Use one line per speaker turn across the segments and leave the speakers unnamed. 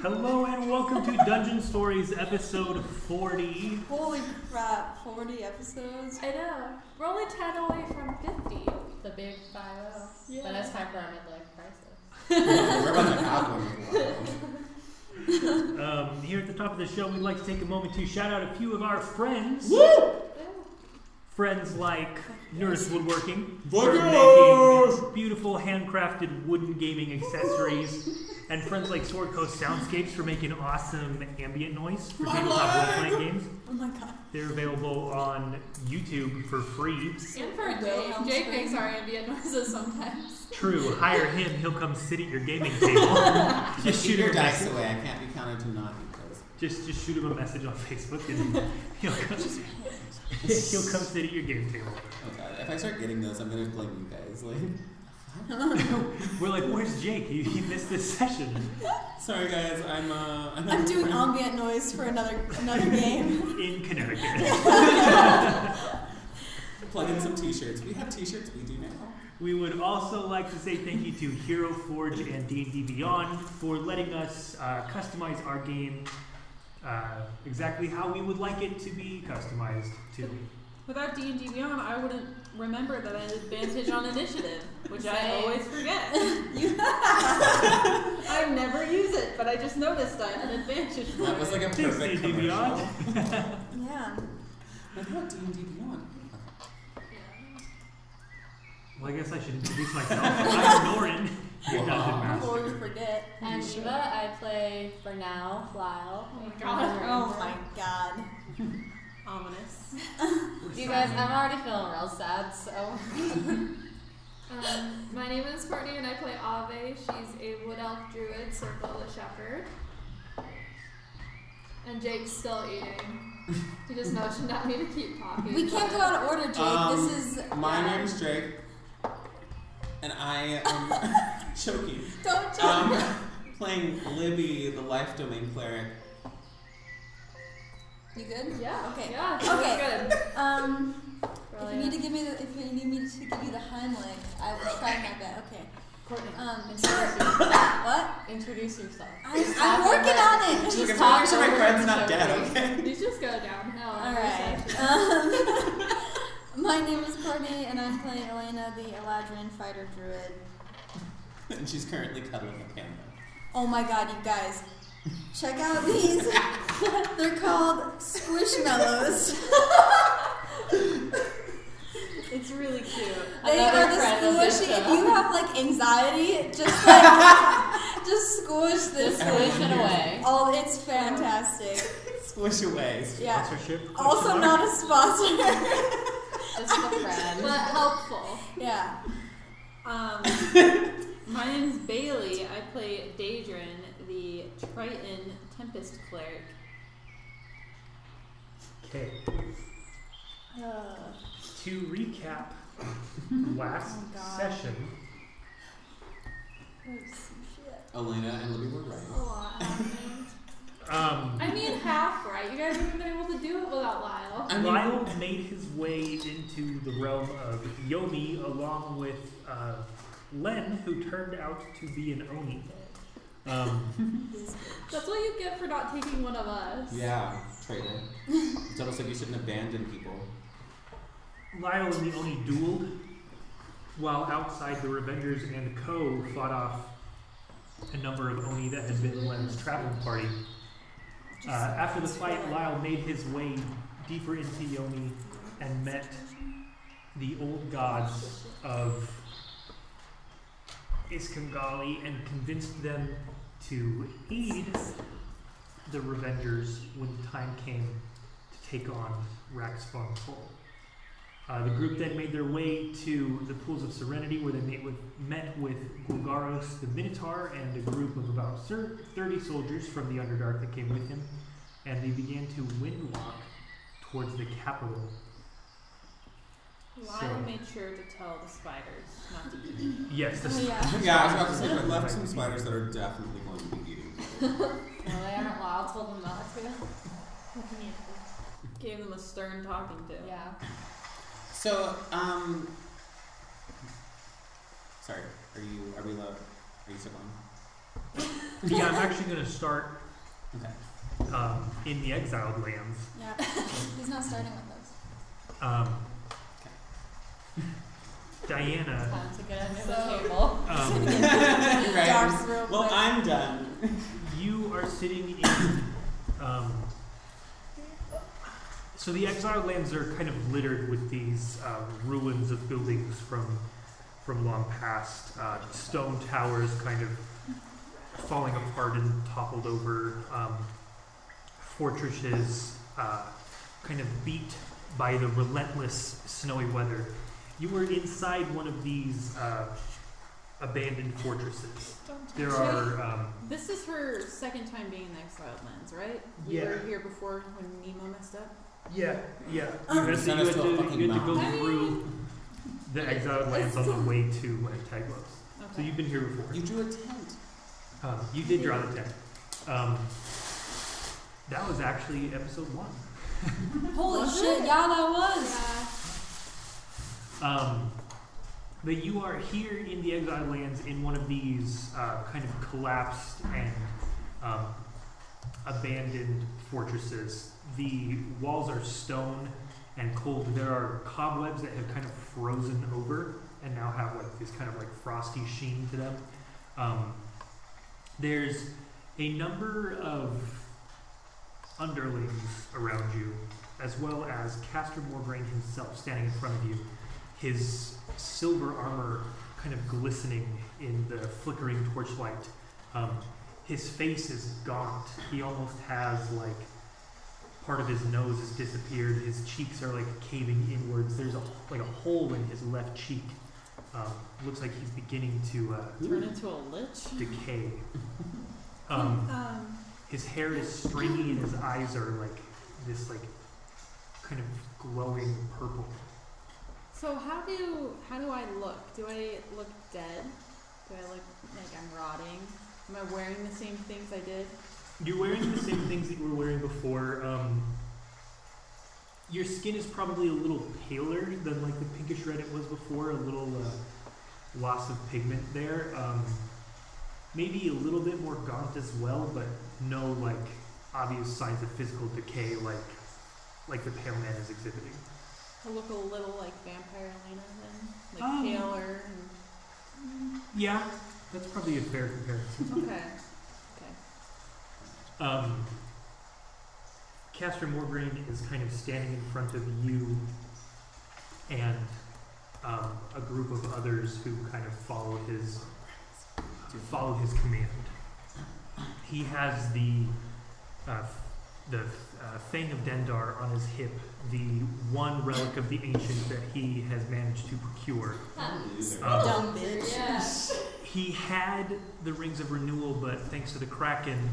Hello and welcome to Dungeon Stories episode 40.
Holy crap, 40 episodes.
I know. We're only 10 away from 50.
The big five oh.
Yeah.
But that's time for our midlife crisis.
We're about to have one.
Um, here at the top of the show, we'd like to take a moment to shout out a few of our friends. Friends like Nurse Woodworking, for making beautiful handcrafted wooden gaming accessories, and friends like Sword Coast Soundscapes for making awesome ambient noise for
My
tabletop role
leg!
playing games.
Oh my god.
They're available on YouTube for free.
And for Jake,
Wilhelm
Jake
scream.
makes our ambient noises sometimes.
True, hire him, he'll come sit at your gaming table. Just shoot
Keep
him
your
a
dice
message.
away. I can't be counted to not eat those.
Just just shoot him a message on Facebook and he'll come, he'll come sit at your game table.
Oh god, if I start getting those, I'm gonna blame you guys. Like,
We're like, where's Jake? He, he missed this session.
sorry guys, I'm uh, I'm,
I'm doing
all.
ambient noise for another another game.
In Connecticut.
Plug in some t-shirts. We have t-shirts. We do now.
We would also like to say thank you to Hero Forge and D&D Beyond for letting us uh, customize our game uh, exactly how we would like it to be customized to.
Without D&D Beyond, I wouldn't remember that I had advantage on initiative, which I
Same.
always forget. I never use it, but I just noticed I had advantage.
That was like a
Thanks,
perfect
D&D
commercial.
Beyond.
Yeah.
What about D and D Beyond?
Well, I guess I should introduce myself. I'm Norin, your Dungeon
Wow.
Master.
Before we forget.
I'm
Sure.
Eva. I play for now Lyle.
Oh my
Oh my god.
Ominous.
You guys,
uh,
I'm already feeling real sad, so. um, my name is Courtney, and I play Ave. She's a wood elf druid, Circle the Shepherd. And Jake's still eating. He just motioned at me to keep talking.
We can't go out of order, Jake.
Um,
this is.
My name's Drake, and I am choking.
Don't jump.
Um, playing Libby, the life domain cleric.
you good?
Yeah.
Okay.
Yeah.
Okay.
Good.
Um, if you
Brilliant.
need to give me the, if you need me to give you the hind leg, I will try my best. Okay.
Courtney,
Um,
introduce, yourself.
What?
introduce yourself.
I'm, I'm working on it.
Look, I'm
talk
making sure my
over
friend's
the
not
show,
dead.
please.
Okay.
You just go downhill.
All right. Um, my name is Courtney, and I'm playing Elena, the Eladrin fighter druid.
And she's currently cuddling a panda.
Oh my god, you guys. Check out these. They're called Squishmallows.
It's really cute.
They
Another
are the
friend of this
squishy. If
show.
you have like anxiety, just like, just squish this
Just
thing.
squish it away.
Oh, it's fantastic.
Squish away.
Yeah.
Sponsorship.
Also not a sponsor.
Just a friend. But helpful.
yeah.
Um, my name's Bailey. I play Daedrin, the Triton Tempest Cleric.
Okay.
Uh,
To recap last
Oh, God.
session,
oops, shit.
Elena and Libby were
A
right.
lot happening.
um,
I mean, half right. You guys haven't been able to do it without Lyle.
I mean,
Lyle made his way into the realm of Yomi along with uh, Len, who turned out to be an Oni. Um,
That's what you get for not taking one of us.
Yeah, traitor. It's almost like you shouldn't abandon people.
Lyle and the Oni dueled, while outside the Revengers and Co. fought off a number of Oni that had been Len's traveling party. Uh, after the fight, Lyle made his way deeper into Yomi and met the old gods of Iskangali and convinced them to aid the Revengers when the time came to take on Rax von Toll. Uh, the group then made their way to the Pools of Serenity, where they met with, met with Gulgaros the Minotaur and a group of about thir- 30 soldiers from the Underdark that came with him, and they began to windwalk towards the capital.
Lyle
So-
made sure to tell the spiders not to eat.
Yes,
Oh,
the
yeah.
Yeah, I was about to say, we left some spiders that are definitely going to be eating people.
No, they aren't. Lyle told them not to.
Gave them a stern talking to.
Yeah.
So, um. Sorry, are you. Are we low? Are you still on?
Yeah, I'm actually going to start
Okay.
um, in the exiled lands.
Yeah. He's not starting with us.
Um, Diana.
Time to get under the
So-
table.
Um,
Darth real
Well,
quick.
I'm done.
You are sitting in. Um, so the exiled lands are kind of littered with these uh, ruins of buildings from from long past. Uh, stone towers kind of falling apart and toppled over. Um, fortresses uh, kind of beat by the relentless snowy weather. You were inside one of these uh, abandoned fortresses. There are. Um,
This is her second time being in Exiled Lands, right?
Yeah.
You were here before when Nemo messed up.
Yeah, yeah. You
Um,
had to,
Son
you
is
had
still
to,
fucking
you had to go
mad.
through the exiled lands on the way to Antaglos.
Okay.
So you've been here before.
You drew a tent.
Um, you did draw the tent. Um, that was actually episode one.
Holy
Was
shit,
it?
yeah, that was.
Yeah.
Um, but you are here in the exiled lands in one of these uh, kind of collapsed and um, abandoned fortresses. The walls are stone and cold. There are cobwebs that have kind of frozen over and now have like this kind of like frosty sheen to them. Um, there's a number of underlings around you, as well as Castor Morgrain himself standing in front of you his silver armor kind of glistening in the flickering torchlight. Um, his face is gaunt. He almost has like part of his nose has disappeared. His cheeks are like caving inwards. There's a, like a hole in his left cheek. Um, looks like he's beginning to uh,
Turn into a lich.
decay. Um,
Um,
his hair is stringy and his eyes are like this like kind of glowing purple.
so how do how do I look? Do I look dead? Do I look like I'm rotting? Am I wearing the same things I did?
You're wearing the same things that you were wearing before. Um, your skin is probably a little paler than like the pinkish red it was before. A little uh, loss of pigment there. Um, maybe a little bit more gaunt as well, but no like obvious signs of physical decay like like the pale man is exhibiting.
I look a little like Vampire Elena then, like
Um.
paler. And,
Yeah, that's probably a fair comparison.
Okay.
Um, Castor Morgreen is kind of standing in front of you and um, a group of others who kind of follow his follow his command. He has the uh, the uh, Fang of Dendar on his hip, the one relic of the ancient that he has managed to procure.
Huh.
Oh.
Um,
Dumb bitch.
Yeah.
he had the rings of renewal, but thanks to the Kraken,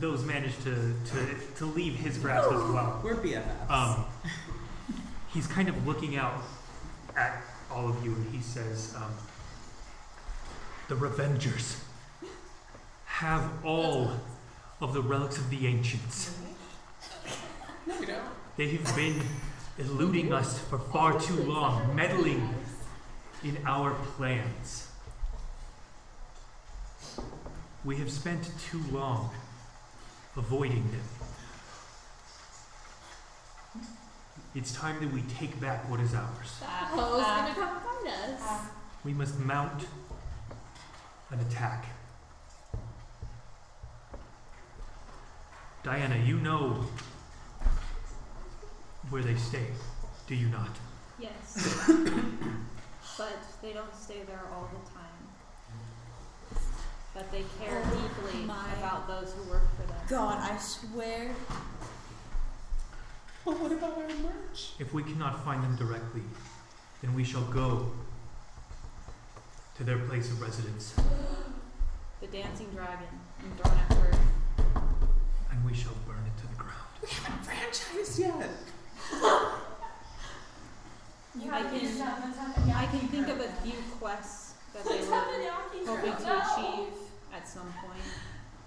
those managed to, to, to leave his grasp as well.
We're BFFs.
Um, he's kind of looking out at all of you and he says, um, The Revengers have all of the relics of the ancients.
no, we don't.
They have been eluding us for far too long, meddling in our plans. We have spent too long avoiding them. It's time that we take back what is
Uh,
ours.
That hoe's gonna come find us.
We must mount an attack. Diana, you know where they stay, do you not?
Yes. but they don't stay there all the time. But they care
Oh
deeply
my
about those who work for them.
God, I swear.
Well, what about our merch?
If we cannot find them directly, then we shall go to their place of residence,
The dancing dragon and Dornacker.
and we shall burn it to the ground.
We haven't franchised yet.
You
I
can-
can I can think of a few quests that they were hoping to achieve at some point,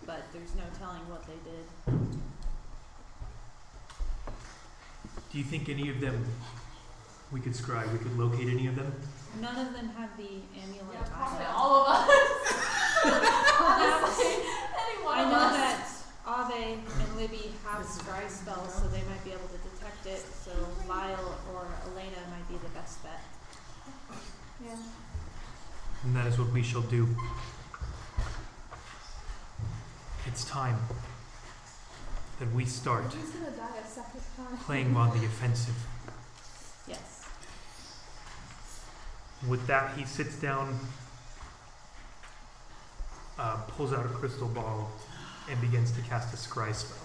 but there's no telling what they did.
Do you think any of them we could scry? We could locate any of them?
None of them have the amulet.
Yeah, probably
either.
all of us.
Perhaps,
and that is what we shall do. It's time that we start
He's gonna die a second time.
playing on the offensive.
Yes.
With that, he sits down, uh, pulls out a crystal ball, and begins to cast a scry spell.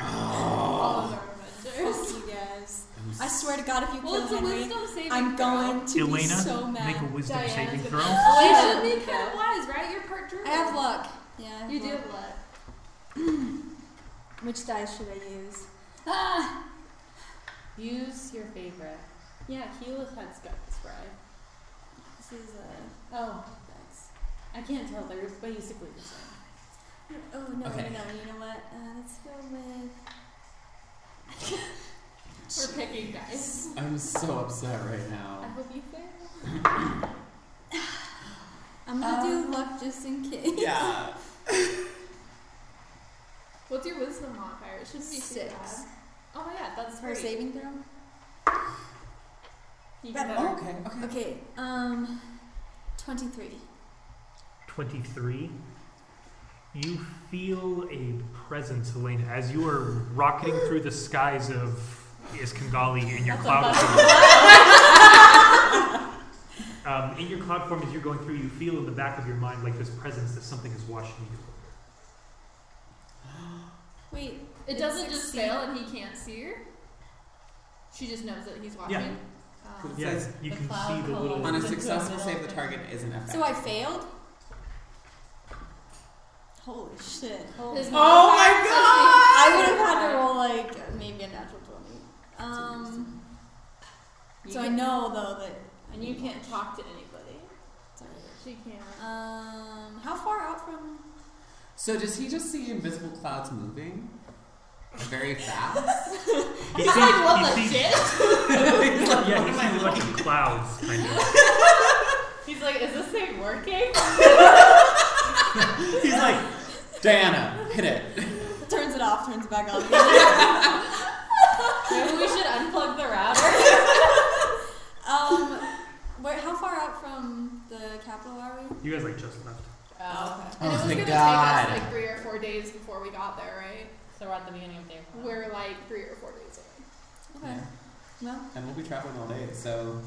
All
Oh,
of our
Fuck
adventures.
you guys.
I'm
I swear to God, if you
Well,
kill
it's a
Henry,
wisdom saving
I'm
throw.
going to be
Elena,
so mad.
Make a wisdom
Diana's
saving
a-
throw.
You
Oh,
should
yeah.
be kind of wise, right? You're part druid.
I have luck. Yeah. I have
You do
luck.
have luck.
Which dice should I use?
Ah! Use your favorite. Yeah, Keyleth had Scott's Bride.
This is uh, a
Oh,
dice.
I can't tell. They're basically the same.
Oh no,
Okay.
no, no. You know what? Uh, let's go with.
We're picking dice.
I'm so upset right
I
now.
hope you fail.
I'm gonna
Um,
do luck just in case.
Yeah.
What's your wisdom modifier? It shouldn't be too
Six. Mm-hmm.
bad. Oh my god, that's
For a
great.
saving throw.
You
Better.
better.
okay. Okay.
Okay. Um, twenty-three.
23. You feel a presence, Elena, as you are rocketing through the skies of Iskangali in your cloud form. um, in your cloud form, as you're going through, you feel in the back of your mind like this presence that something is watching you.
Wait.
It doesn't just fail and he can't see her. She just knows that he's watching.
Yeah.
Um,
It
Yeah,
says-
you
The
can see
cloud
the little.
On a
Into a
successful
middle
save, the
thing.
target isn't affected.
So I failed. Holy shit! Holy
His
shit.
Oh my
modifier
God!
I would have had to roll like maybe a natural twenty. Um,
You
so I
can-
know though that.
And you can't talk to anybody.
Sorry.
She can't.
Um, how far out from?
So does he just see invisible clouds moving? Very fast?
He
He's
sees-
like, what
he
the
sees-
shit?
He's like,
Yeah,
"What
he
am I
sees a bunch
looking
of clouds, kind of.
He's like, is this thing working?
He's like, Diana, hit it.
Turns it off. Turns it back on.
Maybe we should unplug the router.
um, where? How far out from the capital are we?
You guys like just left.
Oh, okay.
Oh,
And it was
thank
gonna
God.
take us like three or four days before we got there, right?
So we're at the beginning of day one.
We're like three or four days away.
Okay. Well,
And we'll be traveling all day, so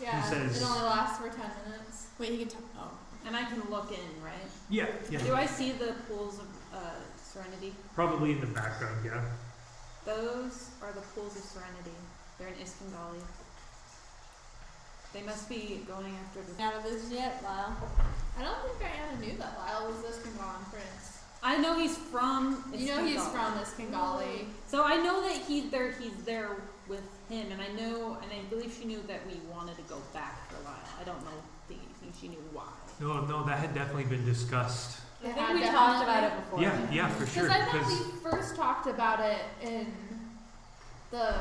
Yeah.
He says-
It only lasts for ten minutes.
wait. He can talk. Oh.
And I can look in, right?
Yeah,
Do
yeah.
I see the pools of uh, serenity?
Probably in the background, yeah.
Those are the pools of serenity. They're in Iskangali. They must be going after the.
Out of this yet, Lyle?
I don't think Diana knew that Lyle was this Kangalan prince.
I know he's from.
You know he's
Iskangali.
from this Kangali.
So I know that he's there. He's there with him, and I know, and I believe she knew that we wanted to go back for a while. I don't know. Think, think she knew why.
No, no, that had definitely been discussed.
I
Yeah,
think we talked about
definitely.
it before.
Yeah, yeah, for sure.
Because I thought
because-
we first talked about it in the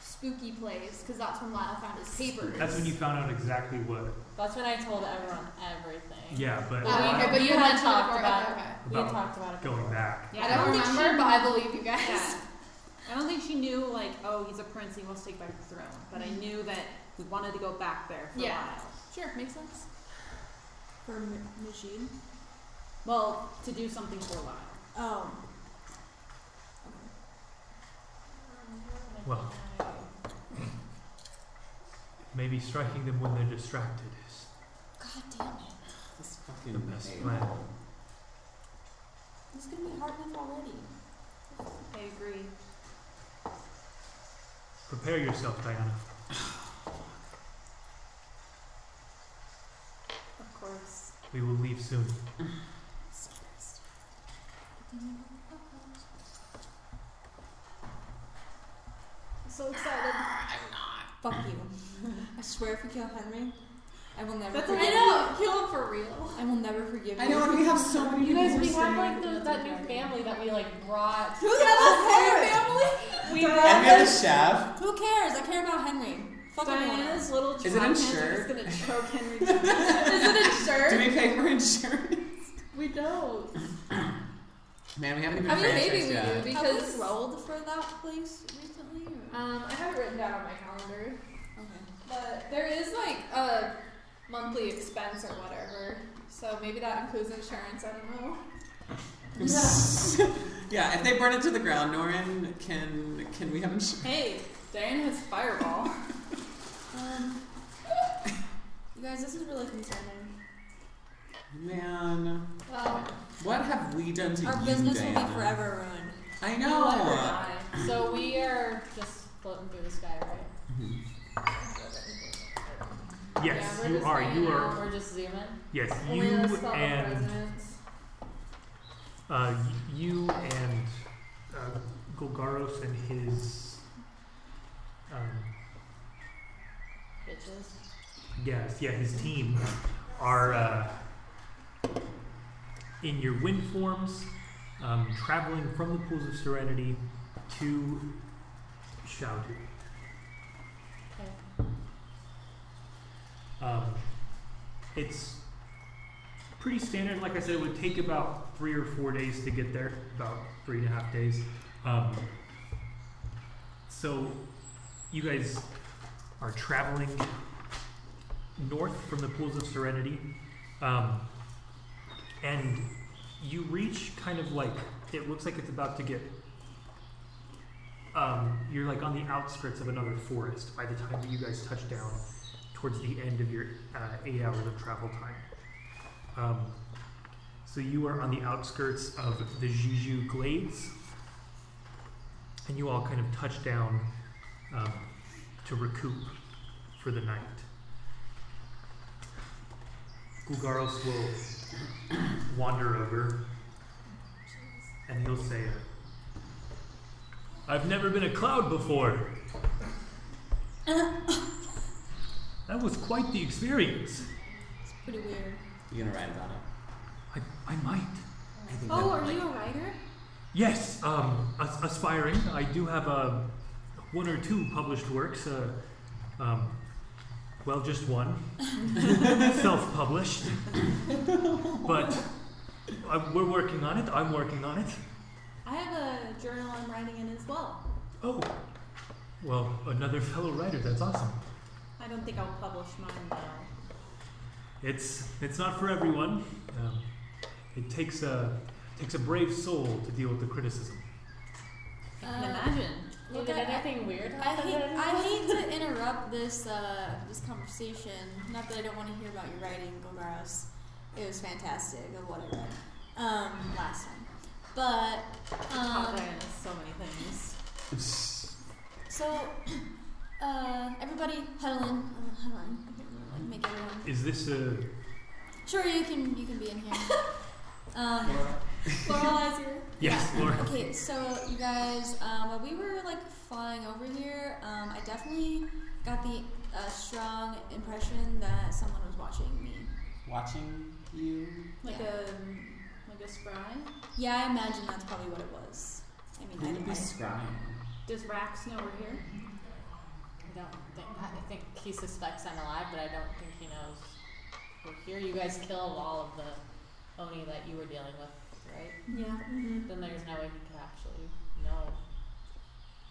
spooky place, because that's when Lyle found his papers.
That's when you found out exactly what.
That's when I told everyone everything.
Yeah, but
Well, we-
Oh,
about-
okay, but you
had
had talked
talked
about.
about-
Okay.
We
about
had talked about it.
going back.
Yeah,
I don't
think
remember,
she
but I
knew-
believe you guys.
Yeah. I don't think she knew like, oh, he's a prince. He wants to take back the throne. But I knew that we wanted to go back there for
Mm-hmm. Yeah.
a while.
Sure, makes sense.
For M- machine.
Well, to do something for a while.
Oh.
Well. Maybe striking them when they're distracted is
God damn it!
this
the
fucking
best
thing.
plan.
It's gonna be hard enough already.
I agree.
Prepare yourself, Diana.
Of course.
We will leave soon.
I'm so excited.
Fuck you! I swear, if you kill Henry, I will never.
That's
forgive
okay.
you.
I know, kill him for real.
I will never forgive you.
I know, and we have so many
You guys,
people
we
staying.
have like the, that new family that we like brought.
Who the fuck cares?
We
And
brought
we have
this.
the chef.
Who cares? I care about Henry. Fuck everyone.
Diana's little
it
trunk hands are
insured?
just gonna choke Henry. down.
Is it
Do
insured?
we pay for insurance?
we don't.
Man, we haven't even
I mean, maybe
franchised
we do
yet.
Have
because
we rolled for that place recently? Or?
Uh,
um, I have it written down on my calendar.
okay.
But there is like a monthly expense or whatever. So maybe that includes insurance. I don't know.
yeah, if they burn it to the ground, Norrin, can can we have insurance?
Hey, Diane has fireball.
Um, you guys, this is really concerning.
Man,
Well,
what have we done to
Our
you,
business will
Diana?
be forever Oh ruined.
I
We'll let her
know.
die. So we are just floating through the sky, right?
Mhm.
Yes,
yeah, we're
you
just
are.
hanging
You
out,
are.
We're just zooming.
Yes, you
Elena's fellow
and
residents.
uh, y- you and uh, Golgaros and his. Um,
Bitches.
Yes, yeah, his team are uh, in your wind forms, um, traveling from the pools of serenity to Shaudu.
Okay.
Um, it's pretty standard. Like I said, it would take about three or four days to get there, about three and a half days. Um, so you guys are traveling north from the pools of serenity, um, and you reach kind of like it looks like it's about to get. Um, you're like on the outskirts of another forest by the time that you guys touch down towards the end of your uh, eight hours of travel time. Um, so you are on the outskirts of the Jiju Glades, and you all kind of touch down um, to recoup for the night. Gugaros will wander over, and he'll say, "I've never been a cloud before." That was quite the experience.
It's pretty weird.
You're gonna write about it.
I, I might.
I think
Oh,
that-
are you a writer?
Yes, um, as- aspiring. I do have uh, one or two published works. Uh, um, well, just one, self-published. but uh, we're working on it. I'm working on it.
I have a journal I'm writing in as well.
Oh, well, another fellow writer. That's awesome.
I don't think I'll publish mine though.
It's it's not for everyone. Um, it takes a takes a brave soul to deal with the criticism.
I can
Uh,
imagine.
look
Did
at-
anything weird
I
happen?
hate,
to
I
anyone?
hate to interrupt this uh, this conversation. Not that I don't want to hear about your writing, Golgaros. It was fantastic of what I read um, last time. But
Top
um,
Diane is so many things.
so uh, everybody huddle in, uh, huddle in. I can't really, like make everyone.
Is this a
Sure, you can you can be in here. Um, Laurel is here.
yes, Laura?
Okay, so you guys, um, while we were like flying over here, um, I definitely got the uh, strong impression that someone was watching me.
Watching you.
Like
Yeah.
a like a spry.
Yeah, I imagine that's probably what it was. I mean,
Who
I
would
didn't.
be
I-
scrying?
Does Rax know we're here? I don't think. I think he suspects I'm alive, but I don't think he knows we're here. You guys killed all of the Oni that you were dealing with, right?
Yeah. Mm-hmm.
Then there's no way he could actually know.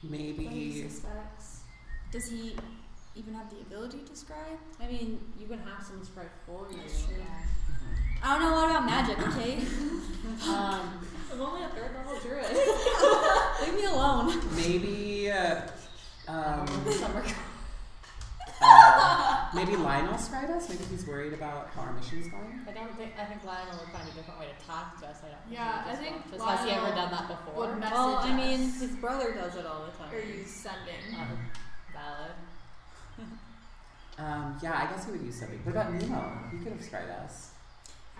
He
Maybe.
suspects. Does he even have the ability to scry?
I mean, you can have someone spry for you.
That's true. I don't know a lot about magic. Okay,
Um, I'm only a third level druid.
leave me alone.
mm-hmm. Maybe. Uh, um,
Summer
uh, maybe Lionel scryed us. Maybe he's worried about how our mission's going.
I don't think I think Lionel would find a different way to talk to us. I don't. think
Yeah,
he would
I think
just talk to us. has he ever
Lionel
done that before?
would message
Well, I mean,
us.
his brother does it all the time.
Are you sending?
Oh, valid.
Um, yeah, I guess he would use something. What about Nemo? He could have scryed us.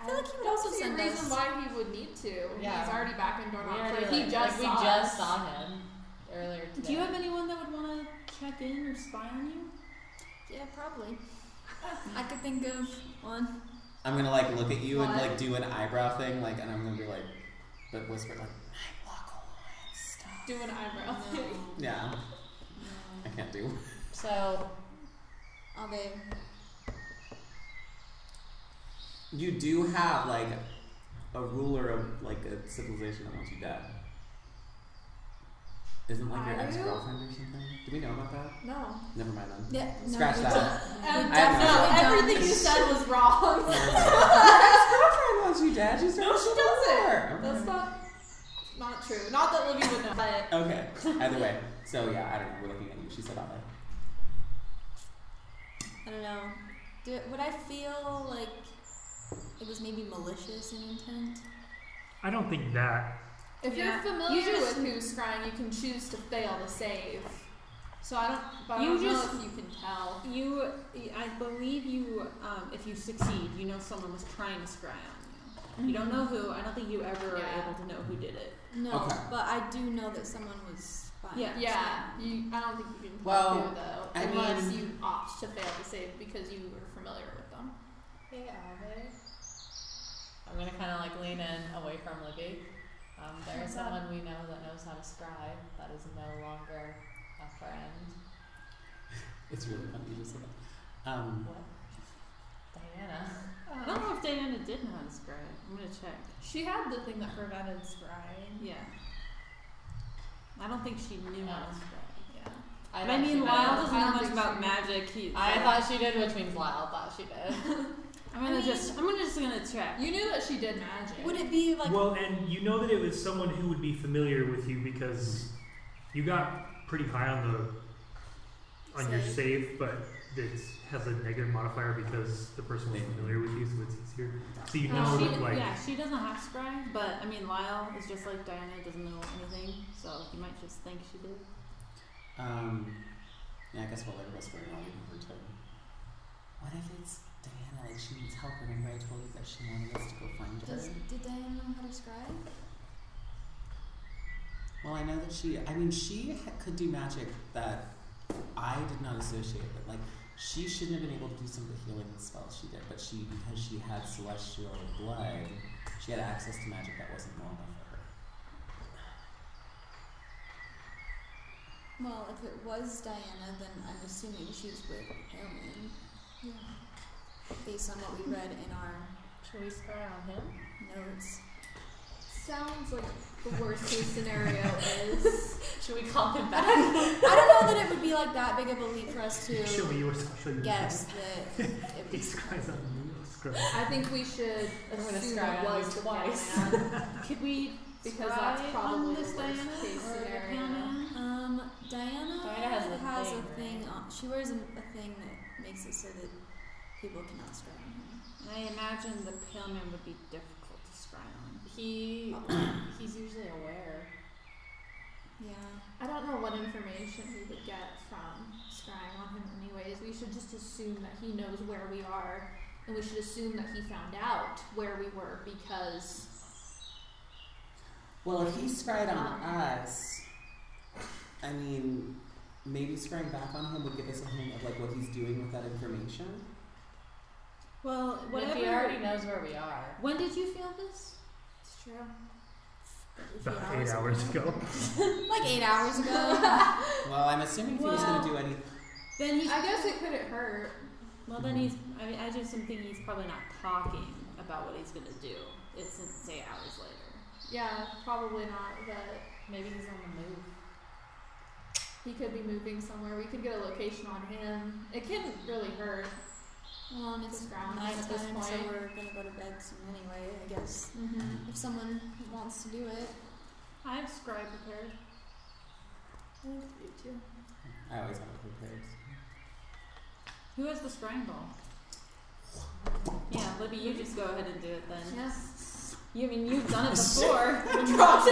I feel like he would also
see a
send
reason
us-
why he would need to.
Yeah.
He's already back in
We
Dornox.
already,
Like, he
like-
just
like,
saw
we just
us.
saw him earlier today.
Do you have anyone that would want to check in or spy on you?
Yeah, probably. I could think of one.
I'm gonna like look at you and
What?
like do an eyebrow thing, like, and I'm gonna be like, but whisper like, I walk on stuff.
Do an eyebrow thing.
Yeah, I can't do.
So
I'll be.
You do have like a ruler of like a civilization that wants you dead. Isn't like your
Are you?
ex girlfriend or something? Do we know about that?
No.
Never mind then.
Yeah, no,
Scratch
we
that.
don't.
And
I have no
definitely
idea.
Um, everything you said was wrong.
ex-girlfriend wants you, Dad. She's
No, she doesn't. That's not not true. Not that Livy would know. But
Okay. Either way. So yeah, I don't know. We're looking at you. She said all that.
I don't know. Do, would I feel like it was maybe malicious in intent?
I don't think that.
if
Yeah.
you're familiar
You just-
with who's crying, you can choose to fail to save. So I don't. But
You
I don't
just-
know if you can tell.
You, I believe you. Um, if you succeed, you know someone was trying to scry on you. You don't know who. I don't think you ever
Yeah.
are able to know who did it.
No,
Okay.
but I do know that someone was spying.
Yeah.
Yeah, you, I don't think you can tell
Well,
who, though,
I
unless
mean-
you opt to fail to save because you were familiar with them.
Hey, Olive. I'm gonna kind of like lean in away from Libby. Um, there is
What's up?
someone we know that knows how to scribe that is no longer a friend.
It's really funny you just said that. Um,
What? Diana.
I
Um,
don't know if Diana did know how to scry. I'm gonna check.
she had the thing that prevented scrying.
Yeah. I don't think she knew how to scry.
Yeah.
I,
But I
thought she
mean,
did.
Lyle
I
doesn't know
don't
much
think
about
she-
magic. He,
I thought she did, which means Lyle thought she did.
I'm gonna
I mean-
just. I'm gonna just gonna check.
You knew that she did magic.
Would it be like
well, and you know that it was someone who would be familiar with you because you got pretty high on the on your
Save.
save, but it has a negative modifier because the person was familiar with you, so it's easier. So you know
Uh, she,
that like
yeah, she doesn't have scry, but I mean, Lyle is just like Diana doesn't know anything, so you might just think she did.
um, yeah, I guess while everybody's going, I'll leave her too. What if it's Diana? Like she needs help. Remember I told you that she wanted us to go find her.
does did Diane know how to scribe?
Well, I know that she. I mean, she ha- could do magic that I did not associate with. Like, she shouldn't have been able to do some of the healing spells she did, but she, because she had celestial blood, she had access to magic that wasn't normal for her.
Well, if it was Diana, then I'm assuming she was with Hillman. Yeah. Based on what we read in our
Should we scry on him?
notes.
Sounds like the worst case scenario is.
Should we call him back?
I don't know that it would be like that big of a leap for us
show
to
me yours, I'll show you mine.
guess that it
It's
was
guys on me, it's gross.
I think we should
I'm gonna
assume
scry
it
on
was
this
the
twice.
mailman,
Could we?
because that's
scry
probably
on
the
this
worst
Diana
case
or the
scenario.
Hannah?
Um, Diana,
Diana has a thing,
a thing
right?
on. She wears a, a thing that makes it so that people cannot scry on
And I imagine the pale man would be difficult to scry on.
He he's usually aware.
him.
I don't know what information we would get from scrying on him, anyways. We should just assume that he knows where we are, and we should assume that he found out where we were because
Well, if he scryed on
Um.
us, I mean, maybe scrying back on him would give us a hint of like what he's doing with that information.
Well,
But if
whatever.
he already knows where we are.
when did you feel this?
it's true.
Yeah.
About eight hours ago.
Like eight hours ago.
Well, I'm assuming if he was going to
Well-
do anything,
Then he's.
I guess it couldn't hurt.
Well, then he's. I mean, I just am thinking he's probably not talking about what he's gonna do. It's since eight hours later.
Yeah, probably not, but
Maybe he's on the move.
He could be moving somewhere. We could get a location on him. It couldn't really hurt.
well, and Um, it's
Just ground
night
at this
time, so
point.
we're gonna go to bed soon anyway. I guess
Mm-hmm.
if someone wants to do it,
I have scribe prepared.
I think you too.
I always have it prepared.
Who has the scrying ball? Yeah, Libby, you just go ahead and do it then.
Yes.
You I mean you've done it before. it
wow,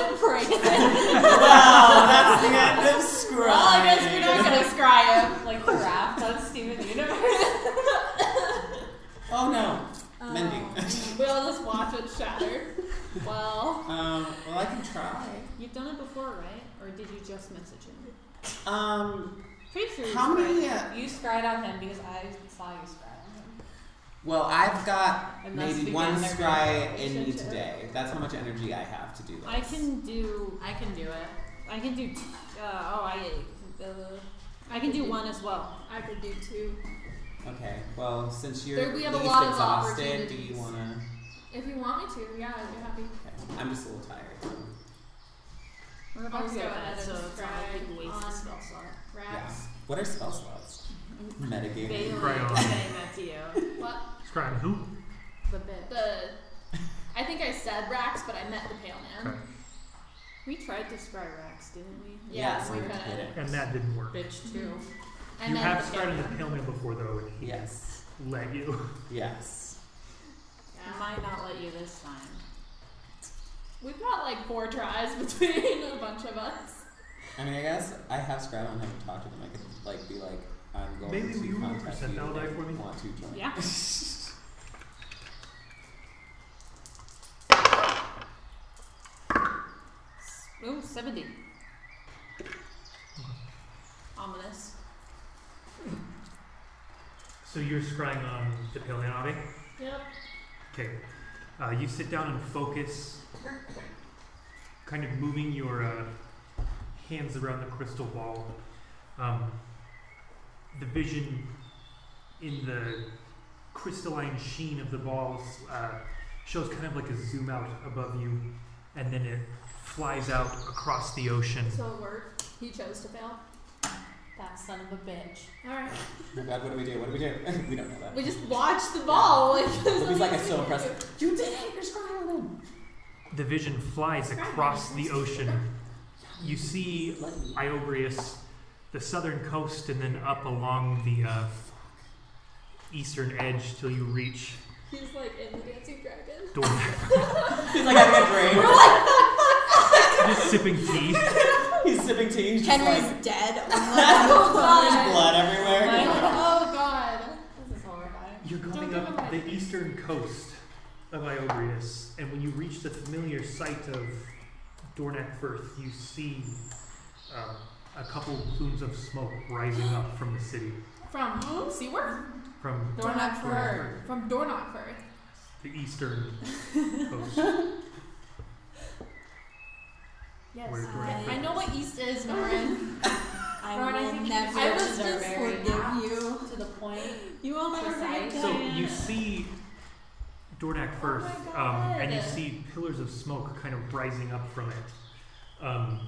that's the end of scrying.
Well, I guess we're not gonna scry him like the raft on Steven Universe.
Oh no.
um,
Mending.
We'll just watch it shatter. well,
Um, well, I can try.
You've done it before, right? Or did you just message him?
Um,
Pretty sure. you
how
scried.
many? Uh,
You scried on him because I saw you scry on him.
well, I've got
And thus
maybe
began
one
their
scry in me
relationship.
today. That's how much energy I have to do this.
I can do.
I can do it.
I can do. T- uh, oh, I. Uh, I can do one as well.
I could do two.
Okay. Well, since you're
There- we have a
least
lot of
exhausted, do you
opportunities.
wanna?
If you want me to, yeah, I'd be happy.
Okay. I'm just a little tired. So.
We're about to
Also
go to bed,
another
so it's not like we
scribe
can waste the
on-
spell slot.
Rats.
What are spell slots? Mm-hmm. Metagaming.
Bailey,
Right
I'm
on.
saying that to you.
What?
Scrying who?
The bit.
The. I think I said Rax, but I meant the Pale Man.
Okay.
We tried to scry racks, didn't we?
Yeah,
Yes,
we
we're
could.
kidding.
And that didn't work.
Bitch too.
I
you
meant
have
the Pale
scrying
Man.
the pale man before though, and he
Yes.
let you.
Yes.
Yeah.
Might not let you this time.
Mm-hmm. We've got like four tries between a bunch of us.
I mean, I guess I have Scrabble and haven't talked to them. I could like be like, I'm going
Maybe
to
you
contact
sent
you
that
if
die for me?
you want to join.
Yeah.
Ooh, 70. Ominous.
So you're scrying on the pale man, Avi?
Yep.
Okay. Uh, you sit down and focus, kind of moving your uh, hands around the crystal ball. Um, the vision in the crystalline sheen of the balls uh, shows kind of like a zoom out above you, and then it flies out across the ocean.
So it worked. He chose to fail.
That son of a bitch.
Alright.
Oh my god, what do we do? What do we do? we don't know that.
We just watched the ball. Like,
He's like, I'm so impressive. You did it! You're Scrabble!
The vision flies across the ocean. You see Iobrius, the southern coast, and then up along the uh, eastern edge till you reach
He's like in the dancing dragon.
Dorne.
He's like having a drink.
Just sipping tea.
He's sipping tea. He's just
Henry's
like,
dead.
Oh
there's blood everywhere.
oh god.
This is horrifying.
You're going
give
up the eastern coast of Iobrius, and when you reach the familiar site of Dornak Firth, you see um, a couple plumes of smoke rising up from the city.
From Seaworth?
From
Dornock
Dornach Firth,
From Dornock Firth.
the eastern coast.
Yes.
Where's Dorne?
I, I know what East is, Norin.
I
Lauren, I
will
think you-
never
I was
forgive
just
you.
To the point.
You will never forgive
Precise.
So
me.
you see
Oh
Dornak Firth, um, and you see pillars of smoke kind of rising up from it. Um,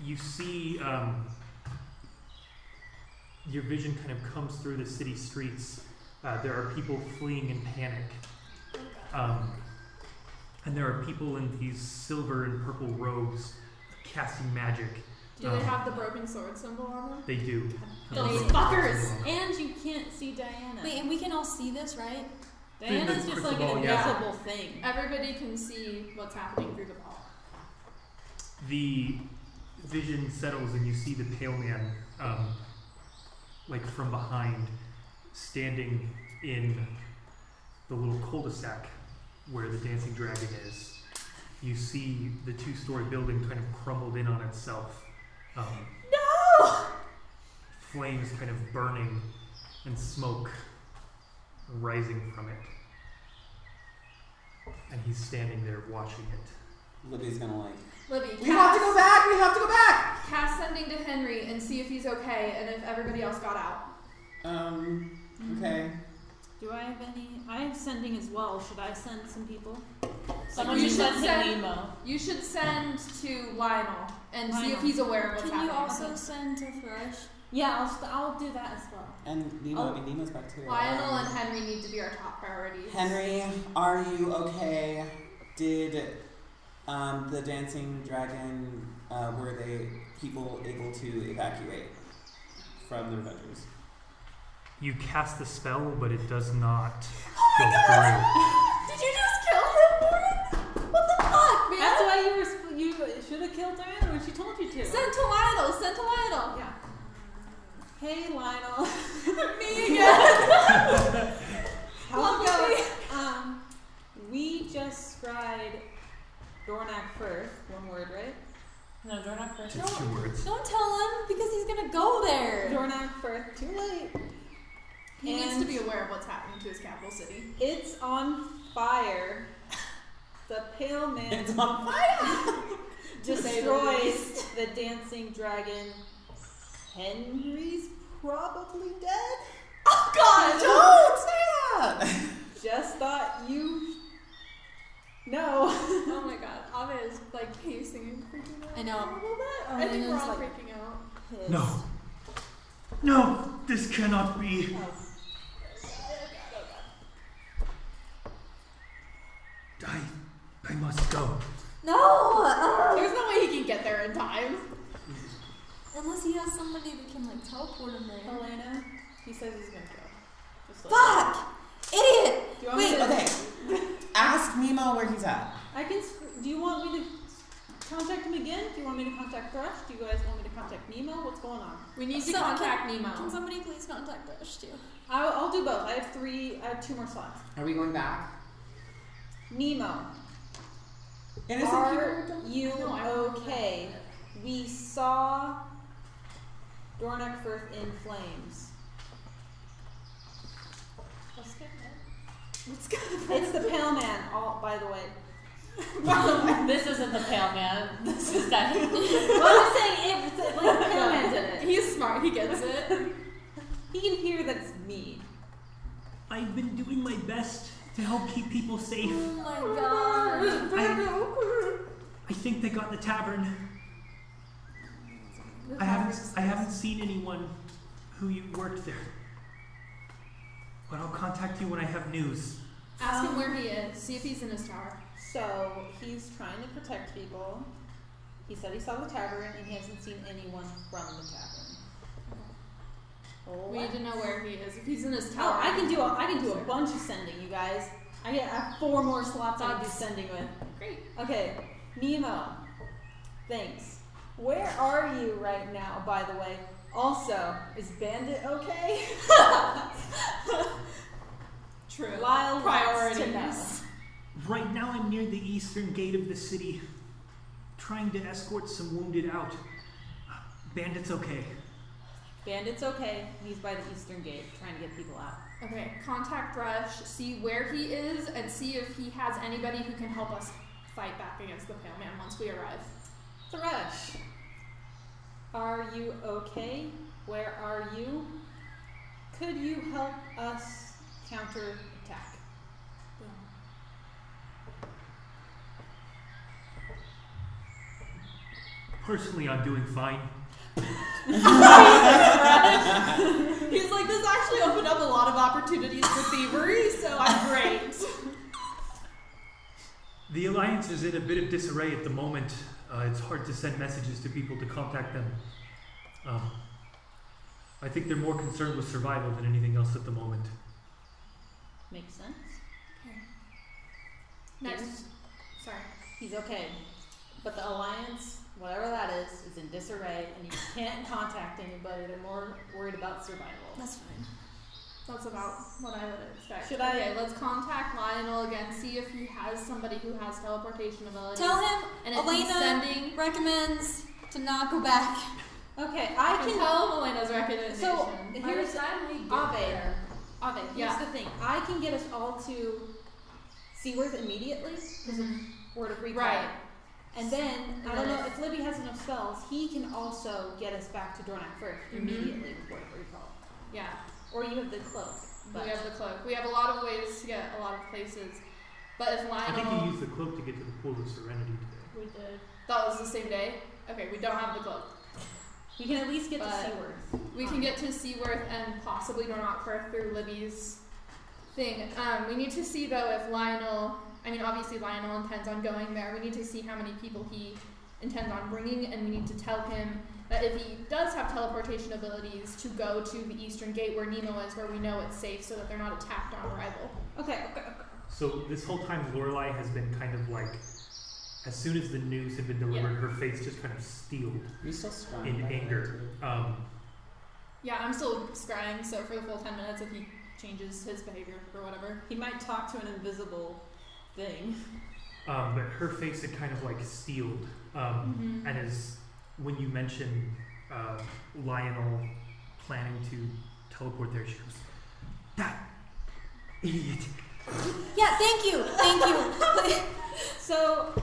you see um, your vision kind of comes through the city streets. Uh, there are people fleeing in panic. Um, and there are people in these silver and purple robes casting magic.
Do
Um,
they have the broken sword symbol on them?
They do.
Those fuckers! And you can't see
Diana.
Wait, and we can all see this, right?
Diana's
Through the
just like
crystal ball,
an
yeah.
invisible thing.
Everybody can see what's happening through the ball.
the vision settles and you see the pale man um, like from behind standing in the little cul-de-sac where the dancing dragon is you see the two-story building kind of crumbled in on itself um, no flames kind of burning and smoke rising from it and he's standing there watching it
Libby's gonna like,
Libby,
we have
cast,
to go back! We have to go back!
cast sending to Henry and see if he's okay and if everybody else got out.
Um, okay.
Do I have any? I have sending as well. Should I send some people?
Someone
you
should
send
send-
to Nemo.
You should send to Lionel and see
Lionel.
if he's aware of what's
Can
happening.
you also send to Flourish?
Yeah, I'll, st- I'll do that as well.
And Nemo,
Oh.
I mean, Nemo's back too.
Lionel
Um,
and Henry need to be our top priorities.
Henry, are you okay? Did um, the dancing dragon uh, were they people able to evacuate from the Revengers?
You cast the spell, but it does not go
Oh Did you just kill him, Warren? What the fuck, man?
That's why you were sp- you should have killed Diana when she told you to.
Send to Lionel. Send to Lionel.
yeah. Hey Lionel. Me How's it
Lovely.
going? Um, we just scried Dornak Firth. One word, right?
No, Dornock first.
through. It's two words.
Don't tell him because he's gonna go there.
Dornak Firth. Too late.
He needs
And-
to be aware of what's happening to his capital city.
It's on fire. The pale man
It's on fire.
destroys the dancing dragon. Henry's probably dead.
Oh God!
Don't say that.
Just thought you. No.
oh my God, Ave is
like pacing and freaking out.
I know.
Um,
A little bit.
Oh,
I think
Lena's,
we're all
like-
freaking out.
Pissed.
No. No, this cannot be. I, I must go.
No!
uh,
Ugh.
There's no way he can get there in time.
Unless he has somebody that can like teleport him there.
Elena, he says he's gonna go. Just like,
Fuck! Idiot!
do you want
wait,
me to,
Okay. Ask Mimo where he's at.
I can. sc- Do you want me to contact him again? Do you want me to contact Brush? Do you guys want me to contact Nemo? What's going on? We need
to contact
Nemo.
Can somebody please contact Bush too?
I'll, I'll do both. I have three. I have two more slots.
Are we going back?
Nemo,
Innocent
are
people.
you okay? We saw Dornak Firth in flames.
Let's get it.
Let's go.
It's the Pale Man. All by the way.
this isn't the pale man. This is that.
well, I'm saying it, it's like the Pale Man did it.
He's smart. He gets it.
He can hear that it's me.
I've been doing my best to help keep people safe.
oh my god.
I think they got the tavern. I haven't I haven't seen anyone who you worked there. But I'll contact you when I have news.
Ask him where
he is. See if he's in his tower.
So he's trying to protect people. He said he saw the tavern and he hasn't seen anyone from the tavern.
We need to know where he is. If he's in his tower,
Oh, I can do a, I can do a bunch of sending, you guys. I get I have four more slots I can do sending with.
Great.
Okay, Nemo. Thanks. Where are you right now, by the way? Also, is Bandit okay?
True.
Lyle wants to know.
Priorities.
Right now I'm near the eastern gate of the city, trying to escort some wounded out. Bandit's okay.
Bandit's okay. He's by the eastern gate trying to get people out.
Okay, contact Brush, see where he is, and see if he has anybody who can help us fight back against the Pale Man once we arrive.
Thresh, are you okay? Where are you? Could you help us counter attack?
Personally, I'm doing fine.
He's like, this actually opened up a lot of opportunities for thievery, so I'm great.
The alliance is in a bit of disarray at the moment. Uh, it's hard to send messages to people to contact them. Um, I think they're more concerned with survival than anything else at the moment.
Makes sense.
Next. Sorry.
He's okay. But the alliance, whatever that is, is in disarray and you can't contact anybody. They're more worried about survival.
That's fine. That's about what I would expect.
Should I-
Okay, let's contact Lionel again, see if he has somebody who has teleportation abilities.
Tell him
and if he's
Elena-
sending recommends to not go back.
Okay, I can
tell Elena's recommendation.
So,
By
here's-
the time we get
Ave.
there-
Ave, here's
Yeah.
the thing. I can get us all to Seaworth immediately because of word of recall.
Right.
And then, I don't know,
Right.
if Libby has enough spells, he can also get us back to Dornak first
Mhm.
immediately with word of recall.
Yeah.
Or you have the cloak. But
we have the cloak. We have a lot of ways to get a lot of places. But if
I
Lionel,
think you used the cloak to get to the pool of serenity today.
We did.
that was the same day. Okay, we don't have the cloak.
we can at least get
But-
to Seaworth. Um,
We can get to Seaworth and possibly Dornotfer through Libby's thing. Um, we need to see though if Lionel. I mean, obviously Lionel intends on going there. We need to see how many people he intends on bringing, and we need to tell him that if he does have teleportation abilities, to go to the eastern gate where Nemo is, where we know it's safe, so that they're not attacked on arrival.
Okay, okay, okay.
So this whole time, Lorelai has been kind of like, as soon as the news had been delivered, her face just kind of steeled
Are you still strong?
in
by the way,
anger.
too?
Um,
Yeah, I'm still scrying, so for the full ten minutes, if he changes his behavior or whatever.
He might talk to an invisible thing.
um, but her face had kind of like steeled. Um,
Mm-hmm.
And as when you mention uh, Lionel planning to teleport there, she goes, "That idiot."
Yeah, thank you. Thank you.
So,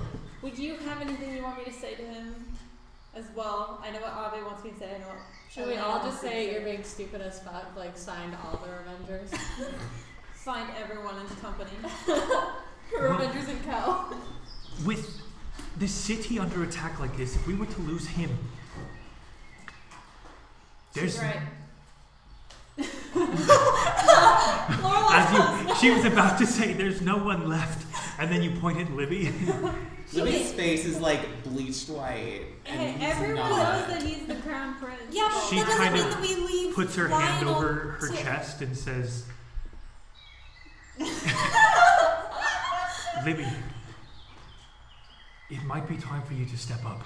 would you have anything you want me to say to him as well? I know what Ave wants me to say. I know what
Should we all just say you're being stupid as fuck? Like, signed all the Avengers?
Find everyone in the company.
Her Avengers and Co.
With this city under attack like this, if we were to lose him, there's
She's right.
as you she was about to say, there's no one left, and then you point at Libby.
Libby's face is like bleached white.
And
he's
everyone
not.
knows that he's the crown prince.
Yeah, but
She
that doesn't
kind
mean
of
that we leave.
Puts her hand
Lionel
over her
to-
chest and says, Libby, it might be time for you to step up.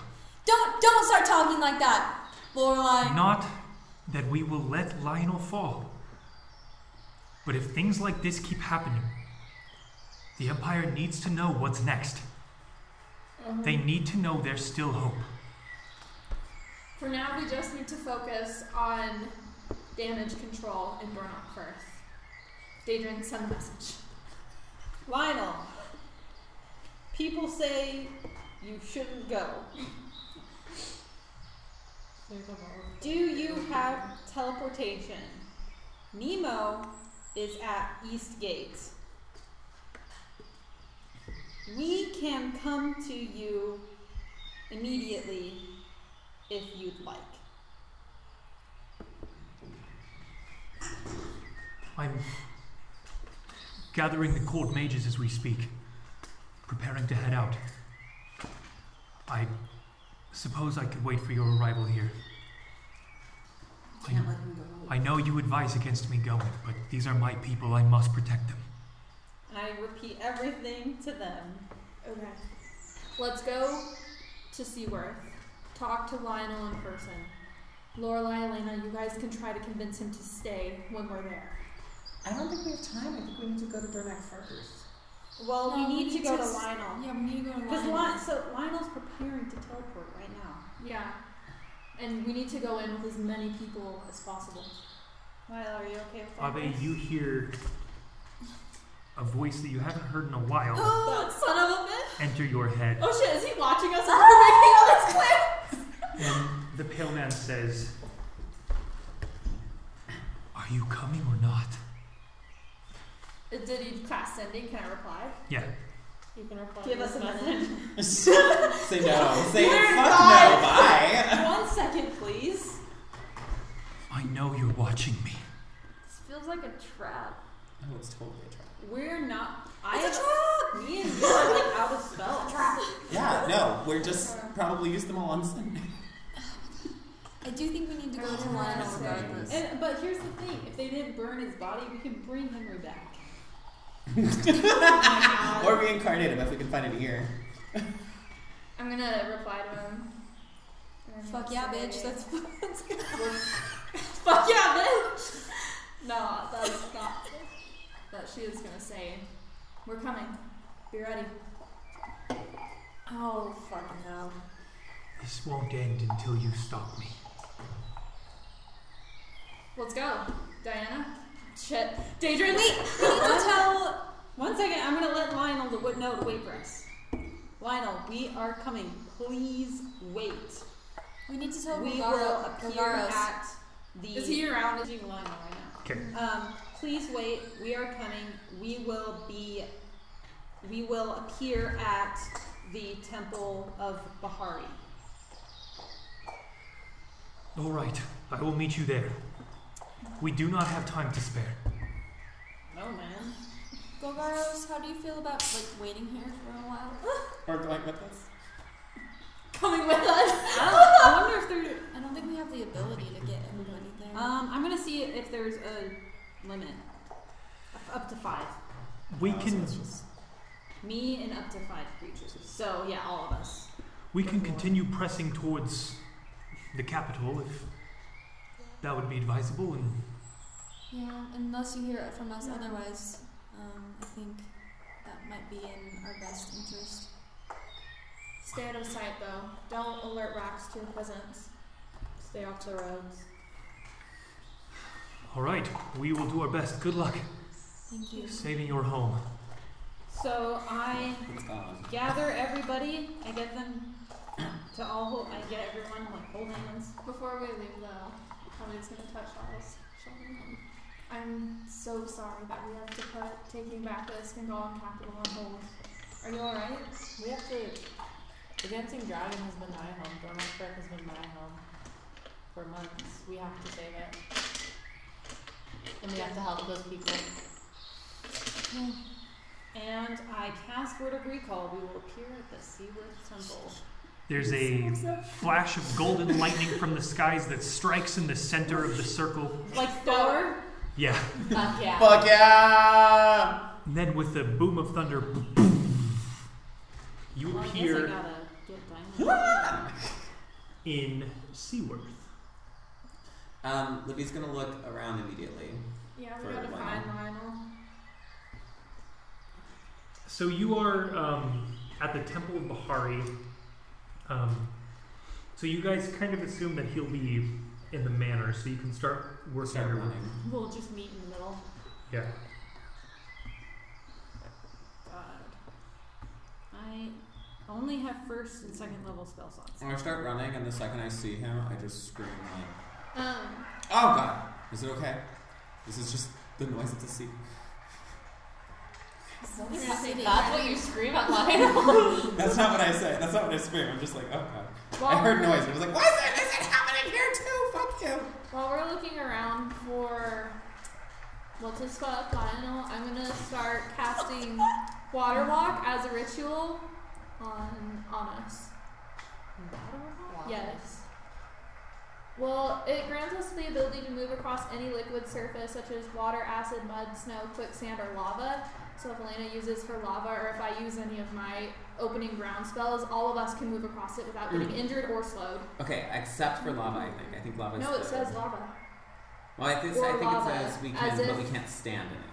Don't don't start talking like that, Lorelai.
Not that we will let Lionel fall. But if things like this keep happening, the Empire needs to know what's next. They need to know there's still hope.
For now, we just need to focus on damage control and burnout first. Daedrin, send a message.
Lionel, people say you shouldn't go.
There's a word.
Do you have teleportation? Nemo is at East Gate. We can come to you immediately if you'd like.
I'm gathering the court mages as we speak, preparing to head out. I suppose I could wait for your arrival here.
Can't let him go.
I know you advise against me going, but these are my people. I must protect them.
And I repeat everything to them.
Okay. Let's go to Seaworth. Talk to Lionel in person. Lorelai, Elena, you guys can try to convince him to stay when we're there.
I don't think we have time. I think we need to go to Burnack first.
Well,
No,
we need to go to
s-
Lionel.
Yeah, we need to go to
Because
Lionel.
Lion- so Lionel's preparing to teleport right now.
Yeah. And we need to go in with as many people as possible.
Lyle, are you okay with that?
Abe, you hear a voice that you haven't heard in a while
Oh, son of a bitch!
enter your head,
Oh shit, is he watching us as we're making all this plan?
and the pale man says, "Are you coming or not?"
Uh, Did he class sending? Can I reply?
Yeah.
You can reply.
Give
to
us a
this
message.
say no. Say
You're
fuck
five.
no. Bye.
One second, please.
I know you're watching me.
This feels like a trap.
Oh, it's totally a trap.
We're not. I
It's a
have, me and you are like out of spells.
Yeah, no. We're just probably use them all on Sunday.
I do think we need to go to Lionel regardless.
And, but here's the thing: if they didn't burn his body, we can bring Henry back.
Oh
Or reincarnate him if we can find an ear.
I'm gonna reply to him. And
Fuck yeah,
say-
bitch. That's that's good.
Fuck yeah, bitch! no, that's not. But she is gonna say, We're coming. Be ready.
Oh fucking hell.
This won't end until you stop me.
Let's go. Diana? Shit.
Wait,
Daedra,
we need to tell.
One second, I'm gonna let Lionel to wait. No, to wait for us. Lionel, we are coming. Please wait.
We need to tell
we will
Rogaro-
appear
Rogaros.
at the.
Is he around?
Lionel right
Okay.
now. Um, please wait. We are coming. We will be. We will appear at the temple of Bahari.
All right. I will meet you there. We do not have time to spare.
No man.
Gogaros, how do you feel about like waiting here for a while?
Or going with us.
Coming with us?
I wonder if there.
I don't think we have the ability to get everybody there.
Um, I'm gonna see if there's a limit. Up- Up to five.
We
Uh, so
can
it's just-
Me and up to five creatures. So yeah, all of us.
we can continue pressing towards the capital if that would be advisable and
yeah, unless you hear it from us. Otherwise, um, I think that might be in our best interest.
Stay out of sight, though. Don't alert rocks to your presence.
Stay off the roads.
all right, we will do our best. Good luck
Thank you.
saving your home.
So I
It's gone.
gather everybody. I get them to all. Hold, I get everyone like hold hands.
Before we leave, though, Holly's gonna touch Charles' shoulder. I'm so sorry that we have to put taking back this Bengal capital on hold. Are you alright?
We have to
The dancing dragon has been my home. Dormouse Brick has been my home for months. We have to save it. And we have to help those people.
And I cast Word of Recall. We will appear at the Seaworth Temple.
There's a flash of golden lightning from the skies that strikes in the center of the circle.
Like Thor?
Yeah.
Fuck yeah.
Fuck yeah!
And then with the boom of thunder, you
Well, I guess I
appear
gotta get dynamite.
in Seaworth.
Um, Libby's gonna look around immediately.
Yeah,
For
we gotta
Lionel.
find Lionel.
So you are um, at the Temple of Bahari. Um, so you guys kind of assume that he'll be in the manor, so you can start working
Start
your way.
running.
We'll just meet in the middle.
Yeah.
God. I only have first and second level spell slots.
When I start running, and the second I see him, I just scream like,
Um,
"Oh God! Is it okay? This is just the noise of the sea."
You're
That's
gonna say
what you scream at Lionel.
That's not what I say. That's not what I scream. I'm just like, "Oh God!" I
While
heard
we're-
noise. I was like, "What is it? Is it happening here too? Fuck you!"
While we're looking around for what's his fuck, Lionel, I'm gonna start casting Water Walk as a ritual on on us. Yes. Well, it grants us the ability to move across any liquid surface, such as water, acid, mud, snow, quicksand, or lava. So if Elena uses her lava, or if I use any of my opening ground spells, all of us can move across it without getting injured or slowed.
Okay, except for lava, I think. I think lava.
No,
is
it
the-
says lava.
Well, I think,
or
I think
lava,
it says we can,
as
but
if-
we can't stand in it.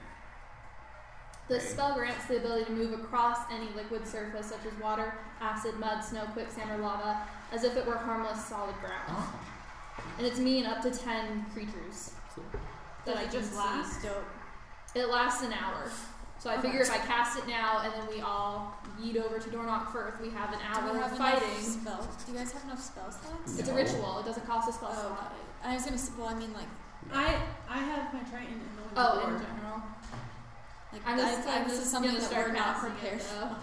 The
Right.
spell grants the ability to move across any liquid surface, such as water, acid, mud, snow, quicksand, or lava, as if it were harmless solid ground.
Oh,
And it's me and up to ten creatures.
cool.
That I
Does it just
can see.
last? Dope.
It lasts an hour. So I figure if I cast it now and then we all yeet over to Dornoch Firth, we have an
Do
hour
we have enough
of fighting.
Spells? Do you guys have enough spell slots?
It's a
No.
ritual. It doesn't cost a spell
Oh,
slot.
got it. Oh, I was gonna. s- Well, I mean, like,
I I have my Triton in the window.
Oh, in general.
like
I'm just-
I feel like
I'm
this is
just
something
gonna
that
start
we're not
casting it,
prepared
though.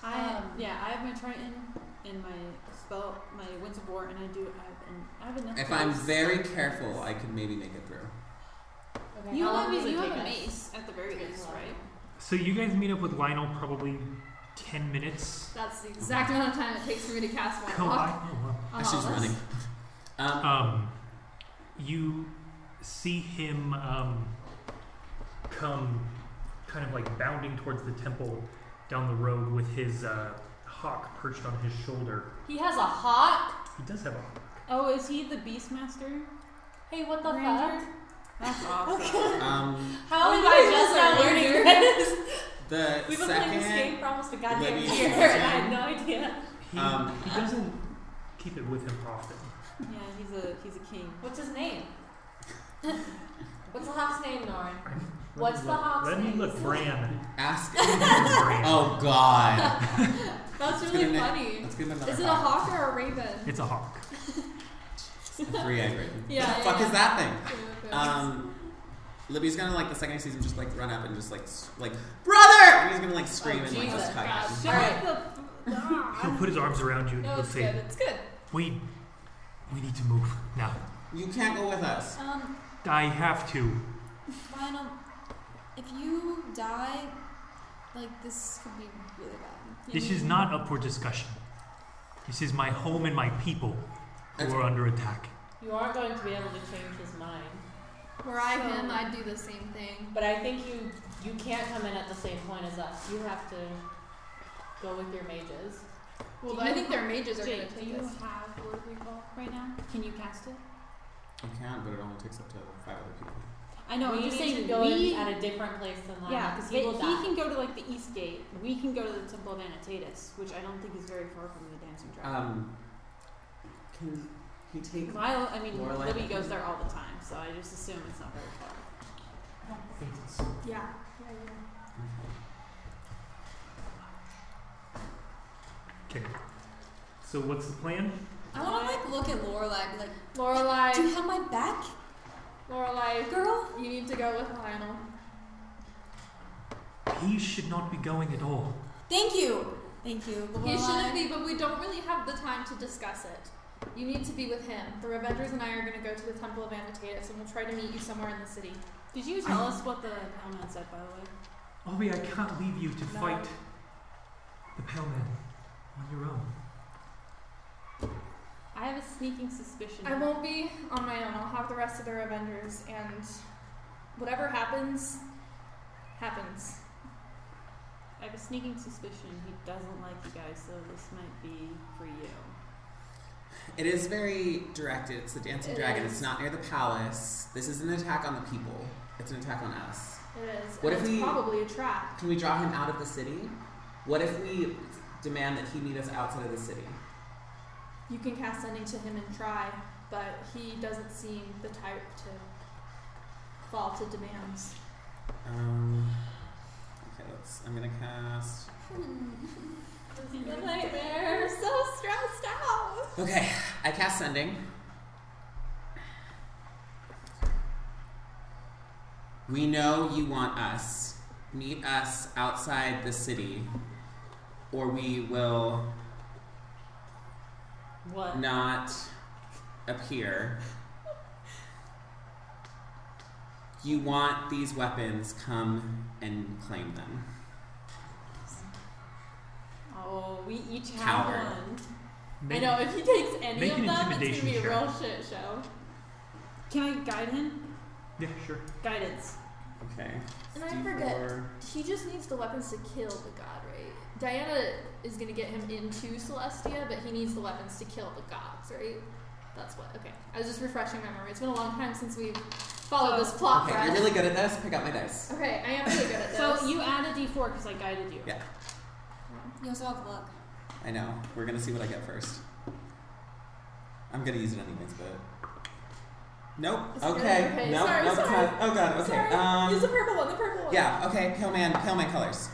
for.
I
Um,
yeah, I have my Triton in my spell my Winds of War, and I do I have an, I have enough.
If I'm
dice.
very careful, I could maybe make it through.
Okay,
you
how long
have
does
a,
it
you
take
have a
us?
mace at the very least, right?
So you guys meet up with Lionel probably ten minutes.
That's the exact amount of time it takes for me to cast Uh-huh. Water
Oh,
Walk.
I- oh, wow.
on
She's
all of us.
running. Um,
um, you see him um, come kind of like bounding towards the temple down the road with his uh, hawk perched on his shoulder.
He has a hawk?
He does have a
Oh, is he the Beastmaster?
Hey, what the
Ranger?
fuck?
That's awesome.
um,
How
Oh,
am
you
I
guys
just
are
now learning
weird.
this?
the
We've been playing this game
second,
for almost a goddamn
Libby's
year. I
turn.
had no idea.
he,
Um,
he doesn't keep it with him often.
yeah, he's a he's a king.
What's his name? What's the hawk's name, Norrin?
Let
What's
me
the
look-
hawk's
Let me
name?
look, Bran.
ask.
Bran.
oh God,
That's
Let's
really
get a
funny.
na- let's give him another.
Is it a hawk or a raven?
It's a hawk.
Three egg raven.
Yeah,
What the
yeah,
fuck
yeah.
is that thing? Um, Libby's gonna like the second season just like run up and just like s- like brother. And he's gonna like scream
Oh,
and like
Jesus
just cut.
Christ.
him.
All right.
He'll put his arms around you and
No,
he'll
it's good.
say,
It's good.
"We, we need to move now.
You can't go with us.
Um,
I have to."
Lionel, if you die, like this could be really bad.
This is not up for discussion. This is my home and my people who
That's-
are under attack.
You are going to be able to change his mind.
Were I
So-
him, I'd do the same thing.
But I think you you can't come in at the same point as us. You have to go with your mages.
Well,
Do
I
you
think
have-
their mages are going
Jake,
to
do
take
you
us.
have Word of Recall right now? Can you cast it?
You can, but it only takes up to five other people.
I know.
we
you
need
need
to
to-
go
we-
in at a different place than Lionel
Yeah,
because
they-
he will die.
can go to like the East Gate. We can go to the Temple of Annotatus, which I don't think is very far from the Dancing Dragon.
Um, can he take?
Lyle, I mean,
Uh, Lorelai-
Libby goes there all the time, so I just assume it's not very far.
Yeah.
Okay. So what's the plan?
I want to like look at Lorelai, and be like, do
Lorelai,
you have my back,
Lorelai,
girl?
you need to go with Lionel.
He should not be going at all.
Thank you. Thank you. But
He
while I-
shouldn't be, but we don't really have the time to discuss it. You need to be with him. The Revengers and I are going to go to the Temple of Annotatus, and we'll try to meet you somewhere in the city.
Did you tell us what the comment said, by the way?
Oh, yeah, I can't leave you to
No.
fight the Pale Man on your own.
I have a sneaking suspicion.
I won't be on my own. I'll have the rest of the Revengers, and whatever happens, happens.
I have a sneaking suspicion he doesn't like you guys, so this might be for you.
It is very directed. It's the dancing
It
dragon.
is.
It's not near the palace. This is an attack on the people. It's an attack on us.
It is.
What
and
if
it's
we-
probably a trap.
Can we draw him out of the city? What if we demand that he meet us outside of the city?
You can cast sending to him and try, but he doesn't seem the type to fall to demands.
Um. Okay, let's. I'm gonna cast.
Nightmare. So stressed out.
Okay, I cast sending. We know you want us. Meet us outside the city, or we will
What?
not appear. You want these weapons, come and claim them.
Oh, we each have
Coward.
one.
I
Make-
know if he takes any
make
of
an
them, it's
intimidation
gonna be a
check.
real shit show.
Can I guide him?
Yeah, sure.
Guidance.
Okay.
And I forget, he just needs the weapons to kill the god, right? Diana is gonna get him into Celestia, but he needs the weapons to kill the gods, right? That's what. Okay, I was just refreshing my memory. It's been a long time since we've followed this plot.
Okay,
thread.
you're really good at this. Pick up my dice.
okay, I am really good at this.
So you add a d4 because I guided you.
Yeah.
You also have luck.
I know. We're gonna see what I get first. I'm gonna use it anyways, but nope.
It's good,
Okay.
okay.
Nope.
Sorry,
nope.
sorry.
cut. Oh god. Okay.
Sorry, use the
Um.
purple one. The purple one.
Yeah. Okay. Pale man. Pale man colors.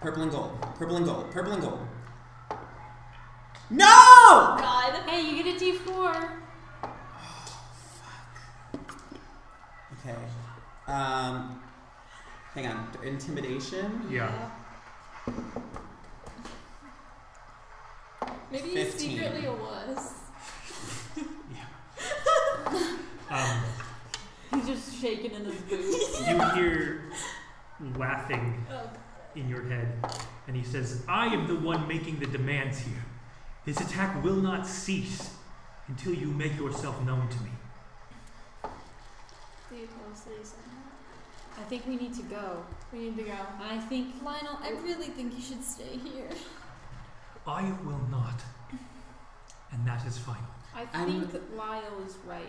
Purple and gold. Purple and gold. Purple and gold. No!
God.
Hey, you get a d4.
Okay. Um. Hang on. Intimidation.
Yeah.
Maybe he
15.
secretly was.
Um,
He's just shaking in his boots.
you hear laughing
Oh,
in your head, and he says, I am the one making the demands here. This attack will not cease until you make yourself known to me.
do you tell us that he said that?
I think we need to go.
We need to go.
I think
Lionel, I really think you should stay here.
I will not. And that is final.
I
I'm-
think Lyle is right.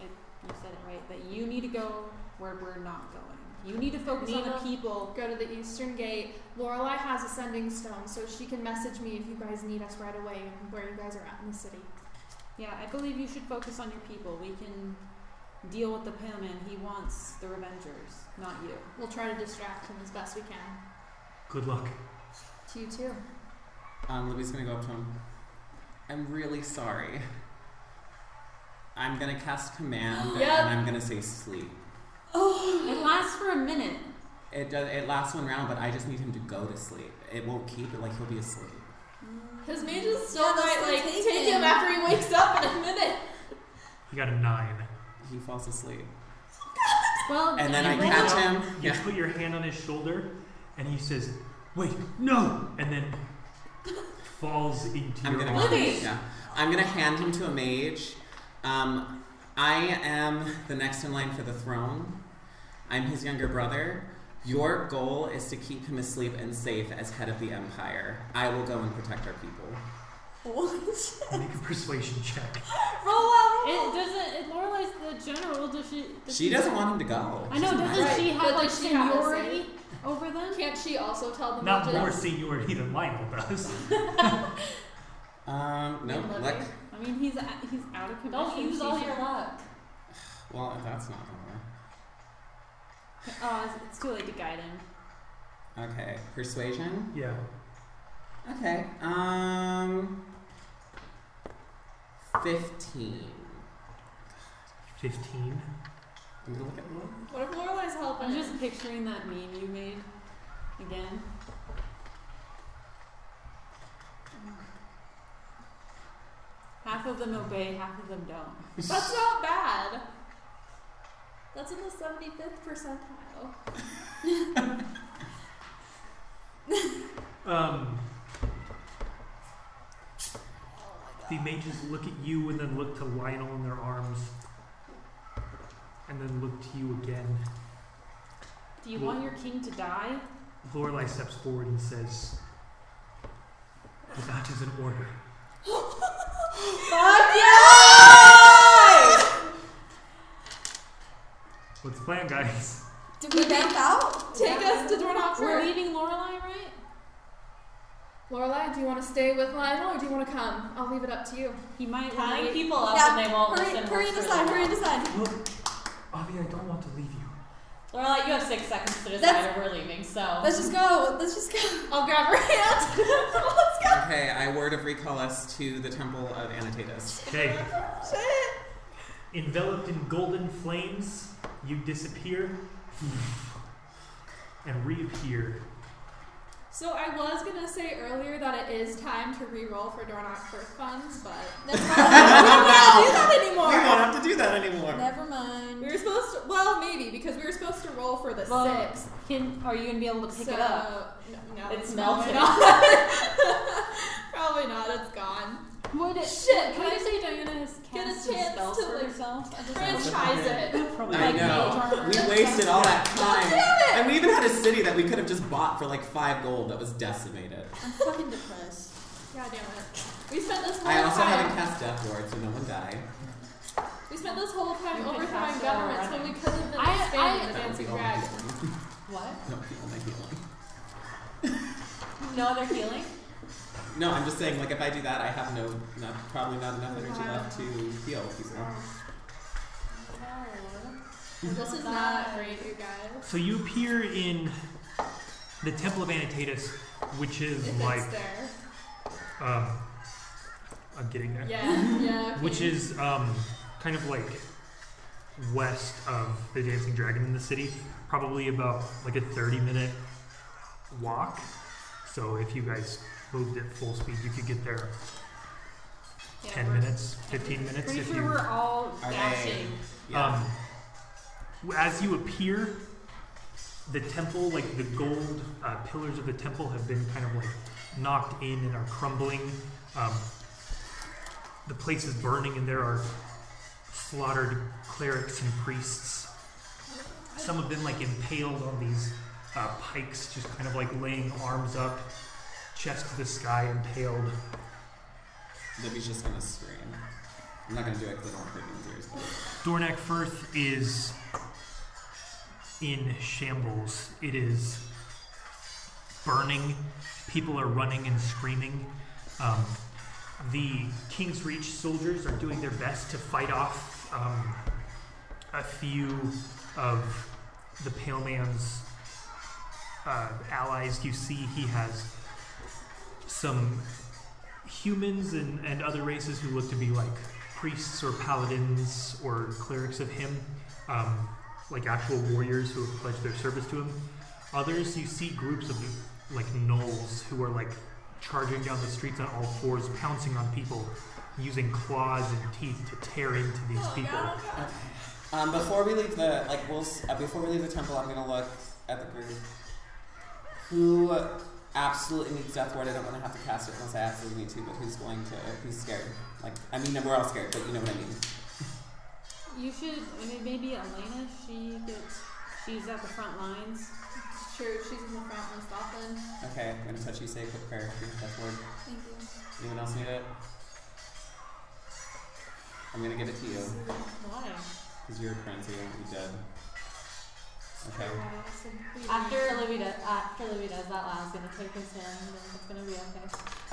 I, you said it right that you need to go where we're not going. You need to focus on
Nina.
the people.
Go to the eastern gate. Lorelai has a sending stone, so she can message me if you guys need us right away and where you guys are at in the city.
Yeah, I believe you should focus on your people. We can deal with the pale man. He wants the Revengers, not you.
We'll try to distract him as best we can.
Good luck.
To you too.
Um. Libby's gonna go up to him. I'm really sorry. I'm gonna cast command,
Yep.
and I'm gonna say sleep.
It lasts for a minute.
It does. It lasts one round, but I just need him to go to sleep. It won't keep it. Like he'll be asleep.
His mage is still
Yeah, that's
might
the
like
take
take him
him.
after he wakes up in a minute.
You got a nine.
He falls asleep,
Well,
and then I
roll
catch
it.
him.
You
Yeah.
put your hand on his shoulder, and he says, Wait, no! And then falls into
I'm
your
gonna.
arms.
Libby!
Yeah. I'm gonna hand him to a mage. Um, I am the next in line for the throne. I'm his younger brother. Your goal is to keep him asleep and safe as head of the empire. I will go and protect our people.
Make a persuasion check.
Roll up.
It doesn't. It Lorelai's the general. Does she? Does
She doesn't want him to go.
I know. Doesn't
Right.
she have
But
like
does she have a
seniority over them?
Can't she also tell them
Not
to
more
just-
seniority than Lionel does.
Um, no.
Libby.
Like,
I mean, he's a- he's out of commission. She's just-
luck.
well, that's not gonna work.
Oh, it's- it's too late to guide him.
Okay, persuasion.
Yeah.
Okay. Um. Fifteen.
15.
I'm gonna look at one.
What if Lorelai's helping?
I'm just picturing that meme you made again. half of them obey, half of them don't.
That's not bad. That's in the 75th percentile.
Um, the mages look at you and then look to Lionel in their arms, and then look to you again.
Do you want your king to die?
Lorelai steps forward and says, "That is an order."
Fuck yeah!
What's the plan, guys?
Did we back out?
Take us to Dornoxer.
We're leaving Lorelai, right?
Lorelai, do you want to stay with Lionel or do you want to come? I'll leave it up to you.
He might wanna
Tying
wait.
people up
Yeah,
and they won't
hurry,
listen.
hurry
works
to
really
decide,
well.
hurry to decide.
Look, Avi, I don't want to leave you.
Lorelai, you have six seconds to decide
That's-
if we're leaving, so.
Let's just go, let's just go.
I'll grab her hand.
Okay, I word of recall us to the temple of Annotatus.
Okay. Enveloped in golden flames, you disappear and reappear.
So I was going to say earlier that it is time to re-roll for Dornoxer funds, but
Never mind.
not anymore.
We won't have to do that anymore.
Never
We
mind.
were supposed to, well, maybe, because we were supposed to roll for the
Well,
six.
Can, are you gonna be able to pick
so,
it up?
No, no,
It's
probably
melted.
not. probably not, it's gone.
Would it, Can
Shit, can
I
I
just say Diana's
get a
cast some
chance
spells
to,
for
like,
herself?
Franchise it.
Probably
I
Like mage
know.
armor.
We wasted all that time. And we even had a city that we could have just bought for like five gold that was decimated.
I'm fucking depressed.
God damn it. We spent this whole
I also
time.
haven't cast Death Ward, so no one died.
We spent this whole time
You could
overthrowing
cast it while we're
governments when we
running.
could have been
I-
expanding
I-
the
That would
Dance
be
of
all my
Dragons.
healing.
What?
That would be all my healing.
No other healing?
No, I'm just saying, like, if I do that, I have no, not, probably not enough energy left to heal people.
This is not great, you guys.
So you appear in the Temple of Annotatus, which is
If
like
it's there.
um, I'm getting there.
Yeah, yeah.
Which is um, kind of like west of the Dancing Dragon in the city, probably about like a 30 minute walk. So if you guys moved at full speed, you could get there
yeah,
10
we're-
minutes, 15 minutes.
Pretty
if
sure
you,
we're all
Are they-
dashing.
Yeah.
Um, w- as you appear, the temple, like the gold uh, pillars of the temple, have been kind of like knocked in and are crumbling. Um, the place is burning, and there are slaughtered clerics and priests. Some have been like impaled on these uh, pikes, just kind of like laying arms up, chest to the sky, impaled.
Libby's just gonna scream. I'm not gonna do it because I don't want to in seriously.
Dornak Firth is in shambles. It is burning. People are running and screaming. Um, the King's Reach soldiers are doing their best to fight off um, a few of the Pale Man's uh, allies. You see, he has some humans and, and other races who look to be like priests or paladins or clerics of him, um, like actual warriors who have pledged their service to him. Others, you see groups of like gnolls who are like charging down the streets on all fours, pouncing on people, using claws and teeth to tear into these people.
Um, before we leave the like, we'll s- uh, before we leave the temple, I'm gonna look at the group. Who absolutely needs death ward? I don't want to have to cast it unless I absolutely need to. But who's going to? Who's scared? Like, I mean, we're all scared, but you know what I mean.
You should I mean, maybe Elena. She gets. She's at the front lines.
It's true, she's in the front most often.
Okay, I'm gonna touch you. Say a quick prayer for your death ward.
Thank you.
Anyone else need it? I'm gonna give it to you
Why?
because you're a friend, so you won't be dead. Okay.
After Libby does, after Libby does that last, gonna take his hand and it's gonna be okay.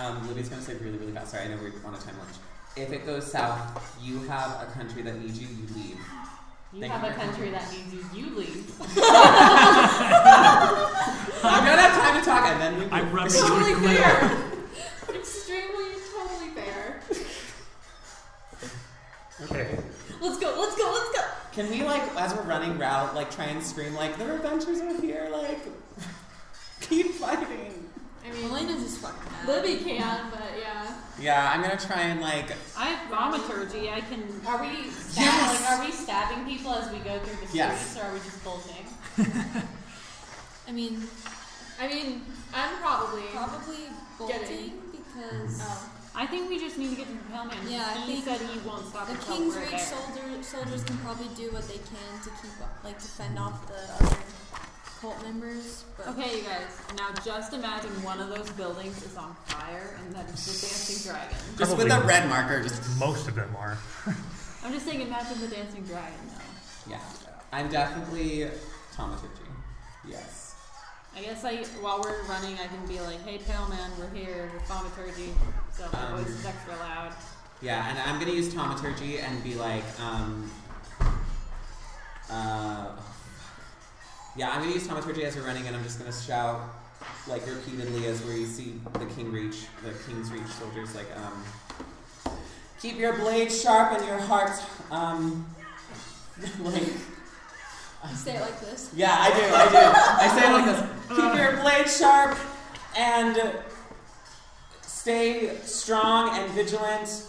Um, Libby's gonna say really, really fast. Sorry, I know we're on a time lunch. If it goes south, you have a country that needs you. You leave.
You
Thank
have
you
a
for
country that needs you. You leave.
I don't have time to talk, and then we.
I'm rubbing you
Totally
with glitter.
fair. Extremely, totally fair.
Okay.
Let's go, let's go, let's go.
Can we like, as we're running route, like try and scream like the adventures are here, like keep fighting.
I mean,
Elena's just fucking mad.
Libby can, but yeah.
Yeah, I'm gonna try and like.
I have thaumaturgy. I can.
Are we stab-
Yes!
like, are we stabbing people as we go through the
Yes.
streets, or are we just bolting?
I mean,
I mean, I'm probably.
probably bolting because
Oh,
I think we just need to get to the Pale Man.
Yeah, I
he
think
said he won't stop
the
until
King's
we're
Reach
there.
soldier, soldiers can probably do what they can to keep up, like to fend off the other cult members. But
Okay, you guys. Now just imagine one of those buildings is on fire, and that is the dancing dragon.
Just with a
Probably.
red marker, just.
Most of them are.
I'm just saying, imagine the dancing dragon, though.
Yeah. I'm definitely thaumaturgy. Yes.
I guess I, while we're running, I can be like, "Hey, Pale Man, we're here. We're thaumaturgy, so my
Um,
voice is extra loud."
Yeah, and I'm gonna use thaumaturgy and be like, um, uh, yeah, I'm gonna use thaumaturgy as we're running, and I'm just gonna shout like repeatedly as where you see the king reach, the king's reach soldiers, like, um, keep your blade sharp and your heart, um, like,
you say it like this.
yeah, I do, I do. I say it like this: keep your blade sharp and stay strong and vigilant.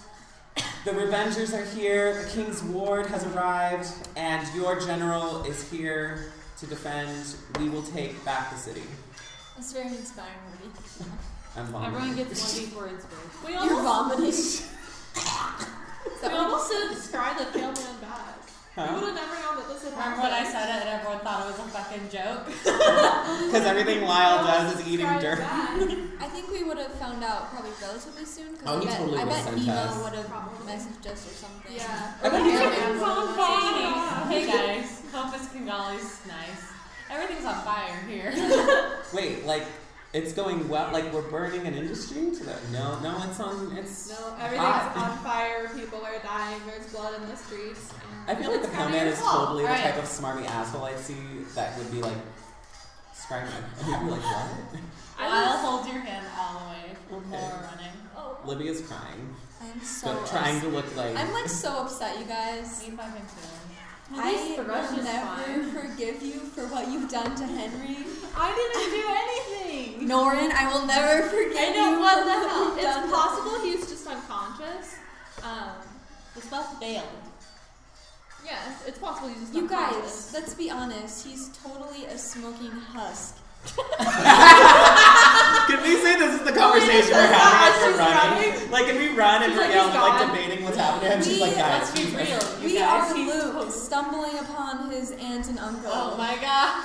The Revengers are here. The King's Ward has arrived, and your general is here to defend. We will take back the city.
That's very inspiring, Ruby.
I'm vomiting.
Everyone gets one d for inspiration.
We
You're
almost,
vomiting.
we almost said describe the pale man back. We
Huh?
would have never known that this had happened.
Remember when I said it and everyone thought it was a fucking joke?
Because everything Lyle does is eating dirt.
I think we would have found out probably relatively soon because
Oh,
I
he
bet,
totally
I bet
would've sent us.
Nemo would have messaged us or something.
Yeah.
Everything's on
fire! Hey guys, hope is Kingali's nice. Everything's on fire here.
Wait, like it's going well? Like we're burning an industry today? No, no, it's on. It's
No,
hot.
everything's on fire. People are dying. There's blood in the streets.
I feel like the
It's
pale
kinda
man
your
is
fault.
totally the
Alright.
type of smarmy asshole I see that would be like, scrying my. He'd be like, what?
I'll hold your hand all the way while
Okay.
we're running.
Libya's crying,
I'm so
but trying to look like.
I'm like so upset, you guys.
Me fucking too.
At least
I
the rush
will
is
never forgive you for what you've done to Henry.
I didn't do anything.
Norin, I will never forgive
I know
you
what
for
the
what
hell.
you've done
It's
to
possible he's just unconscious. Um,
The spell failed.
yes, it's possible he's just
You
unconscious.
guys, let's be honest. He's totally a smoking husk.
Can we say this is the conversation we're having as we're running? Like, if we run and
She's
we're
like,
yelling,
he's
like,
gone.
debating what's happening, and she's
We-
like, guys,
Let's be real. You
we
guys,
are
he's
Luke
totally-
stumbling upon his aunt and uncle.
Oh my god.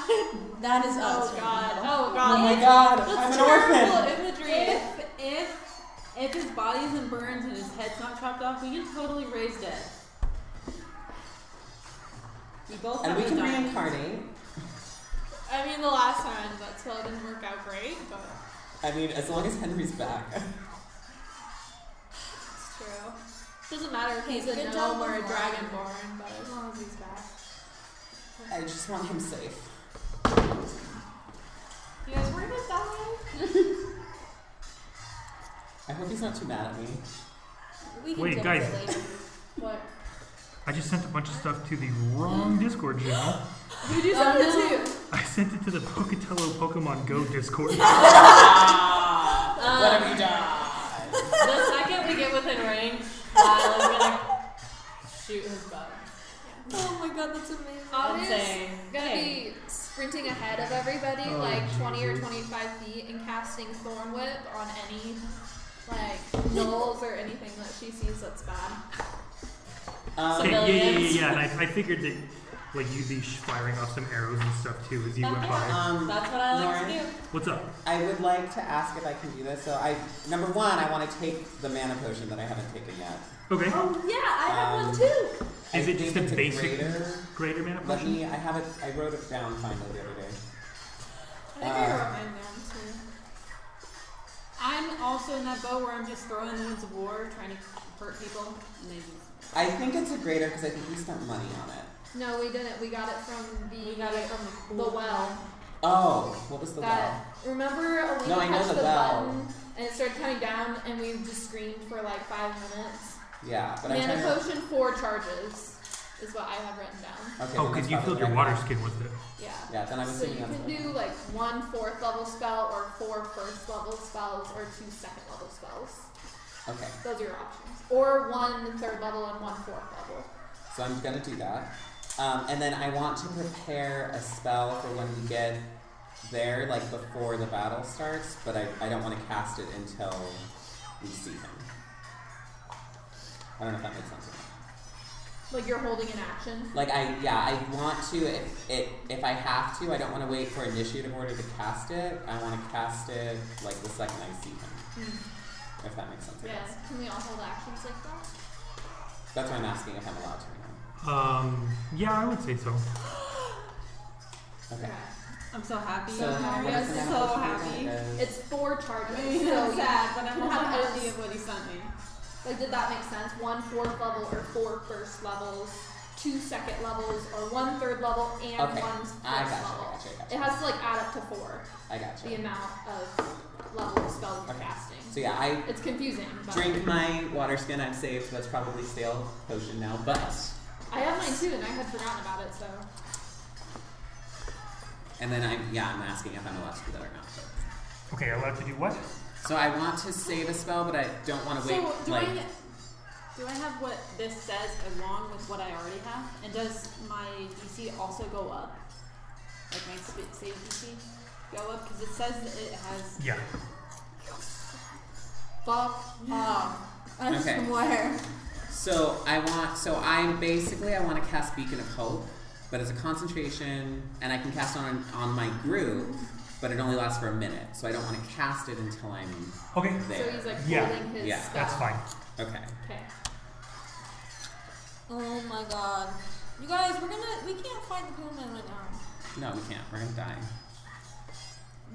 that is us.
Oh
right
god.
now.
Oh
oh my
god.
god, I'm
That's
an
terrible
orphan.
imagery.
If if if his body isn't burned and his head's not chopped off, we can totally raise dead. We both
And
have
we
to
can
die.
reincarnate.
I mean, the last time that spell didn't work out great, but
I mean, as long as Henry's back.
it's true. Doesn't matter if he's a
Good
gnome
job with
or a
Lauren.
dragonborn, but as long as he's back.
I just want him safe.
You guys, we're gonna die.
I hope he's not too mad at me.
We can
Wait,
deal
guys.
with it later.
What?
I just sent a bunch of stuff to the wrong Discord channel.
Who do you send it to?
I sent it to the Pocatello Pokemon Go Discord.
Um,
what have you done?
The second we get within range, Lyle is gonna shoot his bow.
Oh my god, that's amazing.
And
Obvious.
say,
gonna
hey,
be sprinting ahead of everybody,
Oh,
like 20 or
Jesus.
25 feet, and casting Thorn Whip on any, like, knolls or anything that she sees that's bad.
Um,
Okay, yeah, yeah,
Civilians.
yeah, yeah. And I, I figured that like you'd be sh- firing off some arrows and stuff too as you went by.
Um,
That's what I like
Lauren?
to do.
What's up?
I would like to ask if I can do this. So I, number one, I want to take the mana potion that I haven't taken yet.
Okay,
Oh, yeah, I have
Um,
one too!
I
Is it
think
just a
it's
basic-
greater-
greater mana
Let
potion.
me. I have it. I wrote it down finally the other day.
I think I
Uh,
wrote mine down too.
I'm also in that boat where I'm just throwing the winds of war, trying to hurt people. And they just,
I think it's a greater because I think we spent money on it.
No, we didn't. We got it from the
we got it from the pool.
the well.
Oh, what was the
that remember Elena
No, I know
touched
the
the,
well.
button and it started counting down, and we just screamed for like five minutes.
well? Yeah, but I'm
Mana
trying to.
potion four charges is what I have written down.
Okay,
Oh,
then
because
that's
you
probably
filled
what
your
I
water
have.
skin with it.
Yeah.
Yeah, then I was
So you
thinking that's
can
what I
do
have.
like one fourth level spell or four first level spells or two second level spells.
Okay,
Those are your options. Or one third level and one fourth level.
so I'm gonna do that. Um, and then I want to prepare a spell for when we get there, like before the battle starts, but I, I don't want to cast it until we see him. I don't know if that makes sense. Or not.
Like you're holding an action.
Like I yeah, I want to if it if I have to, I don't want to wait for initiative order to cast it. I want to cast it like the second I see him. If that makes sense. I
Hmm. Yeah.
guess.
Can we all hold actions like that?
That's why I'm asking if I'm allowed to or
Um, yeah, I would say so.
not. Okay.
I'm so happy.
So
I'm
what is the
so
number?
happy.
It's four charges.
I mean,
so
I'm
you-
sad, but I'm
you have
happy
us-
of what he sent me.
Like, did that make sense? One fourth level or four first levels, two second levels, or one third level and
Okay.
one first
I gotcha,
level.
I gotcha, I gotcha.
It has to like add up to four
I got
the
you.
amount of level of spells you're
Okay.
casting.
So yeah, I
It's confusing. But
drink my water skin I've saved. That's probably stale potion now, but
I have mine too, and I had forgotten about it. So
and then I'm yeah, I'm asking if I'm allowed to do that or not. but-
Okay, allowed to do what?
So I want to save a spell, but I don't want to wait.
so do
like,
I do I have what this says along with what I already have? And does my DC also go up? Like my sp- save DC go up because it says that it has.
Yeah.
Fuck off.
I'm
Okay.
aware.
So I want. So I basically I want to cast Beacon of Hope, but it's a concentration, and I can cast on on my group, but it only lasts for a minute. So I don't want to cast it until I'm
Okay,
there.
so he's like
Yeah.
holding his
Yeah.
spell.
that's fine.
okay.
Okay.
Oh my god. You guys, we're gonna. We can't find the Pokemon right now.
No, we can't. We're gonna die.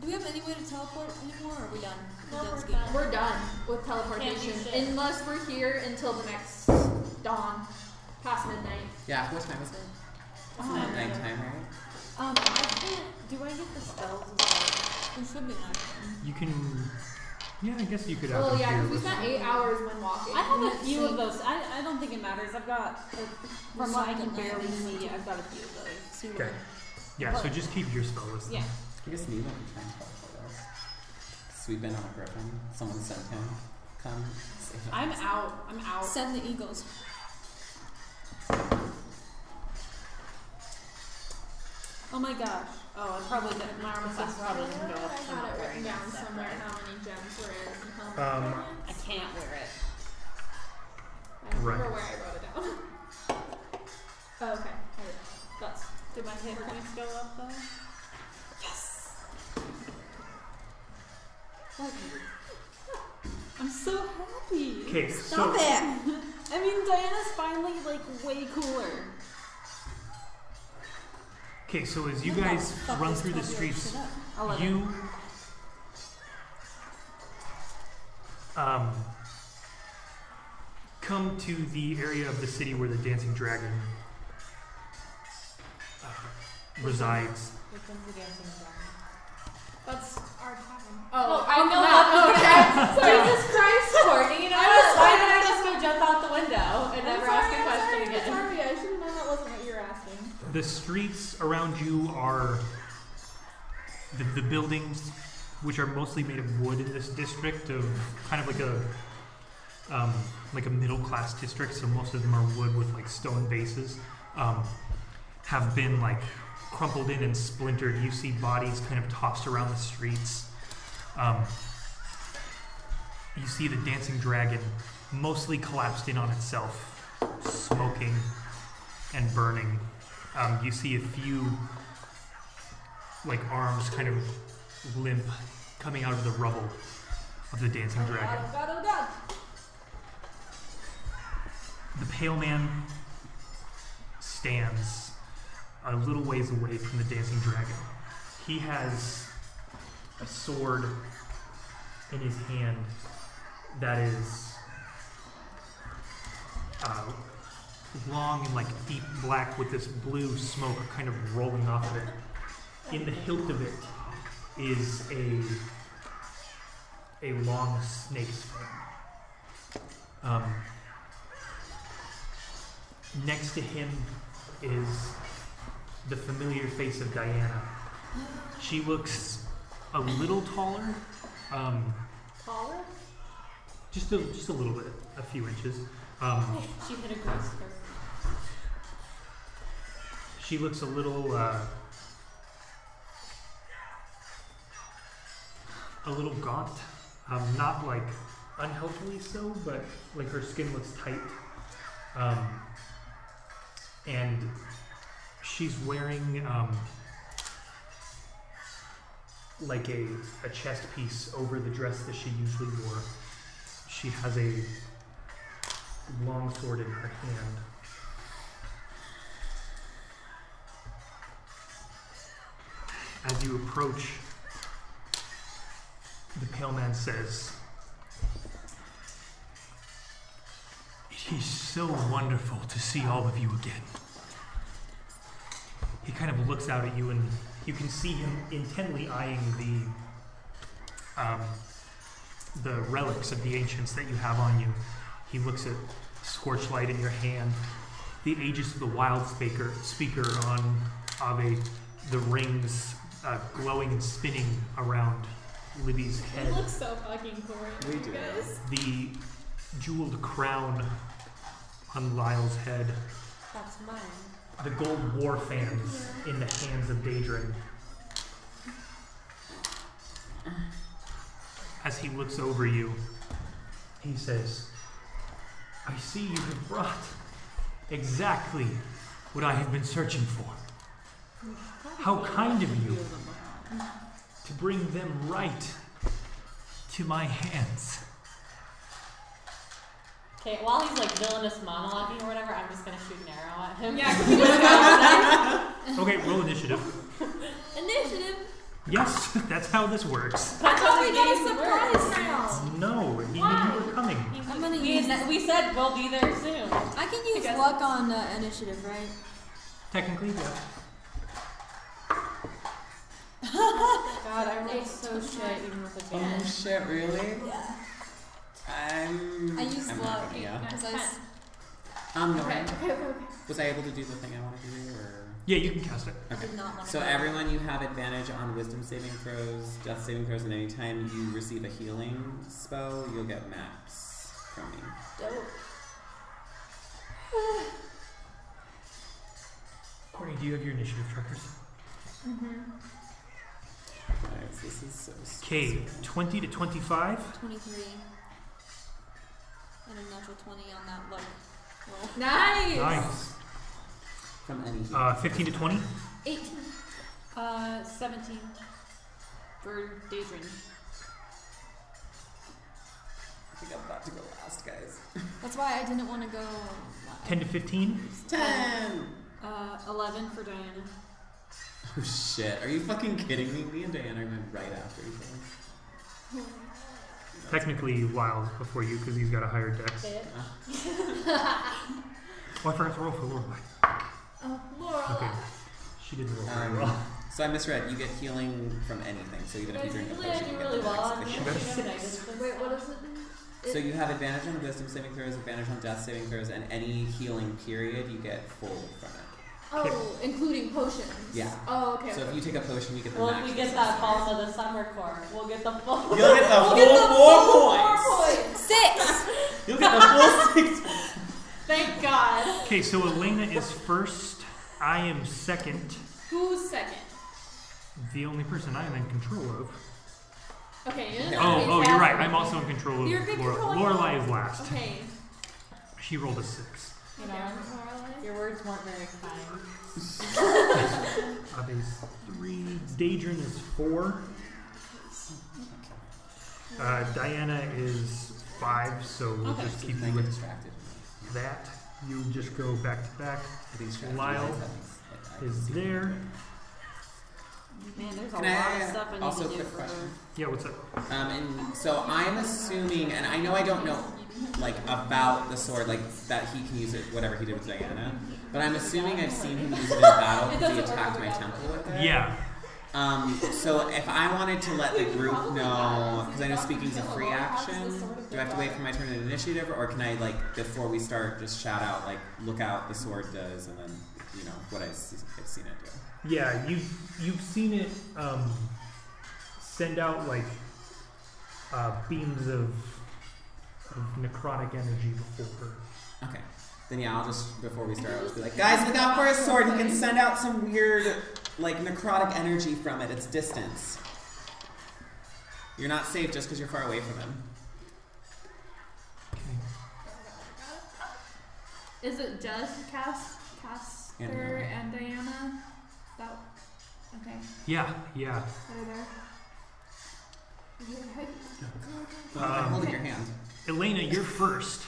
Do we have any way to teleport anymore? Or are we done?
No,
Done
we're
skating?
done.
We're done with teleportation
Can't do shit.
unless we're here until the next dawn, past midnight.
Yeah. What time is it?
Oh,
Nighttime, right?
um, I can't. Do I get the spells as well?
We should be done.
You can. Yeah, I guess you could have
Well,
them
yeah,
here
because we
with-
spent eight hours when walking.
I have a
Let's
few
see.
of those. I, I don't think it matters. I've got uh, from what I can barely
uh,
see. I've got a few of those.
See what
Okay. Yeah, so just keep your spell list. then.
Yeah.
I guess Nemo can try and teleport us. Sweep in on a griffin. Someone sent him. Come. save us.
I'm out. I'm out.
Send the eagles.
Oh my gosh. Oh, I probably did. My arm class probably doesn't go up. I'm
I had
not
it
wearing
written down
that stuff,
somewhere
right?
how many gems were in and how many.
Um,
I can't wear it.
I don't remember
right.
where I wrote it down. oh, okay. There we go. That's
Did my hit points go up though? Yes. I'm so happy.
Okay, so
it!
I mean, Diana's finally like way cooler.
okay, so as you guys run through the streets,
I love it.
you um, come to the area of the city where the dancing dragon uh, resides.
Here comes the dancing dragon.
that's our time.
Oh,
Oh,
I know
that. Okay. Sorry.
Jesus Christ, Courtney! You know
I was
what? Why
like-
did I just go jump out the window and
I'm
never
sorry,
ask a
I'm
question
sorry,
again?
Sorry, I should have known that wasn't what you were asking.
The streets around you are the, the buildings, which are mostly made of wood in this district, of kind of like a um, like a middle class district. So most of them are wood with like stone bases. Um, have been like crumpled in and splintered. You see bodies kind of tossed around the streets. Um, you see the dancing dragon mostly collapsed in on itself, smoking and burning. Um, you see a few like arms kind of limp coming out of the rubble of the dancing dragon.
God, oh God.
The pale man stands a little ways away from the dancing dragon. He has a sword in his hand that is uh, long and like deep black with this blue smoke kind of rolling off of it. In the hilt of it is a a long snake's fin. Um, Next to him is the familiar face of Diana. She looks a little taller. Um,
Taller?
Just a, just a little bit, a few inches. Um,
She hit a growth spurt.
She looks a little, uh, a little gaunt. Um, not like unhealthily so, but like her skin looks tight. Um, and she's wearing um, like a, a chest piece over the dress that she usually wore. She has a long sword in her hand. As you approach, the pale man says, It is so wonderful to see all of you again. He kind of looks out at you, and you can see him intently eyeing the um, the relics of the ancients that you have on you. He looks at Scorch Light in your hand, the Aegis of the Wild Speaker, speaker on Ave, the rings uh, glowing and spinning around Libby's head.
It looks so fucking cool.
We
you
do.
Guys.
the jeweled crown on Lyle's head,
That's mine.
the gold war fans in the hands of Daedrin. As he looks over you, he says, I see you have brought exactly what I have been searching for. How kind of you to bring them right to my hands.
Okay, while he's like villainous monologuing or whatever, I'm just gonna shoot an arrow at him.
Yeah, can we just go
Okay, roll initiative.
Initiative.
Yes, that's how this works.
That's
Oh,
how
we
the
got a
game
surprise
works.
round.
No, he knew you were coming.
I'm gonna
We,
use.
we said we'll be there soon.
I can use
guess-
luck on uh, initiative, right?
Technically, yeah.
God, I rolled so shit even with
Oh
advantage.
shit, really?
Yeah.
I'm.
I used
I'm
luck.
not- Yeah.
Because I s-
Um, no,
Okay, okay, okay, okay.
was I able to do the thing I want to do, or?
Yeah, you can cast it.
Okay.
did not want to.
So everyone, you have advantage on wisdom saving throws, death saving throws, and anytime you receive a healing spell, you'll get max from me.
Courtney, do you have your initiative trackers?
Guys, this is so.
Okay,
stressful.
20 to 25.
23. And a natural 20 on that luck roll.
Nice.
Nice.
From any.
Uh, 15 to 20.
18.
Uh, 17. For Daedrin.
I think I'm about to go last, guys.
That's why I didn't want to go.
10 to 15.
Ten.
Uh, 11 for Diana.
Oh shit! Are you fucking kidding me? Me and Diana went right after each other.
Technically, Wild before you because he's got a higher dex.
Bitch.
Uh,
Oh, I forgot to roll for Lorelai.
Oh, Laura.
Okay. She didn't roll very
Um,
well.
So I misread. You get healing from anything. So even if you
Guys,
drink a
usually I
potion,
do
you
really
get the
well
max
on
of the
this.
healing.
got a
You know,
six.
negative this
Wait,
time.
what is it?
So you have advantage on wisdom saving throws, advantage on death saving throws, and any healing period you get full from it.
Oh, including potions.
Yeah.
Oh, okay.
So if you take a potion, you get the
Well, if
max.
we get that call for the summer court, we'll get the full.
You'll get the full
Get the full
four points.
Four points.
Six!
You'll get the full six. points.
Thank God.
Okay, so Elena is first. I am second.
Who's second?
The only person I am in control of.
Okay. you're
Oh,
Oh,
not gonna
oh,
be
you're
fast.
right. I'm also in control of
You're good
Lorelai.
controlling
Lorelai is last.
Okay.
She rolled a six.
You know, your words weren't very kind.
Abe is three. Daedrin is four. Uh, Diana is five, so we'll
Okay.
just keep you
I get
with
distracted.
that. You just go back to back.
I get distracted.
Lyle
That makes- I- I can
is
see.
there.
Man, there's a lot
Can I
of stuff I need
also
to do
quick
for
question?
Yeah, what's up?
Um, and so I'm assuming, and I know I don't know, like about the sword, like that he can use it, whatever he did with Diana. But I'm assuming I've seen him use it in battle because he attacked my temple with it.
Yeah.
Um, so if I wanted to let the group know, because I know speaking's a free action, do I have to wait for my turn in initiative, or can I like before we start just shout out like, look out, the sword does, and then you know what I see, I've seen it do.
Yeah, you you've seen it um, send out like uh, beams of of necrotic energy before her.
Okay. Then yeah, I'll just before we start, I'll just be like, guys, look out for his sword. He can send out some weird, like necrotic energy from it. It's distance. You're not safe just because you're far away from him.
Is it just Cass, Casper
And Diana.
and Diana? That okay?
Yeah, yeah.
That are there? Yeah.
Well, I'm
Um,
holding your hand.
Elena, you're first.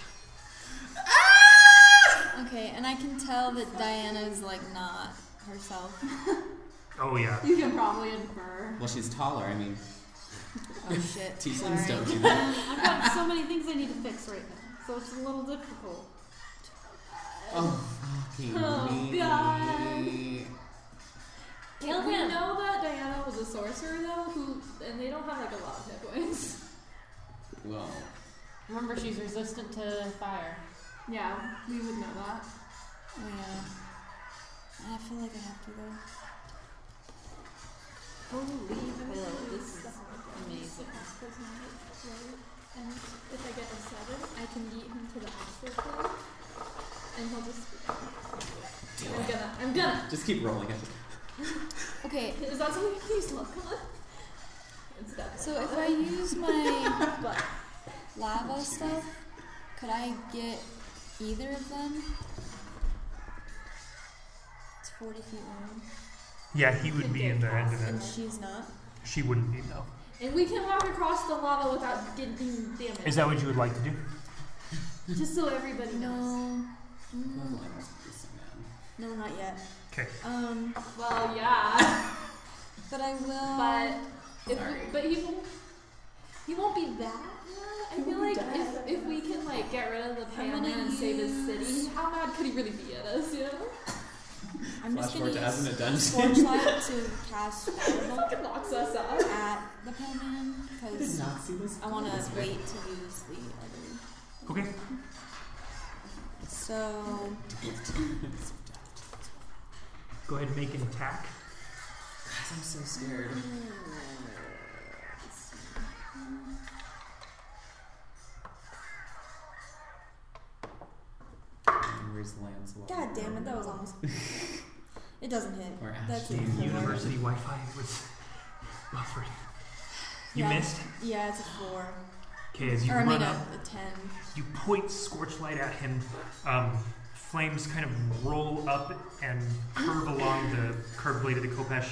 Okay, and I can tell that Diana's like not herself.
Oh yeah.
You can probably infer.
Well, she's taller. I mean,
Oh shit. sorry.
tieflings don't do that.
I've got so many things I need to fix right now, so it's a little difficult.
Oh, fucking
Oh,
me.
God. Kill
we
him.
know that Diana was a sorcerer though, who and they don't have like a lot of hit points.
Well,
Remember, she's resistant to fire.
Yeah, we would know that.
Oh, yeah. I feel like I have to go.
Holy hell, this is amazing.
Amazing. And if I get a seven, I can beat him to the hospital, and he'll just.
do
I'm
it.
gonna. I'm gonna.
Just keep rolling it.
Okay,
Is that something? Please look. It's definitely
so if
not.
I use my
But
lava stuff, could I get either of them? It's 40 feet long.
Yeah, he would be in the end of
And
it.
she's not?
She wouldn't be though.
and we can walk across the lava without getting damaged.
Is that what you would like to do?
Just so everybody knows.
No.
Well,
Mm,
let's do some now.
No, not yet.
Okay.
Um,
Well, yeah,
but I will.
but if
Sorry.
but he won't. He won't be that. mad. I
He
feel
won't
like
be
if,
dead.
if we can like get rid of the
I'm
panda
gonna
and save his
use-
city, how mad could he really be at us? You know.
I'm
Flash
just
forward
gonna
to us
use
in a dungeon.
Torchlight to cast Firebolt
Fucking locks us up.
at the penman
I did
because
not see this.
I want
this
to
way.
wait to use the other.
Okay.
So
Go ahead and make an attack.
Guys, I'm so scared. Where's Lancelot?
God damn it, that was almost. it doesn't hit.
Or
That's
Ashley.
a
The
four.
university Wi-Fi was buffering. You
Yeah.
missed.
Yeah, it's a four.
Okay, as you
or I mean
run
a,
up,
a ten.
you point scorch light at him. Um, flames kind of roll up and curve along the curved blade of the Kopesh,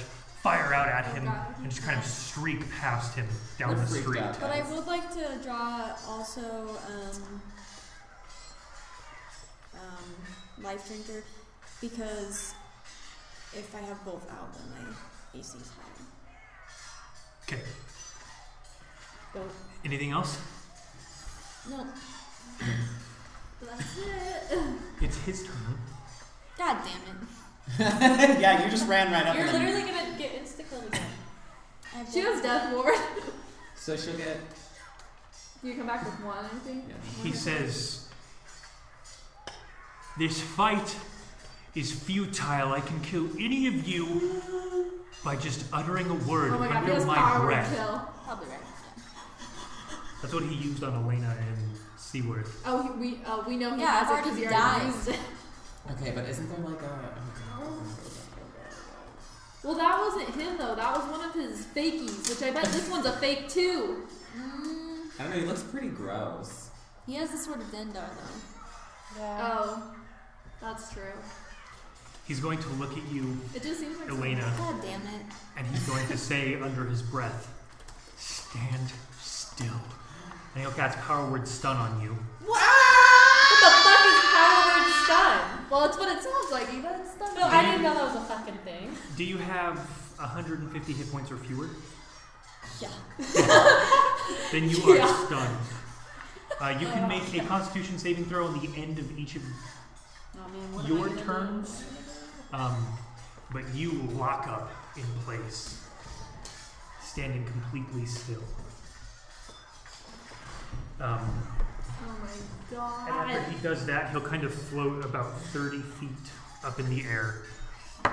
fire out at him, and just kind of streak past him down
We're
the
freaked
street.
out,
But I
guys.
would like to draw also um, um, Life Drinker because if I have both out, then my AC is higher.
Okay.
Go.
Anything else?
No,
That's it.
It's his turn.
god damn it.
yeah, you just ran right up.
You're
to them.
literally gonna get insta killed again.
I have
She
both
has death ward.
So she'll get.
You come back with one, I think.
Yeah.
He says, This fight is futile. I can kill any of you by just uttering a word
Oh my god, he
under
has
my
power
breath.
word kill.
Probably right.
That's what he used on Elena and Seaworth.
Oh, he- we uh, we know he
Yeah,
has
I've
it because
already
he
died.
already used it.
Okay, but isn't there like a? Oh
Well, that wasn't him though. That was one of his fakies, which I bet this one's a fake too.
Mm,
God. I don't know. He looks pretty gross.
he has the Sword of Dendar though.
Yeah.
Oh, that's true.
He's going to look at you,
It just seems like
Elena,
God damn it.
and he's going to say under his breath, Stand still. And he'll cast Power Word Stun on you.
What the fuck is power word stun?
Well, it's what it sounds like. You got it stuck.
No, I didn't know that was a fucking thing.
Do you have 150 hit points or fewer?
Yeah.
Then you are stunned. Uh, you can make a Constitution saving throw on the end of each of
I mean, Oh, what am I
your
gonna do?
turns, um, but you lock up in place, standing completely still. Um,
Oh my
and
god.
after he does that, he'll kind of float about 30 feet up in the air.
Well,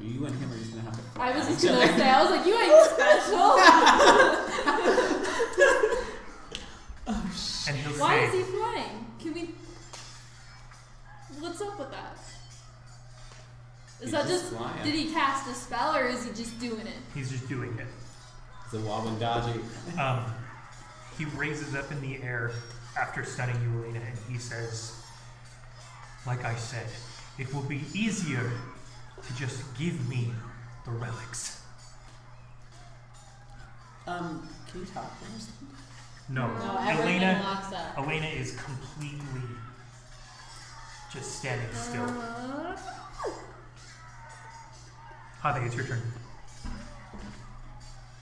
you and him are just gonna have to.
I was just gonna say, I was like, you ain't special.
and he'll
Why
say,
is he flying? Can we? What's up with that? Is that just?
flying?
Did he cast a spell or is he just doing it?
he's just doing it.
It's a wobbling dodgy.
Um, he raises up in the air after stunning Eurelina and he says, Like I said, it will be easier to just give me the relics.
Um, can you talk for a second?
No,
No, everything
Elena,
locks up.
Elena is completely just standing still.
Uh,
I think it's your turn.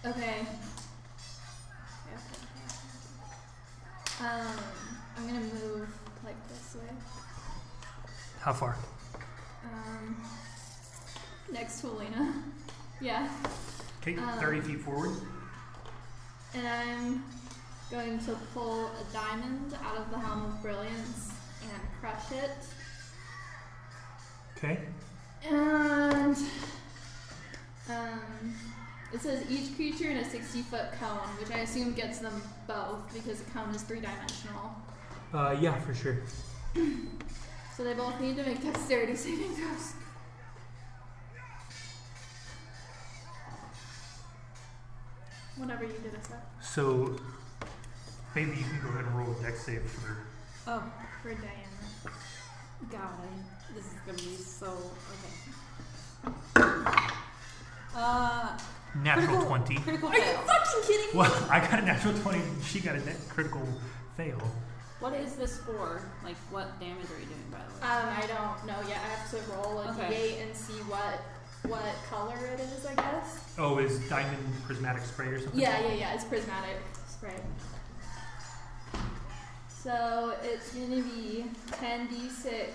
Okay. Um, I'm gonna move like this way.
How far?
Um, next to Elena. Yeah.
Okay,
Um,
30 feet forward.
And I'm going to pull a diamond out of the Helm of Brilliance and crush it.
Okay.
And um, it says each creature in a 60 foot cone, which I assume gets them both because a cone is three dimensional.
Uh, yeah, for sure.
So they both need to make dexterity saving throws. Whenever you did a set
So, maybe you can go ahead and roll a dex save for
Oh,
for Diana.
God, I, this is gonna be so okay. Uh,
natural
critical,
20.
Critical fail.
Fucking kidding!
Well, I got a natural 20, she got a net critical fail.
What is this for? Like, what damage are you doing, by the way?
Um, I don't know yet. I have to roll a
Okay.
d8 and see what what color it is. I guess.
Oh, is diamond prismatic spray or something?
Yeah, yeah, yeah. It's prismatic spray. So it's gonna be 10d6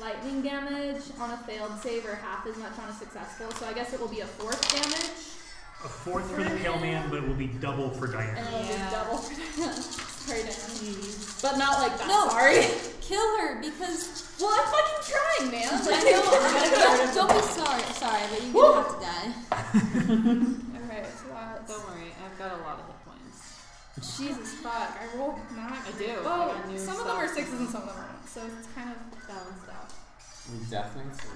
lightning damage on a failed save, or half as much on a successful. So I guess it will be a fourth damage,
A fourth for the pale man, but it will be double for Diana.
and it'll
Yeah.
be double for Sorry, Diana. But not like that.
No.
Sorry.
Kill her because
Well, Oh, I'm fucking trying, man. Like,
don't be sorry. Sorry, but you
Woo!
gonna have to die.
Alright, so that's.
Don't worry, I've got a lot of hit points.
Jesus fuck, I rolled nine.
I do. I
Well,
got new
some of them
stuff.
are sixes and some of them aren't, so it's kind of balanced out.
We definitely see.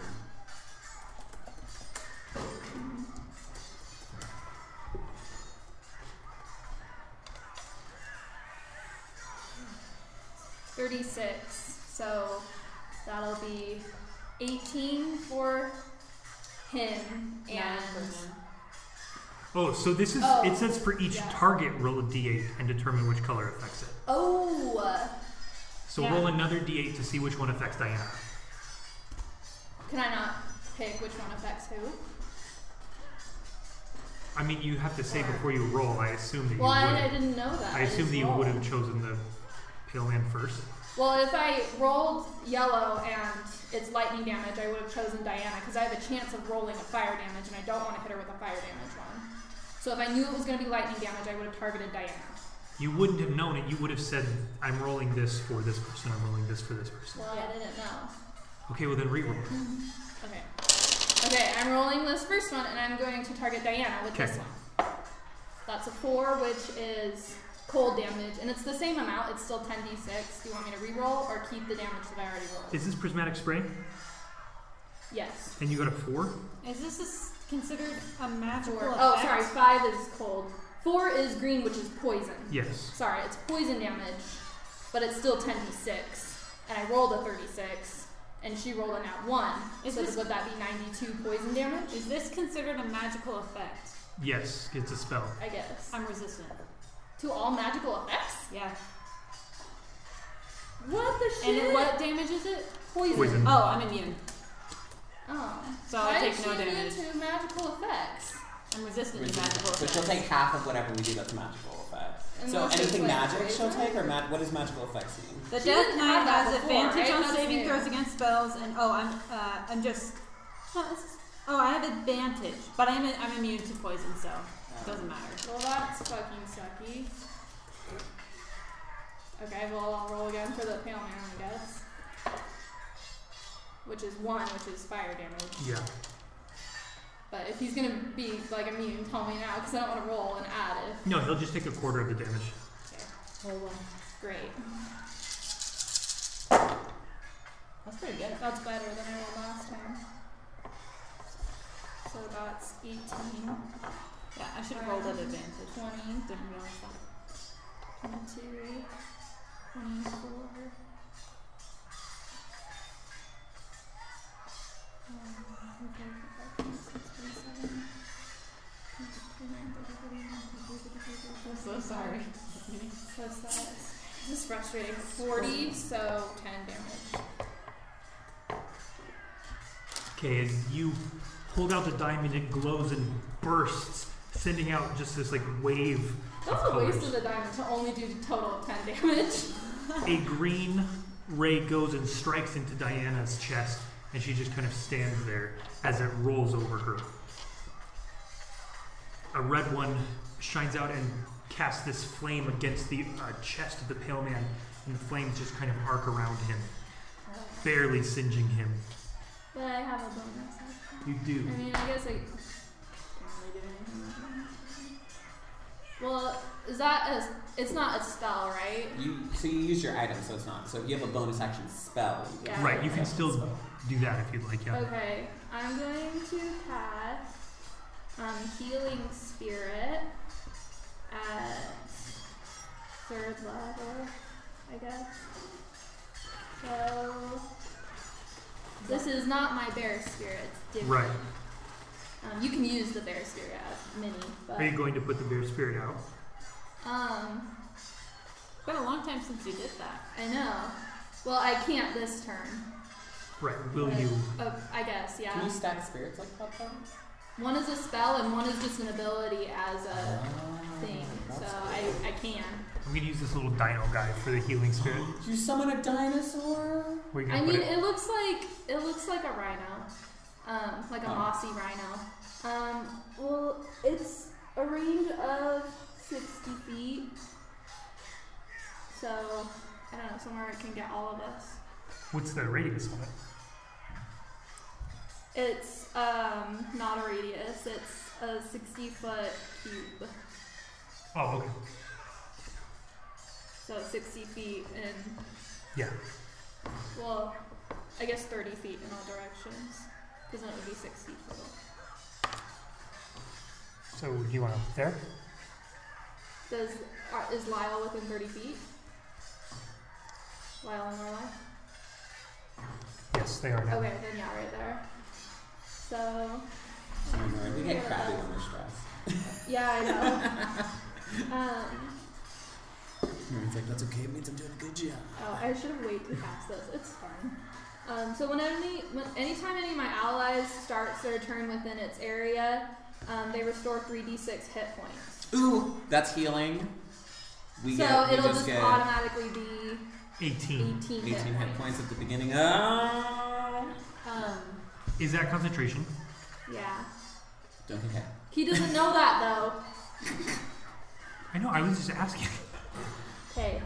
Thirty-six, so that'll be eighteen for him
Nine
and
for him.
Oh, so this is,
Oh.
it says for each
Yeah.
target, roll a d8 and determine which color affects it.
oh,
So
Yeah.
roll another d8 to see which one affects Diana.
can I not pick which one affects who?
I mean, you have to say before you roll, I assume that you
Well, I, I
would.
didn't know that.
I assume
just
that you
rolled.
would have chosen the pale man first.
Well, if I rolled yellow and it's lightning damage, I would have chosen Diana because I have a chance of rolling a fire damage, and I don't want to hit her with a fire damage one. So if I knew it was going to be lightning damage, I would have targeted Diana.
You wouldn't have known it. You would have said, I'm rolling this for this person, I'm rolling this for this person.
Well, I didn't know.
Okay, well then reroll.
Okay. Okay, I'm rolling this first one, and I'm going to target Diana with this
Okay.
one. That's a four, which is cold damage, and it's the same amount. It's still 10d6. Do you want me to re-roll or keep the damage that I already rolled?
Is this prismatic spray?
yes.
And you got a four?
Is this a s considered a magical
Four.
effect?
Oh, sorry. Five is cold. Four is green, which is poison.
Yes.
Sorry, it's poison damage, but it's still 10d6. And I rolled a 36, and she rolled an at one.
Is
so
this-
would that be 92 poison damage?
Is this considered a magical effect?
Yes, it's a spell.
I guess.
I'm resistant.
To all magical effects?
Yeah.
What the
And
shit?
then what damage is it?
poison?
Poison.
Oh, I'm immune.
Oh.
So I
Why
take
is
no
she immune
damage.
to magical effects?
I'm resistant to
Resistance.
magical
But she'll
effects.
take half of whatever we do that's magical effect. So
Unless it's,
anything
like,
magic she'll
poison?
take, or ma- what does magical effect mean?
The
She
Death
didn't
Knight
have that
has
before,
advantage
right?
on
That's
saving
new.
throws against spells, and oh, I'm uh, I'm just oh, this is- oh, I have advantage, but I'm I'm immune to poison, so it doesn't matter.
Well, that's fucking sucky. Okay, well, I'll roll again for the pale man, I guess. Which is one, which is fire damage.
Yeah.
But if he's gonna be like immune, tell me now, because I don't want to roll and add it. Oh,
No, he'll just take a quarter of the damage.
Hold on.
Great.
That's pretty good.
That's better than I rolled last time. So that's um, 18, 20,
Yeah, I should have rolled at advantage. Didn't realize that.
22, 24. Um, okay, five, six, twenty-seven, twenty-nine, thirty, thirty-one, thirty-two, thirty-three,
I'm
thirty-four,
so sorry.
What's that? This is frustrating. 40, so 10 damage.
Okay, as you hold out the diamond, it glows and bursts, sending out just this like wave.
That's a waste of the diamond to only do total of 10 damage.
A green ray goes and strikes into Diana's chest, and she just kind of stands there as it rolls over her. A red one shines out and casts this flame against the uh, chest of the pale man, and the flames just kind of arc around him, barely singeing him.
But I have a bonus. action.
You do.
I mean, I guess I. Can't really do anything with bonus action. Well, is that a. It's not a spell, right?
You so you use your item, so it's not. So if you have a bonus action spell, you
Yeah.
Right, you can
Action
still
spell.
do that if you'd like, yeah.
Okay, I'm going to cast um, Healing Spirit at third level, I guess. So this is not my bear spirit. It's different.
Right.
Um, you can use the bear spirit at mini,
Are you
but
going to put the bear spirit out?
um,
It's been a long time since you did that.
I know. Well, I can't this turn.
Right, will you?
Oh, I guess,
Can
yeah.
you stack spirits like that though?
One is a spell, and one is just an ability as a thing.
Ah,
So I, I can.
I'm gonna use this little dino guy for the healing spirit.
You summon a dinosaur?
Where you gonna
I
put
mean,
it?
it looks like it looks like a rhino, um, like a
Oh.
mossy rhino. Um, well, it's a range of sixty feet, so I don't know somewhere it can get all of us.
What's the radius on it?
It's um, not a radius; it's a sixty foot cube,
Oh, okay.
so sixty feet and
Yeah.
well, I guess thirty feet in all directions, because then it would be sixty total.
So do you want it there?
Does are, is Lyle within thirty feet? Lyle and Lorelai.
Yes, they are now.
Okay, then yeah, right there. So
I don't know, they get crabby when they're stressed.
yeah, I know. um,
It's like, that's okay, it means I'm doing a good job.
oh, I should have waited to cast this. It's fine. Um, so when any when, anytime any of my allies starts their turn within its area, um, they restore three d six hit points.
Ooh, that's healing. We
so
get, we
it'll
just
just,
get
automatically be
18.
eighteen,
18
hit points.
at the beginning. Oh.
Um,
Is that concentration?
Yeah,
Don't think I.
he doesn't know that though.
I know, I was just asking.
Okay.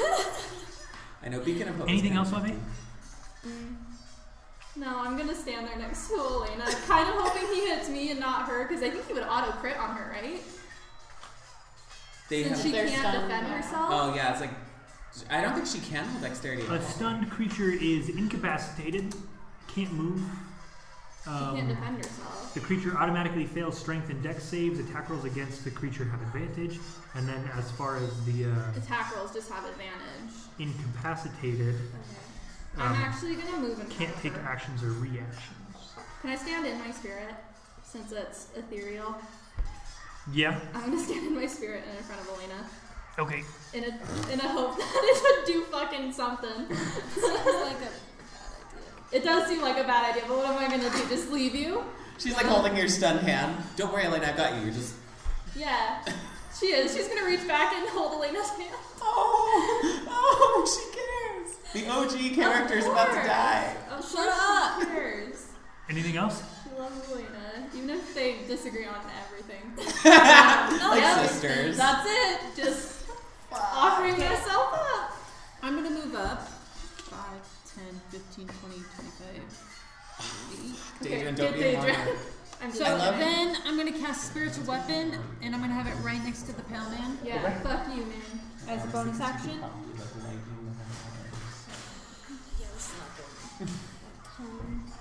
I know Beacon of Hope. is
Anything
kind
else,
of-
Bobby?
No, I'm gonna stand there next to Elena, kind of hoping he hits me and not her, because I think he would auto crit on her, right?
They
Since
have-
she
They're
can't
stunned,
defend
yeah.
herself.
oh, yeah, it's like. I don't think she can hold dexterity.
A stunned creature is incapacitated, can't move.
she can't
Um,
defend herself.
the creature automatically fails strength and dex saves. Attack rolls against the creature have advantage. And then as far as the uh,
Attack rolls just have advantage.
incapacitated,
Okay. I'm
um,
actually gonna move and
can't take
her.
actions or reactions.
Can I stand in my spirit? Since it's ethereal,
Yeah.
I'm gonna stand in my spirit and in front of Elena,
Okay.
in a in a hope that it would do fucking something.
like a bad
It does seem like a bad idea, but what am I gonna do? Just leave you?
She's like holding your stunned hand. Don't worry, Elena, I got you. You're just.
Yeah, she is. She's gonna reach back and hold Elena's hand.
Oh! Oh, she cares! The OG character's about to
course.
die.
Oh, shut up! Cares.
Anything else?
She loves Elena, even if they disagree on everything.
Like
yeah,
sisters.
That's it. Just offering myself up.
I'm gonna move up. 5, 10, 15, 20, 25.
Daedra,
Okay,
don't
get
be a
Daedra.
monster.
I'm
So
I love it.
then I'm gonna cast spiritual weapon, and I'm gonna have it right next to the pale man.
Yeah,
Okay.
fuck you, man.
As a
Honestly,
bonus
you should
action?
probably, like, lightning the hell
Yeah, this is not good. Come.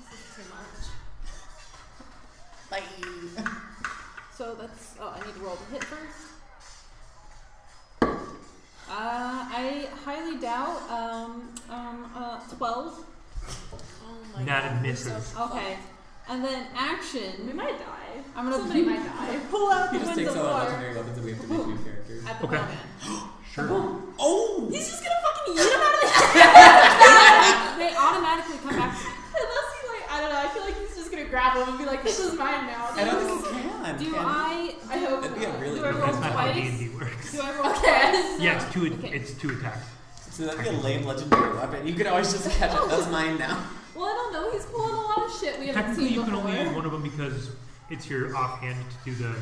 This is too much.
out of it. Bye.
So that's. Oh, I need to roll the hit first. Uh, I highly doubt. Um, um, uh, 12.
Oh my
Not
god.
a
we're so
misses.
fucked.
Okay. And then
We
action.
might die.
I'm gonna
Somebody might die.
pull out
He
the
just
Winds
takes
of
all our
War
legendary weapons and we have to make new characters.
at the
Okay.
moment.
Sure.
Oh!
He's just gonna fucking yeet him out of the They automatically come back to me.
Unless he like, I don't know. I feel like he's just gonna grab him and be like, "This is mine now."
I don't think he can.
Do
can
I.
I hope.
That'd be a
not.
really
Do I
good
That's not how
Twice?
D and D works.
Do I roll
Okay.
twice?
Yeah, it's two.
Okay.
It's two attacks.
So that'd be a lame legendary weapon. You could always just catch it. That's mine now.
Well, I don't know. He's pulling a lot of shit we haven't
Technically,
seen
you can
before.
only use one of them because it's your offhand to do the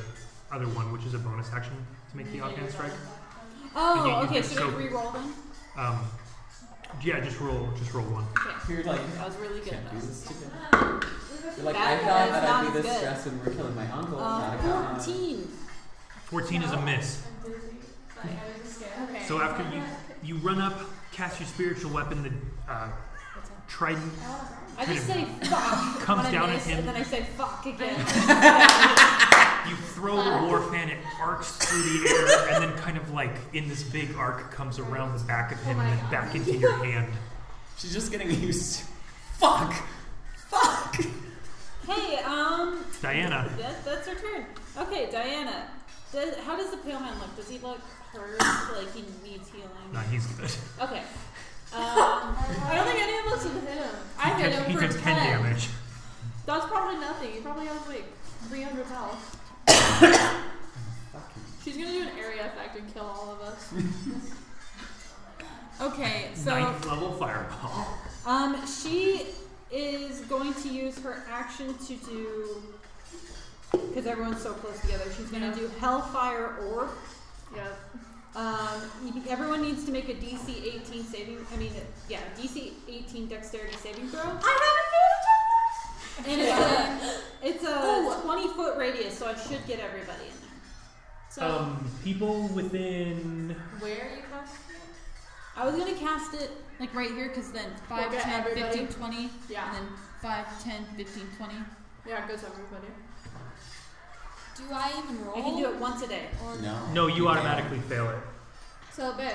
other one, which is a bonus action to make the offhand strike. You
Oh,
can
okay.
just
Should I
soak.
re-roll them?
Um, yeah, just roll. Just roll one.
You're like,
That was really good
can't do
though.
this to him. You're like, I
That-
thought
that's
that I'd
not
be this
good.
stressed when we're killing my uncle. not a
Uh,
god.
14.
Fourteen is a miss.
Okay.
So after you you run up, cast your spiritual weapon. The uh, trident
I just say fuck.
Comes
when I
down at
miss,
him.
And then I say fuck again.
You throw the war fan, it arcs through the air, and then kind of like in this big arc comes around the back of him
Oh my
and then
God.
back into your hand.
She's just getting used to. Fuck! Fuck!
hey, um,
Diana,
that, that's her turn. Okay, Diana. Does, how does the pale man look? Does he look hurt? Like he needs
no,
healing?
he's good.
Okay. Um, I don't think any of us have hit him. I
He
hit
took,
him
he
for
took 10 damage.
That's probably nothing. He probably has like 300 health.
Fucking
She's gonna do an area effect and kill all of us. okay, so.
Ninth level fireball.
Um, she is going to use her action to do because everyone's so close together. She's going to do Hellfire Orb.
Yeah.
Um, you- everyone needs to make a DC 18 saving. I mean, yeah, DC 18 Dexterity saving throw. I have advantage on this. And uh, it's a it's a 20 foot radius, so I should get everybody in there.
So
Um, people within.
where are you casting it?
I was going to cast it.
Like right here, because then 5,
get
10,
everybody.
15, 20,
Yeah.
and then 5, 10, 15, 20.
Yeah, it goes everybody.
Do I even roll?
I can do it once a day.
Or
No.
No, you
Yeah.
automatically fail it.
So babe,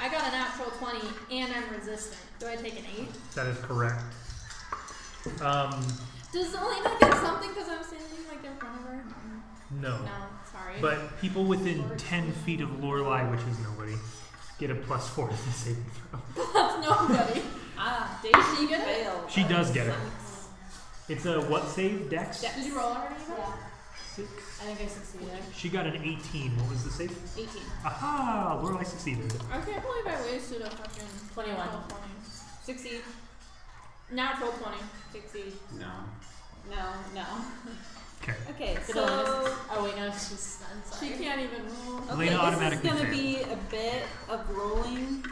I got a natural twenty and I'm resistant. Do I take an eight?
That is correct. Um,
Does Elena get something because I'm standing like in front of her?
no.
No, sorry.
But people within 10 feet of Lorelei, which is nobody, get a plus 4 to the saving throw.
That's nobody.
Ah, Daisy
She get it?
failed.
She does get it. It's a what save? Dex?
Did you roll already? Yeah.
Six.
I think I succeeded.
She got an 18. What was the save?
18.
Aha! Lorelei succeeded.
I can't believe I wasted a fucking
21.
natural 20.
16.
Natural twenty.
16.
No.
No, no.
Okay.
Okay,
Did
so
Elena's- Oh wait, no, it's just I'm sorry.
She can't even roll.
okay,
Lena
this
automatically
is gonna
failed.
be a bit of rolling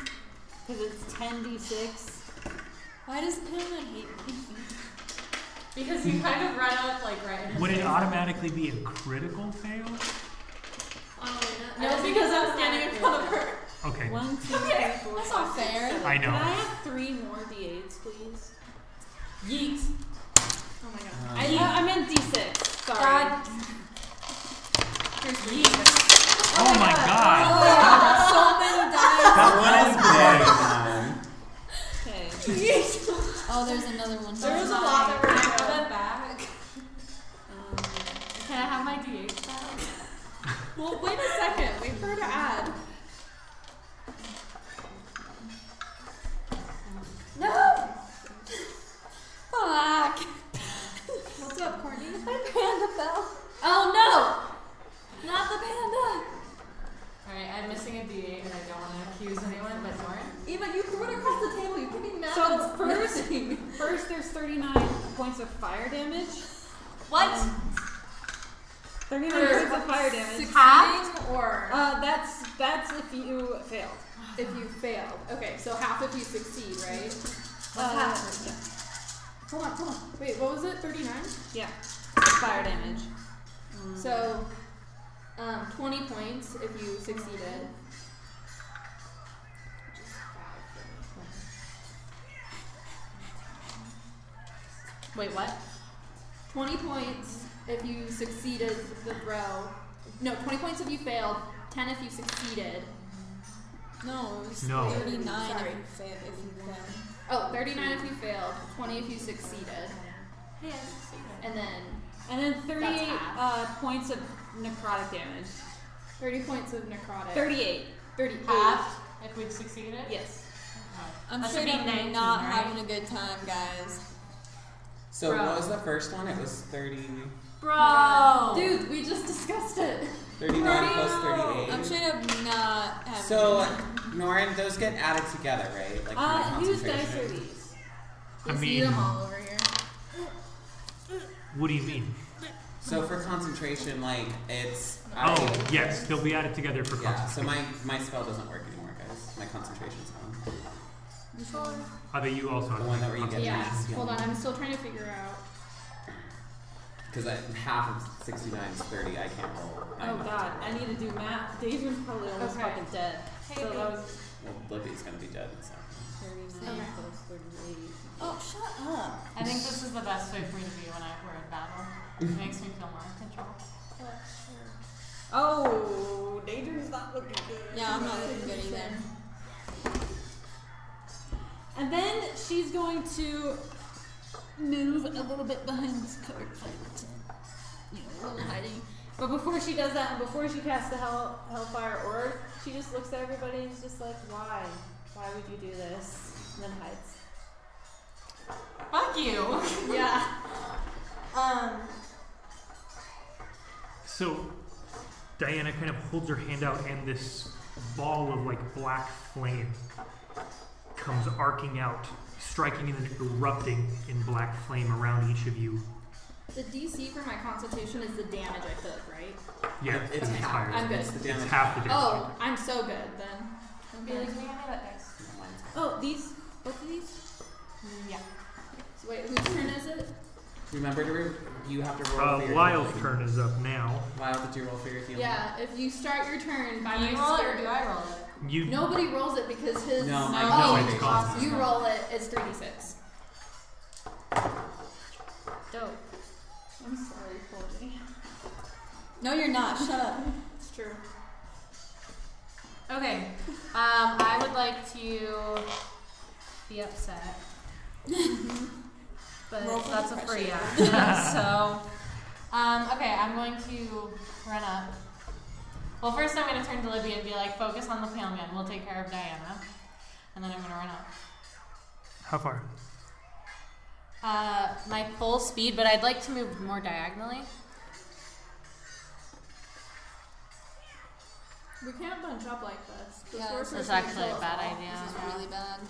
because it's ten d six.
Why does Pamela hate me?
Because you kind of run up like right in her
Would it
face.
automatically be a critical fail?
No, because I'm standing in front of her.
Okay.
One, two, three, four.
That's not
five, six,
fair.
seven.
I know.
Can I have three more d8s, please?
Yeet.
Oh my
Um,
god.
I, I, I meant d6. Sorry.
God.
oh my god!
so many dice.
that one is dead now.
Okay.
Oh, there's another one.
There was a lot that were
Have it back.
Um,
Can I have my D8 back?
Well, wait a second. Wait for her to add.
No! Fuck!
What's up, Courtney?
My panda fell.
Oh
Not the panda!
Alright, I'm missing a D8 and I don't want to accuse anyone, but Lauren.
no! Eva, you threw it across the table. You couldn't even add
So
it.
first- first, there's thirty nine points of fire damage. Um,
What?
Thirty nine points of fire damage.
Half or
Uh, that's that's if you failed.
if you failed. Okay, so half if you succeed, right?
Uh,
Hold on, hold on. Wait, what was it? 39?
Fire damage.
So, um, 20 points if you succeeded. Just five for me.
Wait, what?
20 points if you succeeded the throw. No, 20 points if you failed, 10 if you succeeded.
No, it was
No.
39
Sorry.
if you fail. If you fail.
Oh, 39 if you failed, 20 if you succeeded. And then
And then 38
half.
uh, points of necrotic damage.
30 points of necrotic.
38.
38.
Half if we've succeeded it?
Yes.
I'm
That should
straight
be
up
19,
not
right?
having a good time, guys.
So
Bro.
what was the first one? It was 30,
Bro!
Dude, we just discussed it.
39
I'm
plus 38.
straight up not having.
So, uh, Norrin, those get added together, right? Like
Uh,
for the
whose dice are
concentration.
these?
I
You see
mean-
them all over here.
What do you mean?
So for concentration, like it's
Oh, yes, they'll be added together for
yeah.
concentration.
So my my spell doesn't work anymore, guys. My concentration's gone.
I bet you also have
The one that where you
concentration.
get
Yeah.
max
Hold on, I'm still trying to figure out.
because half of 69 is 30. I can't roll.
Oh god, I need to do math. David's probably almost
Okay.
fucking dead. so that was
Well, Libby's gonna be dead. So.
39
Okay.
plus 38.
Oh, shut up.
I think this is the best way for me to be when I, we're in battle. It makes me feel more in control.
Oh, Daedrin's not looking good.
Yeah, I'm not looking good either.
And then she's going to move a little bit behind this covered fight. You know, a little hiding. But before she does that, and before she casts the hell, Hellfire Orb, she just looks at everybody and is just like, why? Why would you do this? And then hides.
Fuck you!
Yeah.
Um,
So Diana kind of holds her hand out, and this ball of like black flame comes arcing out, striking and then erupting in black flame around each of you.
The DC for my constitution is the damage I took, right?
Yeah,
It's
Okay.
higher.
I'm good.
It's the
It's
damage.
half the damage.
Oh, I'm so good then.
I'd be like, we have that dice.
Mine's gone.
Oh, these. Both of these?
Yeah.
So wait, whose turn is it?
Remember to re- you have to roll.
Uh,
for your
Lyle's
healing.
turn is up now.
Lyle, did you roll for your healing?
Yeah, if you start your turn by
Do
my
you roll it or
spirit-
do I roll it?
You
Nobody rolls it because his.
No, my
no,
oh,
it's constant.
you roll it. It's three d six.
Dope. I'm sorry, Colby.
no, you're not. Shut up.
It's true.
Okay. Um, I would like to be upset. but
Roll for
that's a
pressure.
free action. so, um, okay, I'm going to run up. Well, first I'm going to turn to Libby and be like, focus on the pale man. We'll take care of Diana. And then I'm going to run up.
how far?
Uh, my full speed, but I'd like to move more diagonally.
We can't bunch up like this. The
Yeah,
sorcerer's
That's
gonna
actually
kill
a
us
bad
all.
idea.
This is really bad.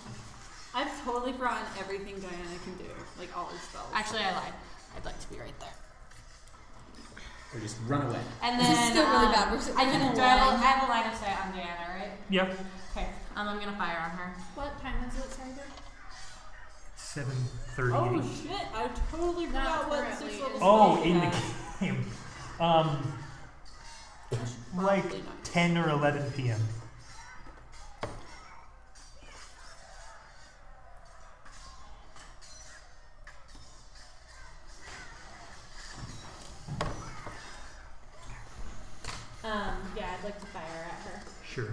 I've totally forgotten everything Diana can do, like all her spells.
Actually, I lied. I'd like to be right there.
Or just run away. Oh,
And
This
then
is still really
um,
bad. We're so-
I can.
we're
Do I, have a, I
lying.
have a line of sight on Diana, right?
Yeah.
Okay. Um, I'm gonna fire on her.
What time is it, Sandra?
Seven thirty-eight.
Oh shit! I totally
Not
forgot what
currently.
six level
Oh,
spell
in
you have.
the game. Um, like 10 or 11 p.m.
Um, yeah, I'd like to fire at her.
Sure.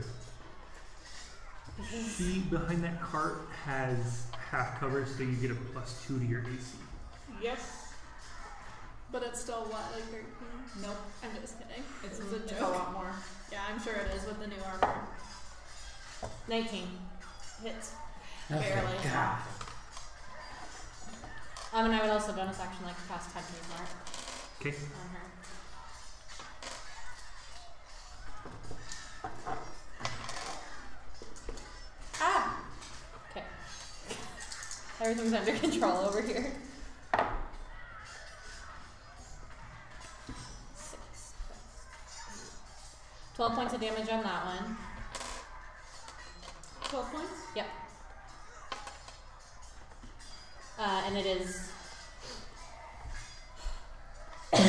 She behind that cart has half cover, so you get a plus two to your AC.
Yes.
But it's still what, like thirteen?
Nope.
I'm just kidding.
It's,
This is
a,
a
it's a
joke.
lot more.
Yeah, I'm sure it is with the new armor.
19.
Hits.
Barely.
Barely.
God.
Um, and I would also bonus action like to cast 10 feet mark
Okay.
on her. Mm-hmm.
Ah!
Okay. Everything's under control over here. Six. plus eight. Twelve points of damage on that one.
12 points?
Uh, and it is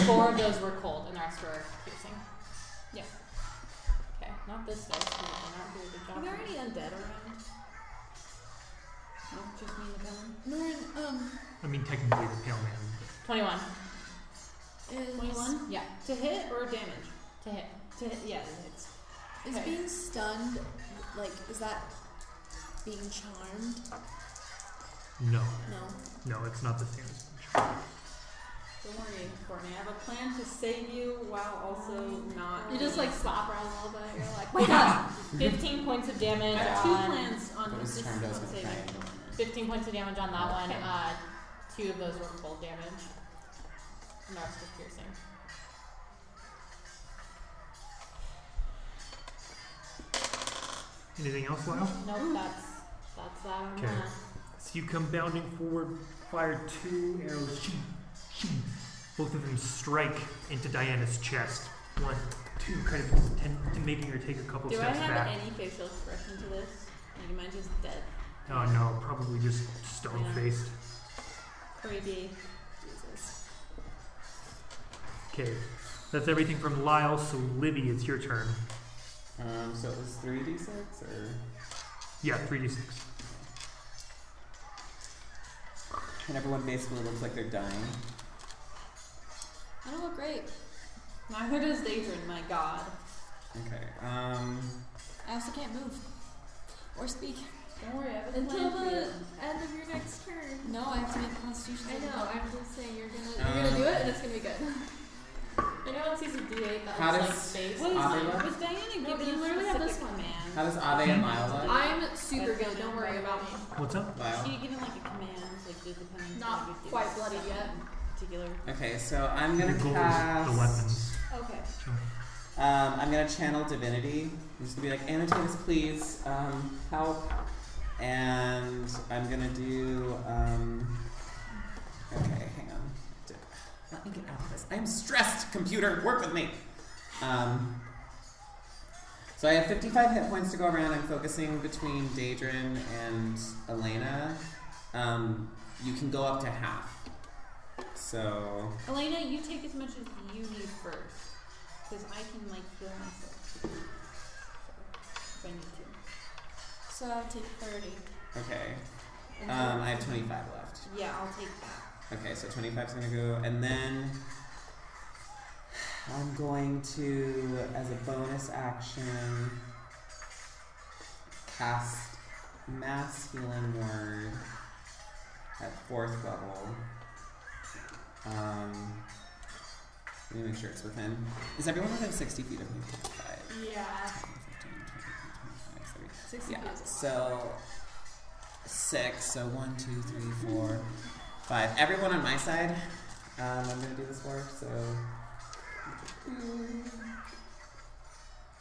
four of those were cold, and the rest were piercing. Yeah. Okay, not this dice. because it did
Are
Not do a
there
good job.
any undead around?
Oh,
No, just me and the villain.
Lauren, um,
I mean, technically the pale man.
Twenty-one
is,
Twenty-one
Yeah.
to hit or damage?
to hit.
To hit, yeah, it hits.
is
Okay.
being stunned, like, is that being charmed?
No,
No.
no, it's not the same as
Don't worry, Courtney. I have a plan to save you while also not.
You just like slap her a little bit. You're like,
Wake up! Fifteen points of damage.
I have two
on-
plans on
But
Um,
it's
this
turned out
on
to be
saving.
Fifteen points of damage on that one.
Okay.
Uh, two of those were cold damage. And the rest was piercing.
Anything else, Lyle?
Nope, that's that's that on
Okay.
that.
So you come bounding forward, fire two arrows. Shing, shing. Both of them strike into Diana's chest. One, two, kind of ten, making her take a couple
Do I
steps
have
back.
any facial expression to this? Like, am I just dead?
Oh no, probably just stone
Yeah.
faced.
Creepy.
Okay, that's everything from Lyle. So Libby, it's your turn.
Um, so it was 3d6 or?
Yeah, three d six.
And everyone basically looks like they're dying.
I don't look great.
Neither does Daedrin, my god.
Okay. Um,
I also can't move or speak.
Don't worry, I have a plan
until
for
the
you.
end of your next turn.
No, I have to make a constitution.
I
saving
know.
throw.
I'm just saying you're gonna you're gonna do it and it's gonna be good.
I know it sees a D8 that
How
looks like
does-
space.
What is
Ava?
it? Was Diana
No, but
giving
you
you
literally have this
specific
one.
command?
how does Ave and Lyle look?
I'm super good. Don't worry about me.
What's up?
Lyle.
She given like a command, like did the command.
Not
like, do
quite bloody
something
yet.
in Particular.
Okay, so I'm
Your
gonna
goal
cast.
is the weapons.
Okay.
So,
Um, I'm gonna channel divinity. I'm just gonna be like, annotators, please, um, help. And I'm gonna do. Um, okay, hang on. D- Let me get out of this. I'm stressed. Computer, work with me. Um, so I have 55 hit points to go around. I'm focusing between Daedrin and Elena. Um, you can go up to half. So
Elena, you take as much as you need first, because I can like heal myself if I need to.
So I'll take 30.
okay,
And
um, I have 25 left.
so- yeah, I'll take that.
Okay, so 25's gonna go, and then I'm going to, as a bonus action, cast Masculine Word at fourth level. Um, let me make sure it's within. Is everyone within 60 feet of me? 5,
Yeah.
10, 15, 20, 25, 30.
Sixty
Yeah. So six. So one, two, three, four, five. Everyone on my side. Um, I'm gonna do this for. So
Um,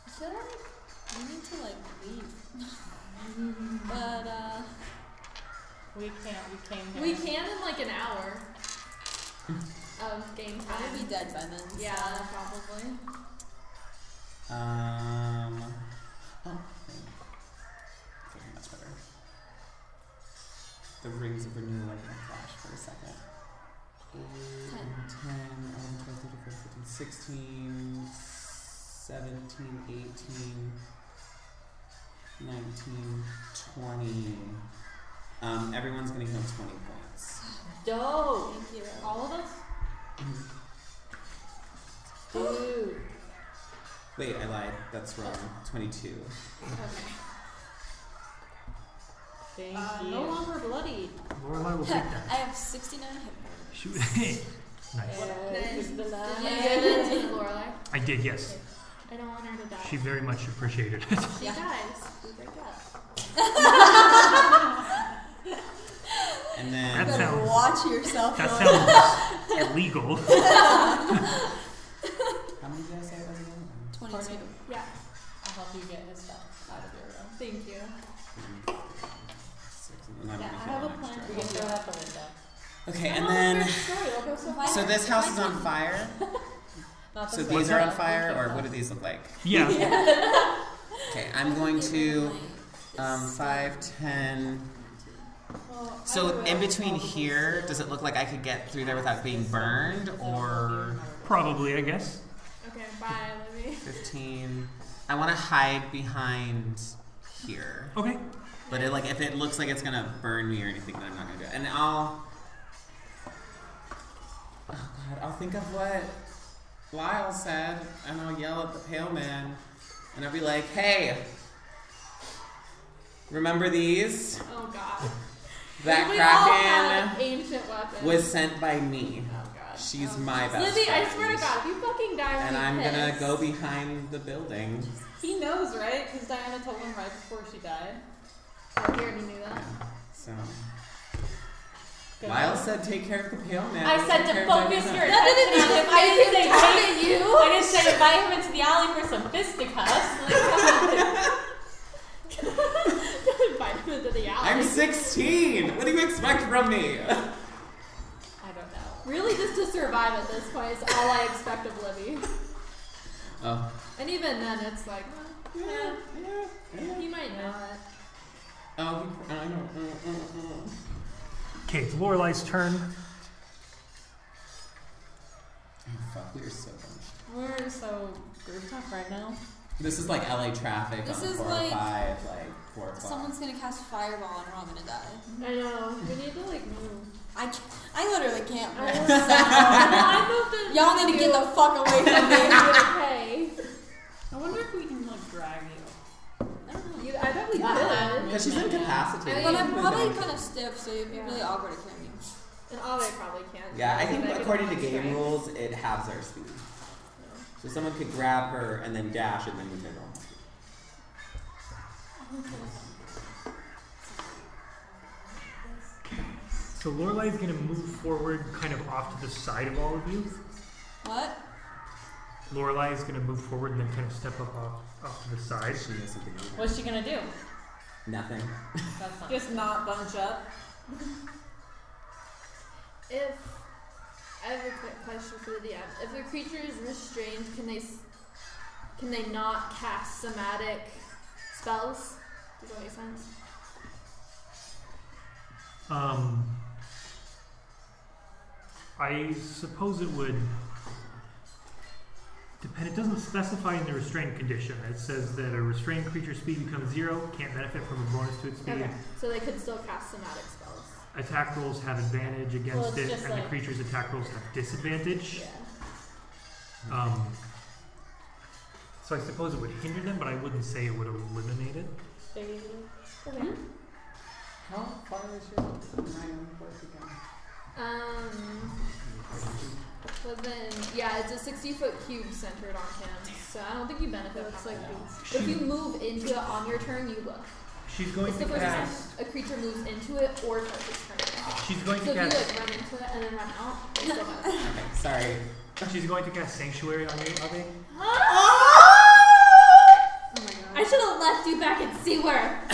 I feel like we need to like leave. but uh,
We can't. We came here.
We can in like an hour of game
I would
time.
be dead by then.
Yeah,
so-
probably.
um. Oh. Feeling much better. The rings of renewal are gonna flash for a second. Eight,
Ten.
10, 11, 12, 13, 14, 16, 17, 18, 19, 20. Um, everyone's going to heal 20 points.
Dope.
Thank you.
All of us. Mm-hmm. Dude.
Wait, I lied. That's wrong. 22.
Thank
Uh,
you.
no longer bloodied.
Lorelai will take
I
that.
have 69 hit points.
Shoot. nice.
This is the last.
Did you give it to Lorelai?
I did, yes.
I don't want her to die.
She very much appreciated it.
She dies. We break up.
And
That
then,
Better
sounds-
watch yourself.
That
Lauren.
sounds illegal.
how many did I say it was again?
22.
Courtney,
Yeah.
I'll help you get his stuff out of your room.
Thank you.
Um, Six, and I'm
Yeah,
gonna
I
heal
have a
an
plan.
extra.
We can throw it out the window.
Okay, and then, so this house is on fire.
Not
So
this
these
one.
are on fire, or what do these look like?
Yeah.
Okay, I'm going to um, 5, 10,
Well,
So in between here, does it look like I could get through there without being burned, or
Probably, I guess.
Okay, bye, Libby.
15. I want to hide behind here.
Okay.
But it, like, if it looks like it's gonna burn me or anything, then I'm not gonna do it. And I'll, oh god, I'll think of what Lyle said, and I'll yell at the pale man, and I'll be like, "Hey, remember these?
Oh god.
That
we all have
kraken
ancient weapons.
was sent by me.
oh god.
She's my best
Libby, I
friend.
swear to God, if you fucking die, I'll
And
be
I'm gonna
pissed.
go behind the building.
He knows, right? Because Diana told him right before she died.
He already knew that.
So
Go.
Lyle said, "Take care of the pale man."
I said
Take care
to
of
focus
Diana."
your
That
attention
didn't
on him. I didn't say
come
invite
at you.
I didn't say invite him into the alley for some fisticuffs. Like, come on.
Invite him into the alley.
I'm 16. What do you expect from me?
I don't know.
Really, just to survive at this point is all I expect of Libby.
Oh.
And even then, it's like, well,
Yeah, yeah, yeah.
he might not.
Oh, he- I know. Mm, mm, mm.
Okay, it's Lorelai's turn.
Oh, fuck, we are so bunched.
We're so groove talk right now.
This is like LA traffic
This
on
is
4
like-
or 5, like 4 o'clock.
Someone's gonna cast fireball and we're all gonna die.
I know. We need to like move.
I, ca- I literally can't.
I
breathe,
know.
so-
I moved in.
Y'all need to get the fuck away from me.
Okay.
I wonder if we can like drag you.
You, I
Oh,
bet we
Yeah.
could.
Because she's incapacitated.
But I'm probably kind of stiff, so it'd be really awkward to carry me.
And Ollie probably can't.
Yeah, I think
But could
according to
always
game
try.
rules, it halves our speed. So someone could grab her and then dash and then move her normal. speed.
So Lorelai's gonna move forward, kind of off to the side of all of you.
What?
Lorelai is gonna move forward and then kind of step up off, off to the side.
She knows something. we don't.
What's she gonna do?
Nothing.
That's not.
Just not bunch up.
If I have a quick question for the DM, if a creature is restrained, can they s- can they not cast somatic spells? Does that make sense?
Um, I suppose it would depend. It doesn't specify in the restrained condition. It says that a restrained creature's speed becomes zero, can't benefit from a bonus to its speed.
Okay, so they could still cast somatic spells.
Attack rolls have advantage against
Well, it's
it,
just
and the
like-
creature's attack rolls have disadvantage.
Yeah.
Um, so I suppose it would hinder them, but I wouldn't say it would eliminate it.
Okay.
How far is your nine work again?
Um. Well then, yeah, it's a sixty-foot cube centered on him, so I don't think you benefit. Looks like if you move into it on your turn, you look.
She's going
It's
to
the first time
cast.
a creature moves into it or touches turn.
She's going
So
to
if you
cast.
like run into it and then run out, it still does.
Okay, sorry.
She's going to cast sanctuary on you, Abby.
Ah!
Oh my god.
I should have left you back at SeaWorld.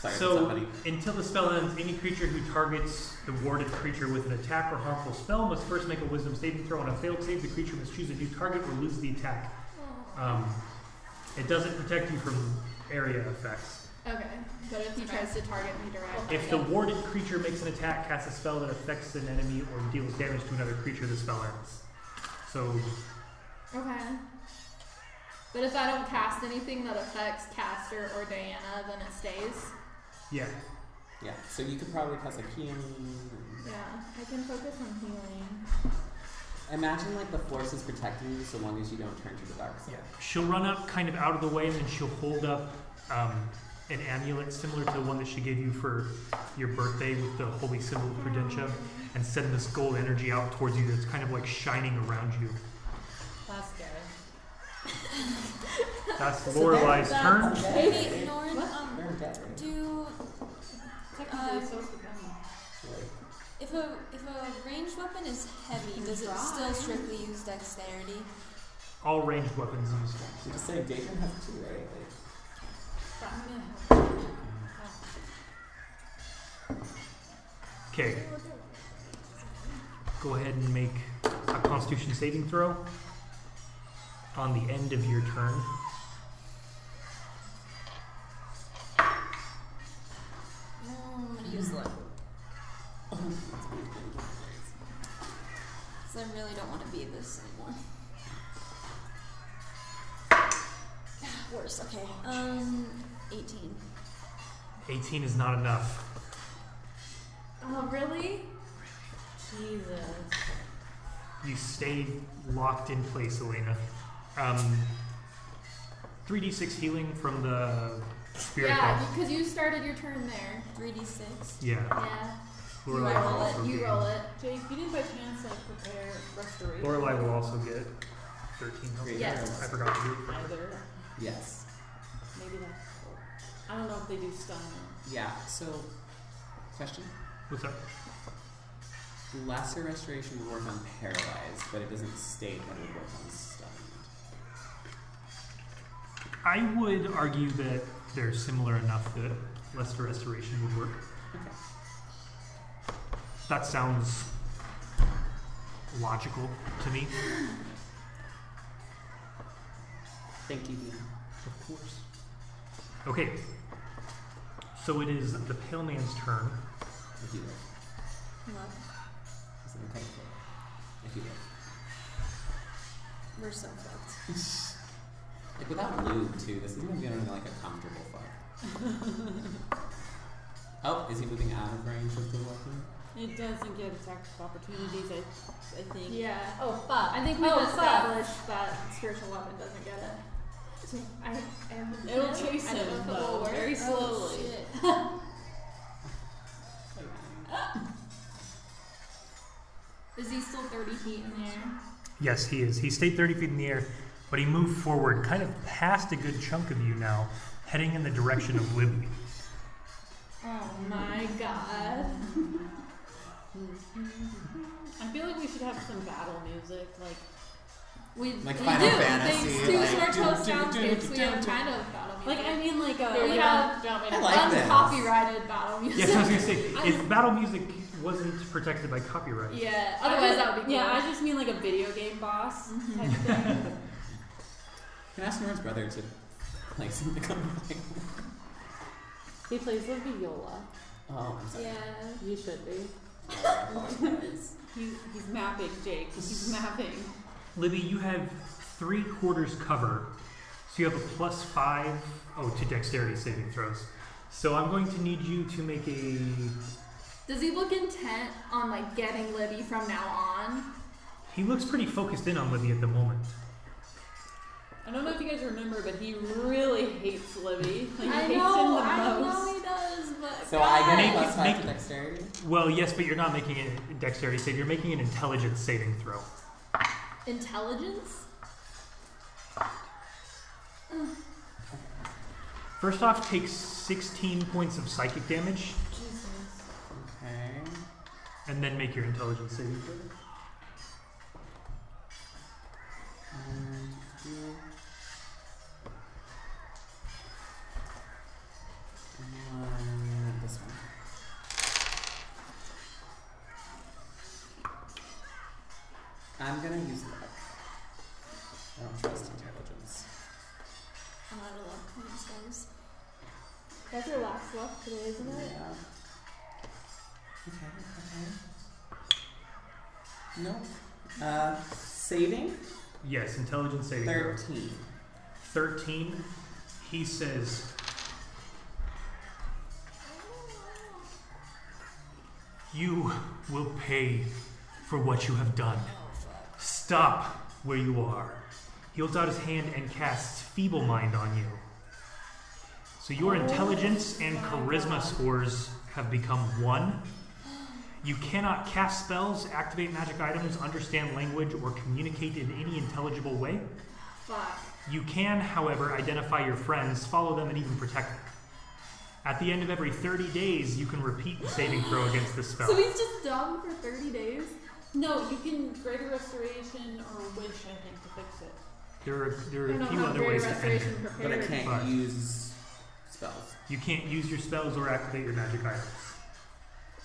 Sorry,
So,
somebody.
until the spell ends, any creature who targets the warded creature with an attack or harmful spell must first make a wisdom saving throw. On a failed save, the creature must choose a new target or lose the attack. Um, it doesn't protect you from area effects.
Okay, but if he tries to target me direct,
If the warded creature makes an attack, casts a spell that affects an enemy, or deals damage to another creature, the spell ends. So,
okay. But if I don't cast anything that affects Caster or Diana, then it stays.
yeah.
Yeah, so you could probably cast a healing.
Yeah, I can focus on healing.
Imagine like the force is protecting you so long as you don't turn to the dark side.
Yeah. She'll run up kind of out of the way and then she'll hold up um, an amulet similar to the one that she gave you for your birthday with the holy symbol of Prudentia and send this gold energy out towards you that's kind of like shining around you.
That's scary.
That's Lorelai's
uh,
turn.
Wait, Lauren, um,
They're dead, right?
do
Technically,
Um,
so should them.
if a if a ranged weapon is heavy, does it still strictly use dexterity?
All ranged weapons use.
So just say Dakin has two, right? Like,
Okay. Go ahead and make a constitution saving throw on the end of your turn.
No, I'm gonna use luck. 'Cause I really don't want to be this anymore. Ah, Worse. Okay. Um, eighteen.
18 is not enough.
Oh, really?
Jesus.
You stay locked in place, Elena. Um, 3d6 healing from the spirit
yeah,
ball.
because you started your turn there.
Three d six.
Yeah.
Yeah.
Lorelai
you
will
roll
also
it. You
get-
roll it.
Jake, you didn't by chance like prepare restoration.
Lorelai will also get 13.
Great.
Yes.
I forgot to do it.
Either.
Yes.
Maybe that's. cool. I don't know if they do stun. though.
Yeah. So, question:
What's up?
Lesser restoration would work on paralyzed, but it doesn't state that it would work on stunned.
I would argue that they're similar enough that lesser restoration would work.
Okay.
That sounds logical to me.
Thank you, Dean.
Of course. Okay. So it is the pale man's turn.
If you live,
Love.
Is it okay? If you live.
We're so fucked.
Like without lube too, this isn't gonna be on like a comfortable fuck. oh, is he moving out of range of the weapon?
It doesn't get attack opportunities. I, I think.
Yeah.
Oh fuck.
I think we've
Oh, fuck.
established that spiritual weapon doesn't get it. So I, I have
It'll chase
I don't know
him
if it will
though,
work.
very
Oh,
slowly.
shit.
Is he still 30 feet in the air?
Yes, he is. He stayed 30 feet in the air, but he moved forward, kind of past a good chunk of you now, heading in the direction of Libby.
Oh my god.
I feel like we should have some battle music, like
We,
Like
we
Final
do,
Fantasy,
thanks to
like,
Short
do,
Toast
do, do,
Soundscapes,
do,
we
do,
have
do.
kind of battle music.
like I mean like a
Here we
like um,
have-
a, do you want me to-
I like this.
uncopyrighted battle music.
Yes, I was going to say, if battle music wasn't protected by copyright,
Yeah,
I
otherwise
just-
that would be cool.
Yeah, I just mean like a video game boss type thing.
Can I ask Nora's brother to play something on the violin?
he plays the viola.
Oh, I'm sorry.
yeah.
You should be. He's, he's mapping, Jake. He's mapping.
Libby, you have three quarters cover, so you have a plus five. Oh, to dexterity saving throws. So I'm going to need you to make a.
Does he look intent on like getting Libby from now on?
He looks pretty focused in on Libby at the moment.
I don't know if you guys remember, but he really hates Libby. Like, he
I
hates him
know,
the
I
most.
know he does, but
So I get
Make-
a plus five
make-
to dexterity.
Well, yes, but you're not making a dexterity save. You're making an intelligence saving throw.
intelligence.
First off, take 16 points of psychic damage,
Okay.
and then make your intelligence saving throw.
Um, do- Um, this one. I'm gonna use luck. I don't trust intelligence.
I'm out of luck points, guys.
That's your last luck today, isn't
Yeah. Okay, okay. Nope. Uh, saving?
Yes, intelligence saving throw.
13.
13, he says, You will pay for what you have done. Stop where you are. He holds out his hand and casts Feeble Mind on you. So your intelligence and charisma scores have become one. You cannot cast spells, activate magic items, understand language, or communicate in any intelligible way.
Fuck.
You can, however, identify your friends, follow them, and even protect them. At the end of every 30 days, you can repeat the saving throw against this spell.
So he's just dumb for 30 days.
No, you can greater restoration or wish, I think, to fix it.
There are, there
I
are
don't
a
know
few
how
other
great
ways to end
restoration
it.
But I
prepared.
can't
Five.
use spells.
You can't use your spells or activate your magic items.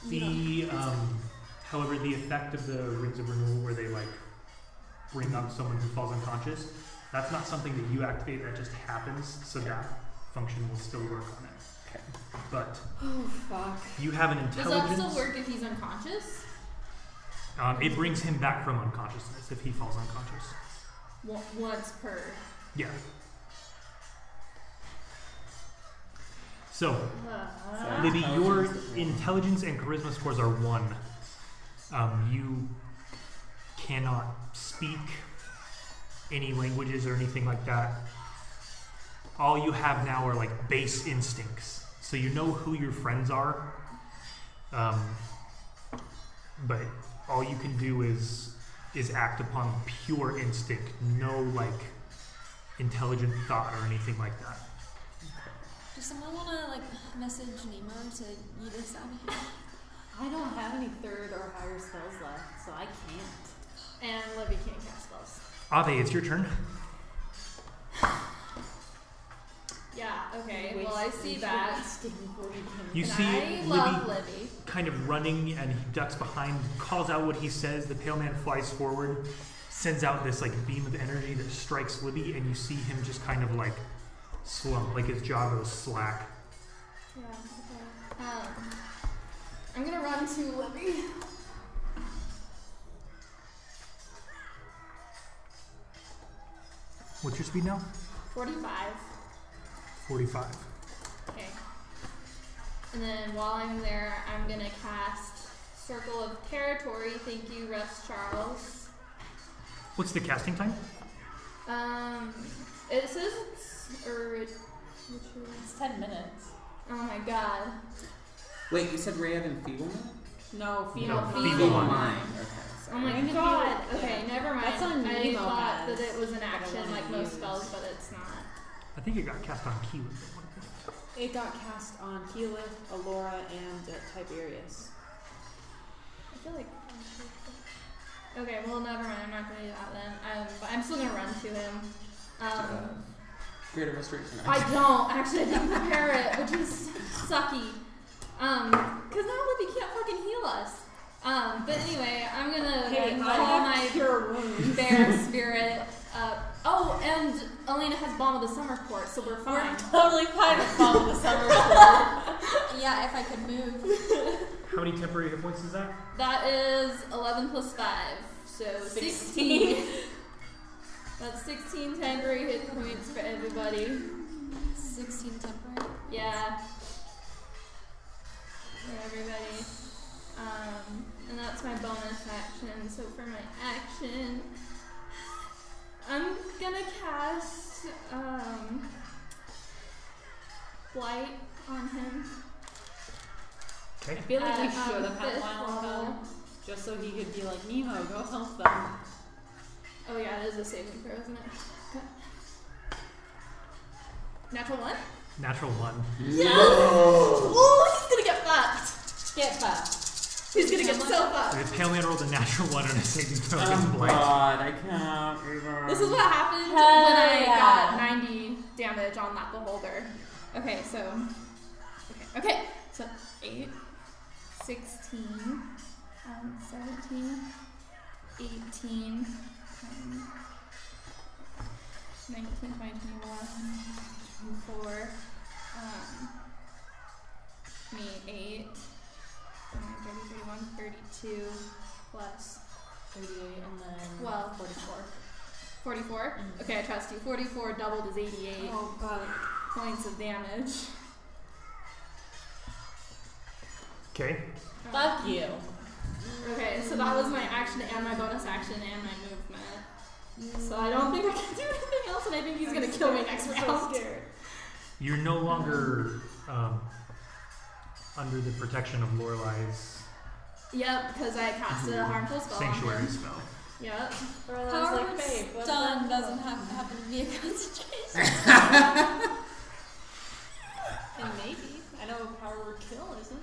The, um, however, the effect of the Rings of Renewal, where they like bring up someone who falls unconscious, that's not something that you activate. That just happens. So that function will still work on it.
Okay.
But
Oh, fuck.
you have an
Does that
intelligence.
still work if he's unconscious?
Um, it brings him back from unconsciousness if he falls unconscious.
Wa- once per.
Yeah. So,
So
Libby, your
intelligence is one.
intelligence and charisma scores are one. Um, you cannot speak any languages or anything like that. All you have now are like base instincts. So you know who your friends are, um, but all you can do is is act upon pure instinct. No like intelligent thought or anything like that.
Does someone want to like message Nemo to eat us out of here?
I don't have any third or higher spells left, so I can't.
And Libby can't cast spells.
Ave, it's your turn.
Yeah, okay. Well, I see that.
You
And
see
I
Libby
love Libby.
kind of running and he ducks behind, calls out what he says. The pale man flies forward, sends out this like beam of energy that strikes Libby, and you see him just kind of like slump, like his jaw goes slack.
Yeah, okay. Um, I'm gonna run to Libby.
What's your speed now?
45.
45.
Okay. And then while I'm there, I'm gonna cast Circle of Territory. Thank you, Russ Charles.
What's the casting time?
Um, it says it's ori- ritual.
It's ten minutes.
Oh my god.
Wait, you said Ray of Enfeeblement?
No,
No,
female.
feeble
Feeble
mind.
mind. Okay,
Oh
sorry.
my
Ring of
god.
Fear.
Okay, never mind.
That's on
I
Nemo
thought
Pass,
that it was an
I
action
wanna
like most
use.
spells, but it's not.
I think it got cast on Keelan. at one point.
It got cast on Keyleth, Alora, and uh, Tiberius.
I feel like. Okay, well, never mind. I'm not gonna do that then. Um, but I'm still gonna run to him.
Uh,
Um,
Greater restoration.
I don't actually. I didn't prepare it, which is sucky. Um, cause now Libby can't fucking heal us. Um, but anyway, I'm gonna
Hey,
call
I have
my
cure wounds.
bear spirit up. Oh, and Elena has bomb of the summer court, so we're fine.
Totally fine with all the summer.
yeah, if I could move.
How many temporary hit points is that?
That is 11 plus 5, so 16. That's 16 temporary hit points for everybody.
16 temporary.
Yeah. For everybody. Um, and that's my bonus action. So for my action, I'm gonna cast um, Blight on him.
Okay.
I feel like we
at, um,
should have had
fifth
Lionel
level.
come, just so he could be like, Nemo, go help them.
Oh yeah, it is a saving throw, isn't it? Okay. Natural one?
Natural one.
No!
Oh, he's gonna get fucked.
Get fucked.
He's gonna get so fucked.
The pale man rolled a natural one on a saving throw against
Oh
Blight.
god, I can't even.
This is what happened when
Hell
I
yeah.
got 90 damage on that beholder. Okay, so. Okay, okay. So 8, 16, um, 17, 18, um, 19, 20, 21, 24, um, 28, um, 30, 31, 32, plus
Thirty-eight and then
Well.
forty-four.
44. Okay, I trust you. 44 doubled is 88
Oh, God.
points of damage.
Okay.
Fuck you.
Okay, so that was my action and my bonus action and my movement. So I don't think I can do anything else, and I think he's gonna kill me next round.
You're no longer um, under the protection of Lorelai's
Yep, because I cast a harmful spell. on him.
sanctuary spell.
Yep.
Power
Power of stun doesn't have to happen to be a concentration.
And maybe. I know power word kill isn't.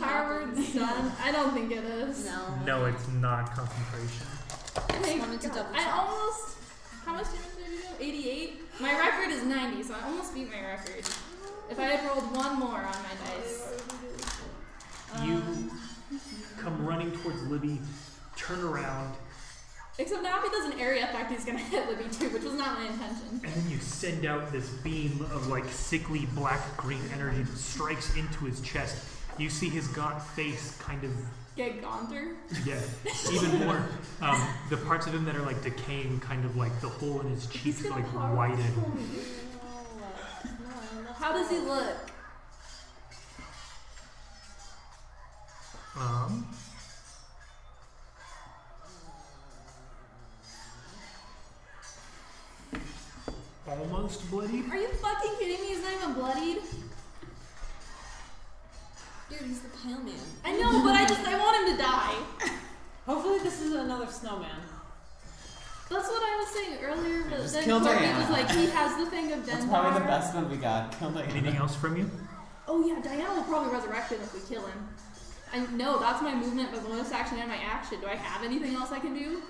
Power done. I don't think it is.
No.
No, it's not concentration.
Thank
wanted to
God.
double
I
check.
almost. How much damage did I do? 88. My record is 90, so I almost beat my record. If I had rolled one more on my dice.
You
Um,
Uh-huh.
come running towards Libby, turn around,
Except now if he does an area effect, he's gonna hit Libby too, which was not my intention.
and then you send out this beam of like sickly black green energy that strikes into his chest. You see his gaunt face kind of
Get Gaunter?
Yeah, even more. Um, the parts of him that are like decaying, kind of like the hole in his cheeks, like whiten.
How does he look?
Um, almost bloody.
Are you fucking kidding me? He's not even bloodied.
Dude, he's the pale man.
I know, but I just I want him to die.
Hopefully, this is another snowman.
That's what I was saying earlier. But
Just
then
kill
Courtney
Diana.
was like, he has the thing of
That's
Dengar.
probably the best one we got. Kill
Anything
Diana.
else from you?
Oh yeah, Diana will probably resurrect him if we kill him. I know that's my movement, my bonus action, and my action. Do I have anything else I can do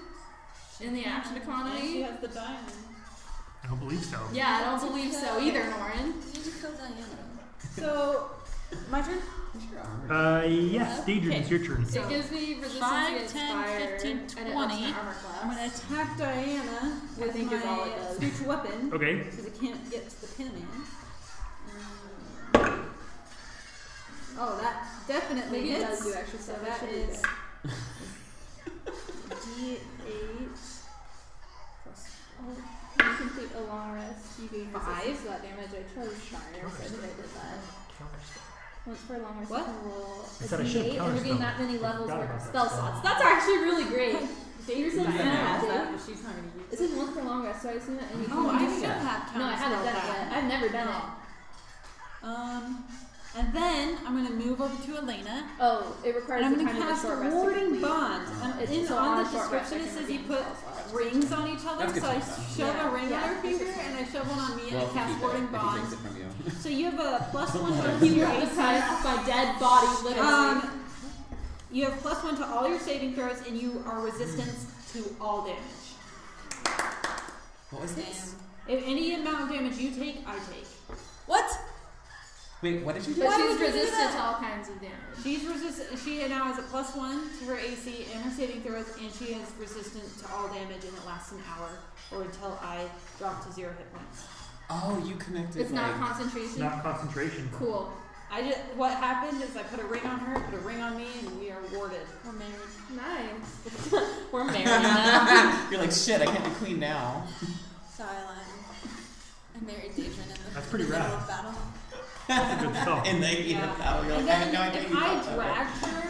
in the action
She
economy?
has the diamond.
I don't believe so.
Yeah, I don't believe so either, Norin.
You need to kill Diana.
So, my turn.
Uh, yes, Deidre, it's your turn.
it gives me resistance
Five,
against
10,
fire,
15,
and it ups my
20.
armor
I'm
class.
gonna attack Diana
I
with
think is all
my
it does.
spiritual weapon
Okay,
because I can't get to the pin man. Um, oh, that definitely
Maybe it
hits.
does do extra
so
stuff.
that
It should
is
do.
D eight plus
You complete a long rest. You gain
Five.
resistance to that damage. I chose fire, so I think I did that. Once per long rest,
What?
you can roll
I thought I should've
d8, and you're getting
counterspelled.
that many
I
levels
forgot about
worth of
that
spell
spell.
slots. That's actually really great. Dangerous
Diana
and
has that,
fantastic.
but she's not gonna use
It says once per long rest, so I assume that any.
Oh, I
can do
should
that.
have
No, I haven't done it yet. I've never done it.
yet. Um, and then I'm gonna move over to Elena,
Oh, it requires
and I'm
the
gonna
time of a
cast
short
a
rest. to
warding
complete.
bond. And
It's
in
so
on
on
the
a short rest,
description it
I can
says you
redeem
put
spell slots.
rings on each other,
That's good
so I
stuff,
shove
though. Yeah.
a ring on
Yeah,
her
that's
finger
good.
and I shove one on me
Well,
and I cast warding
If
bond.
he takes it from you.
So you have a plus one to all your
The size of my dead body, literally.
um, you have plus one to all your saving throws, and you are resistant to all damage.
What was this?
If any amount of damage you take, I take.
What?
Wait, what did you do?
but she was
would you do
resistant
that?
to all kinds of damage.
She's resist. She now has a plus one to her AC and her saving throws, and she is resistant to all damage, and it lasts an hour or until I drop to zero hit points.
Oh, you connected.
It's
like,
not
it's
concentration.
not concentration.
Cool.
I just what happened is I put a ring on her, put a ring on me, and we are warded.
We're married.
Nice.
We're married now.
You're like shit. I can't be queen now.
Sorry, Lion. I married Daedrin in the,
That's pretty
in the middle
rad.
of battle.
That's a good spell.
And they eat
Yeah.
a foul. You're
And
like, oh, I had
then
no idea.
if
you
I
thought that.
dragged her,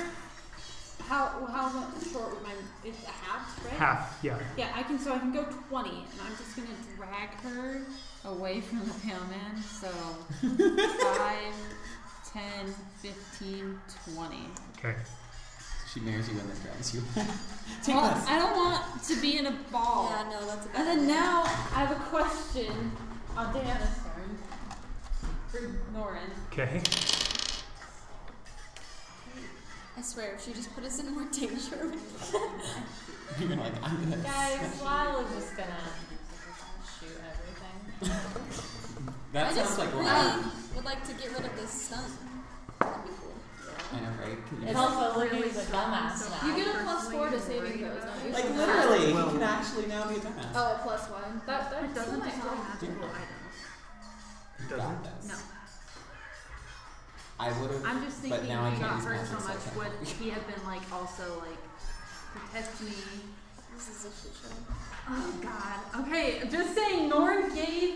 how how much short would my it's a half, right?
Half, yeah.
Yeah, I can. So I can go twenty, and I'm just gonna drag her
Away from the pale man, so 5, 10, 15, 20.
Okay.
She marries you and then drowns you. Take
Well,
this.
I don't want to be in a ball.
Yeah, no, that's a bad
And then
idea.
now I have a question on Diana's turn for Norin.
Okay.
I swear, if she just put us in more danger.
You're like, I'm gonna.
Guys, Lyle is just gonna shoot everything.
That
I
sounds
just
like
really
Latin.
would like to get rid of this sun. That'd be cool.
I know, right? Can you
It also literally is a dumbass now.
You get a plus four to saving throws, don't you?
like literally,
Well-
he can actually now be a dumbass.
Oh, plus one. That that
It
still
doesn't
might
destroy
help.
magical
magical
Yeah.
items.
You
doesn't?
got this.
No.
I would have.
I'm just
But
thinking he
now I can't
got
use
hurt so
magic, so I
much.
can't.
Would he have been like also like protect me?
This is a shit show.
Oh God. Okay, I'm just saying. Norin gave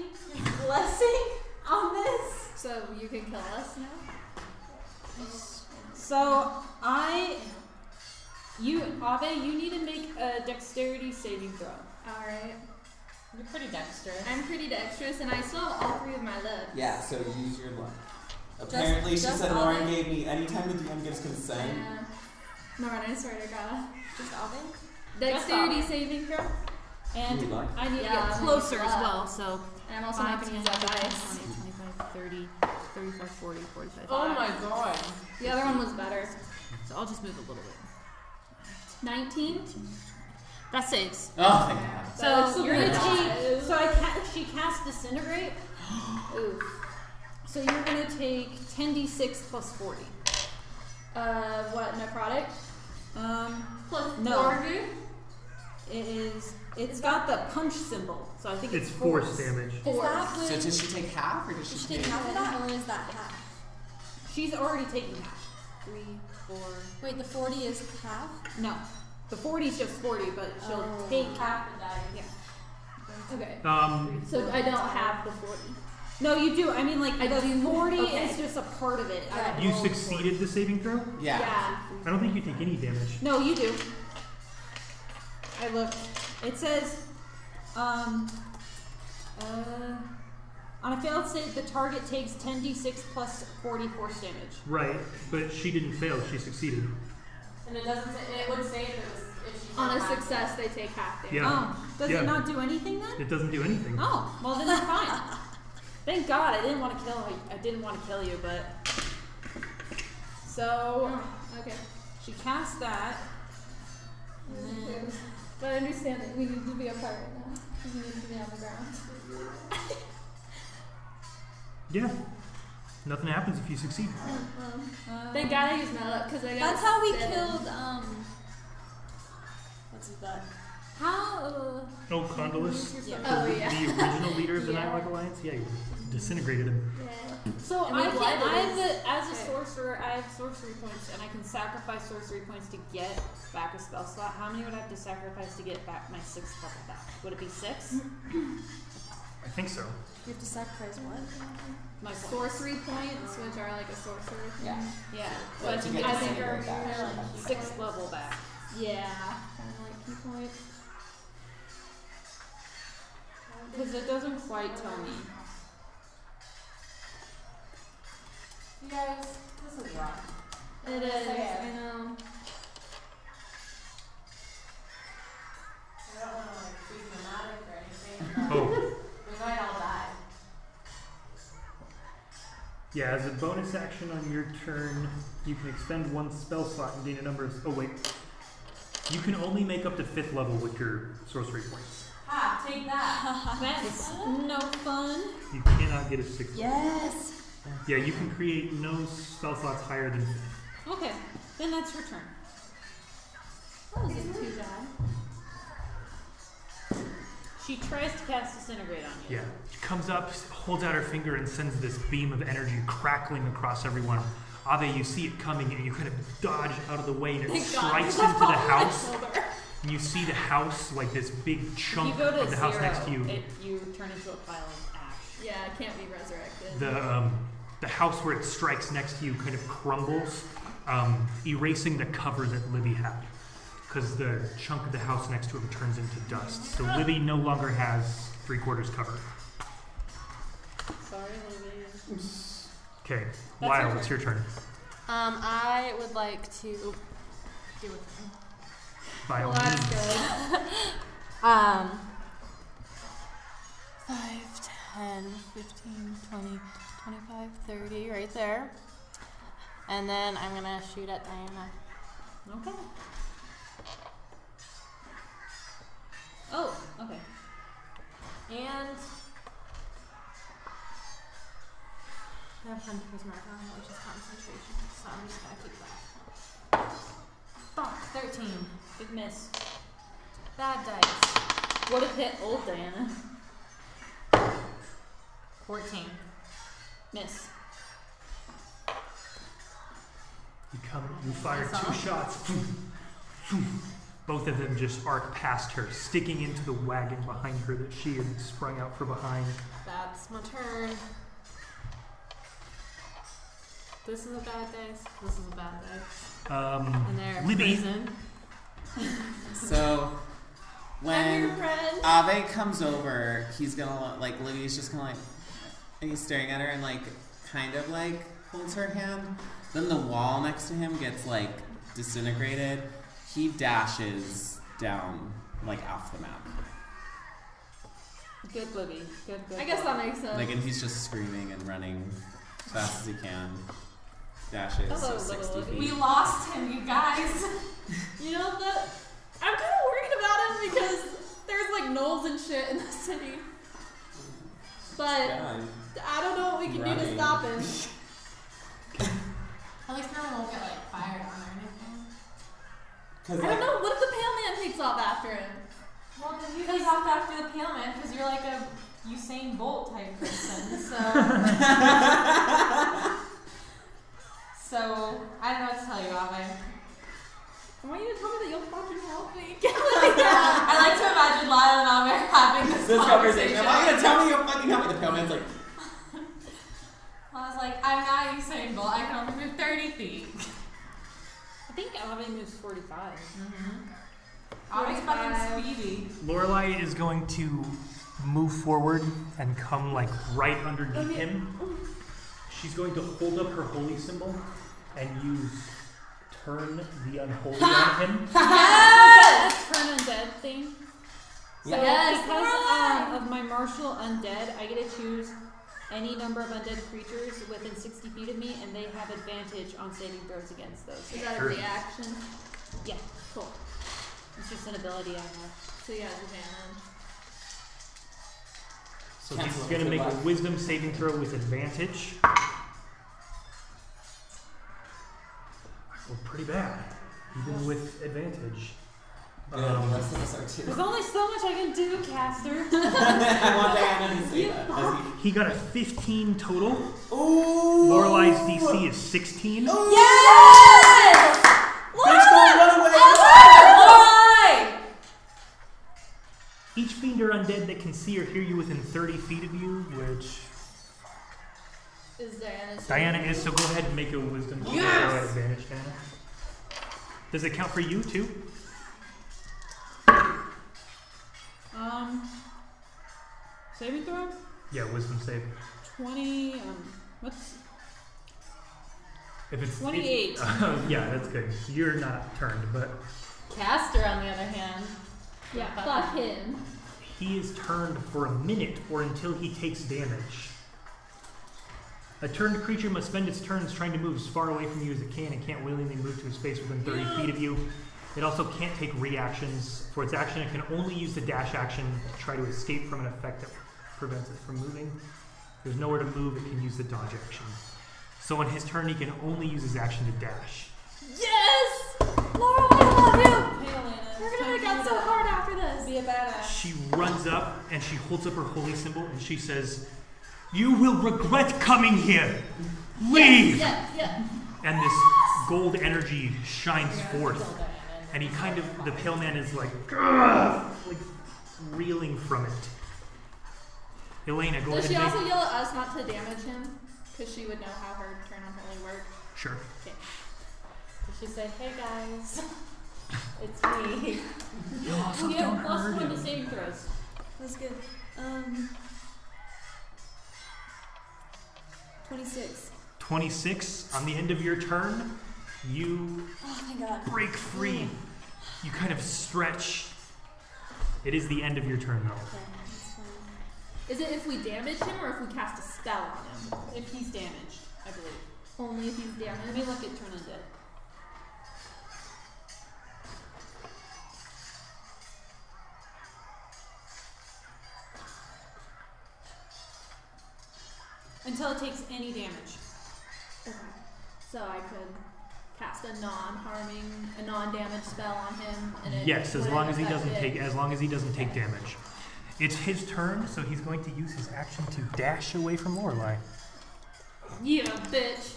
blessing on this.
So you can kill us now.
So I, you Ave, you need to make a dexterity saving throw.
All right.
You're pretty dexterous.
I'm pretty dexterous, and I still have all three of my lips.
Yeah, so use your luck. Apparently, she
just
said
all
Lauren
in?
gave me anytime the DM gives consent.
Yeah. Lauren, I swear to God.
Just Alvin?
Dexterity saving throw.
And
Good luck.
I need
Yeah,
to
I'm
get
gonna
closer
use
as
that.
well. So
And I'm also not going to use that dice.
25, 30, 35, 40, 45.
Oh my god.
The other one was better.
So I'll just move a little bit.
19.
That saves.
Oh, thank God.
That's
so
still
you're
gonna
gonna
die.
take. So I ca- she cast disintegrate.
Ooh.
So you're gonna take 10d6 plus 40.
Uh, what necrotic?
Um,
Plus
No.
four of you?
it is. It's got the punch symbol, so I think it's,
It's force damage.
Is
Four.
that
So
when
does she take half or does
she
she
take
take?
half of that or is that half?
She's already taking half. three, four.
Wait, the 40 is half?
No, the 40 is just 40, but she'll
Oh.
take.
Half the dice.
Yeah.
Okay.
Um,
So I don't have the 40.
No, you do. I mean, like
I
the
do.
40
Okay.
is just a part of it. I
Right.
don't
you
roll the 40.
succeeded the saving throw.
Yeah.
yeah.
I don't think you take any damage.
No, you do. I look. It says, um, uh, on a failed save, the target takes 10d6 plus 40 force damage.
Right, but she didn't fail. She succeeded.
And it doesn't. Say, it would say if it was if she.
On a
half.
success, they take half damage.
Yeah.
Oh, does
Yeah.
it not do anything then?
It doesn't do anything.
Oh, well then it's fine. Thank God I didn't want to kill. I didn't want to kill you, but so
Okay.
she cast that.
But I understand that we need to be apart right now. We need to be on the ground.
Yeah. Nothing happens if you succeed.
Um,
Uh,
Thank God I used my luck because I got.
Uh-huh. That's how we
seven.
killed, um. What's his butt?
How?
Oh, Condolus,
Oh yeah.
the original leader of the Night Nightlock Alliance. Yeah, you disintegrated him.
So
And
I
we
can,
glided
I have
it.
the, as a
Okay.
sorcerer, I have sorcery points, and I can sacrifice sorcery points to get back a spell slot. How many would I have to sacrifice to get back my sixth level back? Would it be six?
I think so.
You have to sacrifice what?
Mm-hmm.
My four.
Sorcery points, which are like a sorcerer. thing.
Yeah.
Yeah.
But
So I
to
think
get
I
the
think
same
are
back.
sixth level back.
Yeah. Kind of like key point.
Because it doesn't quite tell me.
You guys, this is rough.
It is.
Okay.
I know.
I don't want to like be dramatic or anything. But
Oh,
we might all die.
yeah. As a bonus action on your turn, you can expend one spell slot and gain a number of. Oh wait. You can only make up to fifth level with your sorcery points.
Ha! Take that.
That's no fun.
You cannot get a sixth.
Yes!
Yeah, you can create no spell slots higher than fifth.
Okay, then that's her turn.
That wasn't too bad.
She tries to cast disintegrate on you.
Yeah. She comes up, holds out her finger, and sends this beam of energy crackling across everyone. Ave, you see it coming, and you kind of dodge out of the way, and it strikes into the house. And you see the house like this big
If you
chunk
go to
of the house
zero,
next to you.
It, you turn into a pile of ash.
Yeah, it can't be resurrected.
the um, the house where it strikes next to you kind of crumbles, um, erasing the cover that Libby had, because the chunk of the house next to him turns into dust. So Libby no longer has three quarters cover.
Sorry, Olivia.
Okay,
your
Lyle,
turn.
it's your turn.
Um, I would like to do a
By all
Well, that's
means.
good.
Um, 5, 10, 15, 20, 25, 30, right there. And then I'm going to shoot at Diana.
Okay. Oh, okay.
And. I have 10 because mark on, which is concentration, so I'm just going to keep that. Fuck, 13.
Big miss.
Bad dice.
What if hit old Diana?
14.
Miss.
You come, you fire
That's
two
all.
shots. Both of them just arc past her, sticking into the wagon behind her that she had sprung out from behind.
That's my turn. This is a bad dice. This is a bad dice.
Um,
And they're
Libby.
prison.
So
I'm your
when
friend.
Ave comes over, he's gonna like Libby's just kind of like, and he's staring at her and like kind of like holds her hand. Then the wall next to him gets like disintegrated. He dashes down like off the map,
Good Libby. Good, good.
I guess that makes sense.
like and he's just screaming and running as fast as he can. Dashes
Hello,
sixty
little Libby.
feet.
We lost him, you guys.
You know that I'm kind of worried about him because there's like gnolls and shit in the city. But
Yeah,
I don't know what we can do to
Right.
stop him.
At least no one will get like fired on or anything.
'cause,
I
like,
don't know. What if the pale man takes off after him?
Well, then you guys have to after the pale man because you're like a Usain Bolt type person. So, so I don't know.
like I'm not insane, but I can only move thirty feet.
I think Alvin moves 45.
Mm-hmm.
Always fucking
45.
speedy.
Lorelai is going to move forward and come like right underneath him. She's going to hold up her holy symbol and use turn the unholy on him.
Yes! Turn undead thing. So
Yes,
because um, of my martial undead, I get to choose any number of undead creatures within 60 feet of me, and they have advantage on saving throws against those.
Is that a
Sure.
reaction?
Yeah, cool. It's just an ability I have.
So yeah, it's advantage.
So
Cancel
he's
it,
going to
good
make a
luck.
wisdom saving throw with advantage. Well, pretty bad, even with advantage.
Good.
Um,
the rest of us are too.
There's only so much I can do, caster.
I want Diana to say that. Does
He
he?
got a 15 total.
Ooh.
Lorelai's DC is 16.
Ooh.
Yes!
Bitch, don't run away.
Why?
Each fiend or undead that can see or hear you within 30 feet of you, which
Is Diana's
Diana is, so go ahead and make a wisdom saving throw at advantage, Diana. Does it count for you too?
Um, saving throw?
Yeah, wisdom save.
20. Um, what's.
If it's
28.
yeah, that's good. You're not turned, but
Caster, on the other hand.
Yeah, fuck him.
he is turned for a minute or until he takes damage. A turned creature must spend its turns trying to move as far away from you as it can and can't willingly move to a space within 30 feet of you. It also can't take reactions for its action. It can only use the dash action to try to escape from an effect that prevents it from moving. There's nowhere to move. It can use the dodge action. So on his turn, he can only use his action to dash.
Yes! Laurel, I love you!
Hey, Elena.
We're gonna make out so hard after this.
Be a badass.
She runs up and she holds up her holy symbol and she says, You will regret coming here! Leave!
Yeah, yeah.
And this gold energy shines forth. And he kind of, the pale man is like, "Ugh," like reeling from it. Elena, go
Does
ahead
she
and make.
also yell at us not to damage him? Because she would know how her turn on holy worked.
Sure.
She said, "Hey guys, it's me."
You also
You
don't
have plus
hurt
one to
him.
saving throws.
That's good. Um, 26.
26, on the end of your turn, you
Oh, thank God.
break free. You kind of stretch. It is the end of your turn, though.
Okay, that's fine.
Is it if we damage him or if we cast a spell on him?
If he's damaged, I believe.
Only if he's
Let
damaged.
me look at turn undead. Until it takes any damage.
Okay. So I could cast a non-harming, a non-damage spell on him, and it
Yes, as
wouldn't
long as he
affect
doesn't
it.
take as long as he doesn't take damage. It's his turn, so he's going to use his action to dash away from Lorelai.
Yeah, bitch.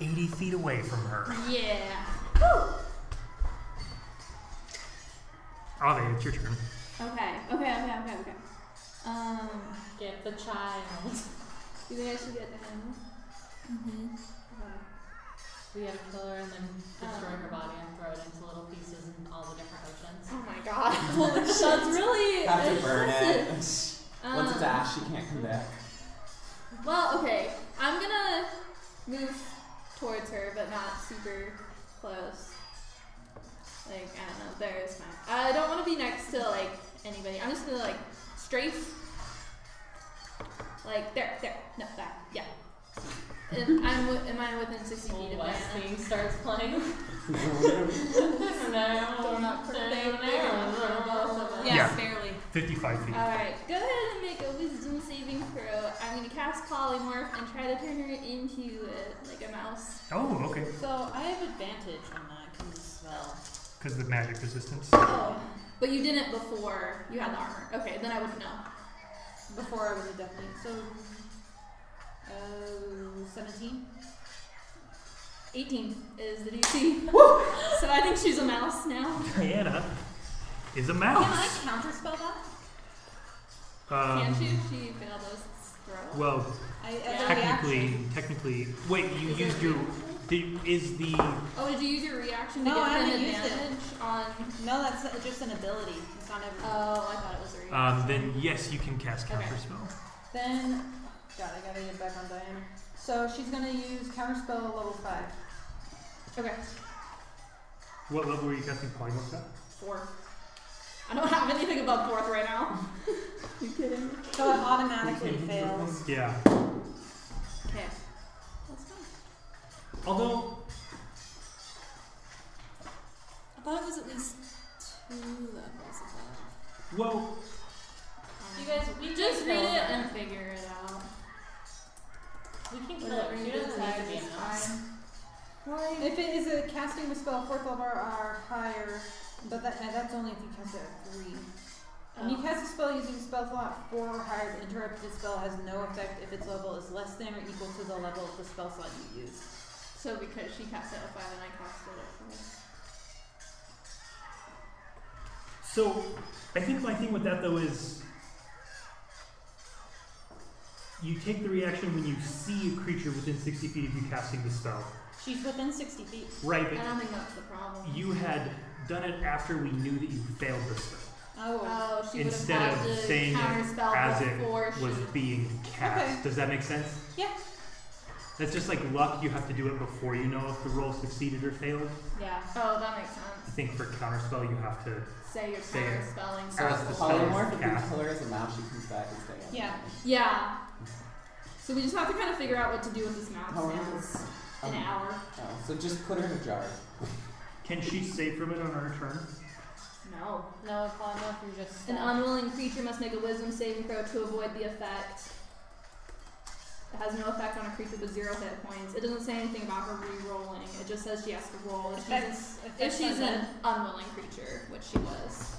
Eighty feet away from her.
Yeah.
Ave, it's your turn.
Okay. Okay. Okay. Okay. Okay. Um,
Get the child.
you think I should get the animal?
Mm-hmm.
Okay.
We gotta kill her and then destroy
Um.
her body and throw it into little pieces in all the different oceans.
Oh my god. Holy shit. That's really
Have to burn it.
impressive.
Once
Um,
it's ash, she can't come back.
Well, okay. I'm gonna move towards her, but not super close. Like I don't know. There is my. I don't want to be next to like anybody. I'm just gonna like strafe. Like there, there, no, that, yeah. And I'm. wi- Am I within 60 feet
Old
of
West
Diana?
theme starts playing.
Yeah,
Yeah.
barely.
Fifty-five feet.
Alright, go ahead and make a wisdom saving throw. I'm gonna cast polymorph and try to turn her into a, like a mouse.
Oh, okay.
So I have advantage on that because it's spell.
Because of the magic resistance.
Oh. But you didn't before you had the armor. Okay, then I would know.
Before I was a oh, definitely so. Uh, 17?
18 is the DC. so I think she's a mouse now.
Diana is a
Can
mouse.
I counterspell that?
Can't she?
Um,
She failed those throws.
well,
I, as a
technically,
reaction.
technically. Wait, you used your. Did, is the
Oh, did you use your reaction to
No,
give
I
him
haven't used it.
advantage on?
No, that's uh, just an ability. It's not every.
Oh, I thought it was a reaction.
um, then yes, you can cast
Okay.
counterspell.
Then, God, I gotta get back on Diana. So she's gonna use counterspell level five.
Okay,
What level were you casting polymorph at?
four. I don't have anything above fourth right now. you kidding? me?
So it automatically fails.
Yeah.
Okay.
Although
I thought it was at least two levels above.
Well,
You guys, we just read it and figure it out.
We can kill her. She doesn't need to be a mouse.
If it is a casting with spell fourth level or higher, but that now that's only if you cast it at three.
Uh,
When
Oh.
you cast a spell using a spell slot four or higher, the interrupted spell has no effect if its level is less than or equal to the level of the spell slot you used.
So because she cast it at five and I cast it at four.
so I think my thing with that though is you take the reaction when you see a creature within 60 feet of you casting the spell.
She's within 60 feet.
Right,
I
but
don't think that's the problem.
you had done it after we knew that you failed the spell
Oh.
Oh, she would have
instead
had
of
to
saying it
counterspell
as it
before she.
was being cast. Does that make sense?
Yeah.
That's just like luck. You have to do it before you know if the roll succeeded or failed.
Yeah.
Oh, that makes
I
sense.
think for counterspell, you have to.
Say you're
Say it.
counterspelling.
So it's the
before-
polymorph.
spell is
if
cast.
you kill her as a mouse, she comes back as Diana.
Yeah.
Yeah. So we just have to kind of figure out what to do with this mouse
How
now.
long is
An
um,
hour?
Oh, so just put her in a jar.
Can she save from it on her turn?
No.
No, Palma, if you're just.
An
stuck.
unwilling creature must make a wisdom saving throw to avoid the effect. It has no effect on a creature with zero hit points. It doesn't say anything about her re-rolling. It just says she has to roll. If she's, an,
Effects-
if
effects
she's
on
an
that.
unwilling creature, which she was.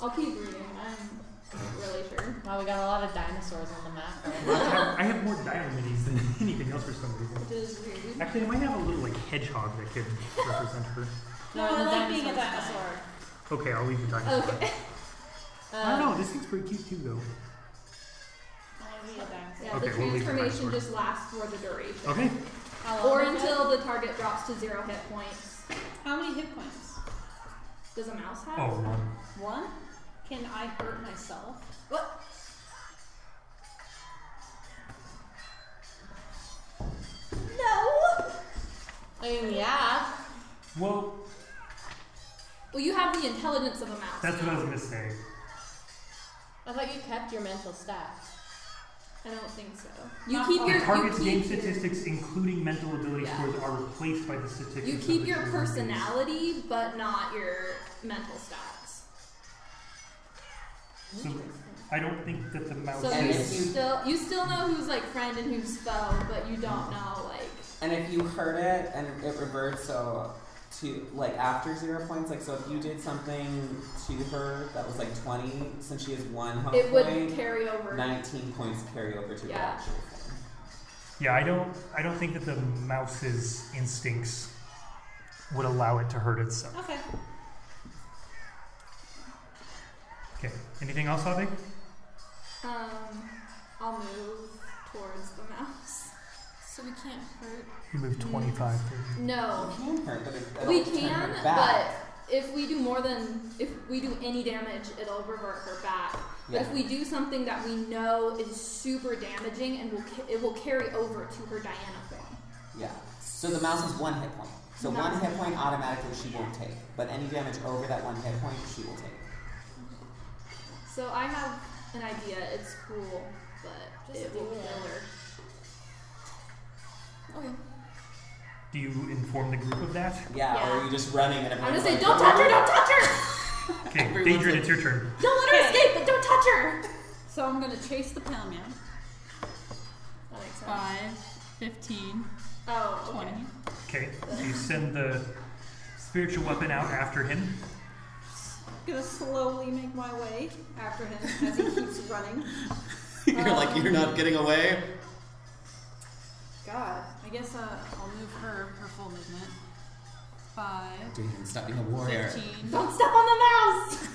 I'll keep reading. I'm really sure.
Wow, we got a lot of dinosaurs on the map.
I have, I have more dire minis than anything else for some reason.
It is weird.
Actually, I might have a little like hedgehog that could represent her.
No,
No,
I
the
like being a
dinosaur's
dinosaur.
Okay, I'll leave the dinosaur.
Okay.
I don't
Um,
know. This thing's pretty cute too, though.
I wanna be a dinosaur.
Yeah,
Okay,
the
we'll leave the
transformation
dinosaur.
just lasts for the duration.
Okay.
How long
Or
is it?
until the target drops to zero hit points.
How many hit points?
Does a mouse have?
Oh no.
One? Can I hurt myself?
What? No.
I mean, yeah.
Well,
Well, you have the intelligence of a mouse.
that's what I was gonna say.
I thought you kept your mental stats.
I don't think so. You
Not
keep
all.
your
The target's
you
game
keep
statistics, including mental ability
Yeah.
scores, are replaced by the
your,
statistics.
you
of
keep
the
your
chosen race.
personality, but not your mental stats.
So I don't think that the mouse.
So
And
you
if you-
still you still know who's like friend and who's foe, but you don't know like
And if you hurt it and it reverts so to like after zero points, like so if you did something to her that was like twenty, since she has one health
it would
point,
carry over.
nineteen points carry over to
Yeah.
her actual thing.
yeah, I don't. I don't think that the mouse's instincts would allow it to hurt itself.
Okay.
Okay. Anything else, Avi?
Um, I'll move towards the mouse.
So we can't hurt.
You move
Mm.
25. thirty.
No,
You can hurt, but it, it'll
we
turn
can,
her
but
back.
if we do more than if we do any damage, it'll revert her back. But if
Yeah.
we do something that we know is super damaging and will ca- it will carry over to her Diana form.
yeah. So the mouse has one hit point. So
The
one
mouse-
hit point automatically she won't take, but any damage over that one hit point she will take.
So I have an idea. It's cool, but
Just
it will
do
kill
it.
her.
Okay.
Do you inform the group of that?
Yeah, or
Yeah.
are you just running and
I'm
everyone's
gonna say,
like,
don't touch her! Don't touch her!
Okay,
Everyone's
Daedrin,
like-
it's your turn.
Don't let her escape, but don't touch her!
So I'm gonna chase the palm man.
That makes
Uh,
5,
sense.
15,
Oh, okay.
20.
Okay, so you send the spiritual weapon out after him.
Gonna slowly make my way after him as he keeps running.
you're like, you're not getting away.
God. I guess uh, I'll move her her full movement. Five.
Damn, stop being a warrior.
15,
Don't step on the mouse!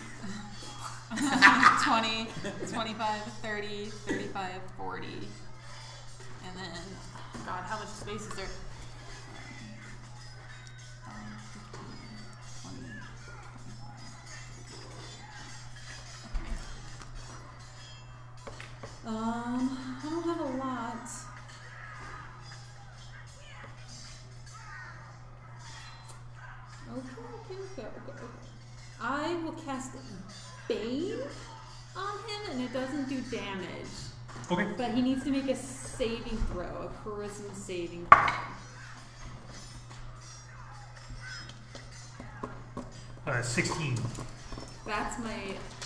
20, 25, 30, 35, 40. And then, God, how much space is there? Five, 15, 20, 25. Okay. Um, I don't have a lot. Oh, Okay, okay, okay, okay, okay. I will cast Bane on him, and it doesn't do damage.
Okay.
But he needs to make a saving throw, a charisma saving throw.
Uh, 16.
That's my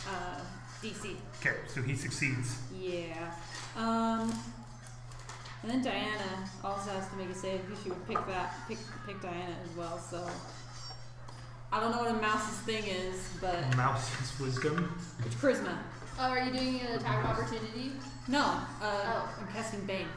uh, DC.
Okay, so he succeeds.
Yeah. Um, and then Diana also has to make a save because she would pick that, pick, pick Diana as well. So I don't know what a mouse's thing is, but
Mouse's wisdom.
it's charisma.
Oh, are you doing an attack of opportunity?
No, uh,
Oh.
I'm casting Bane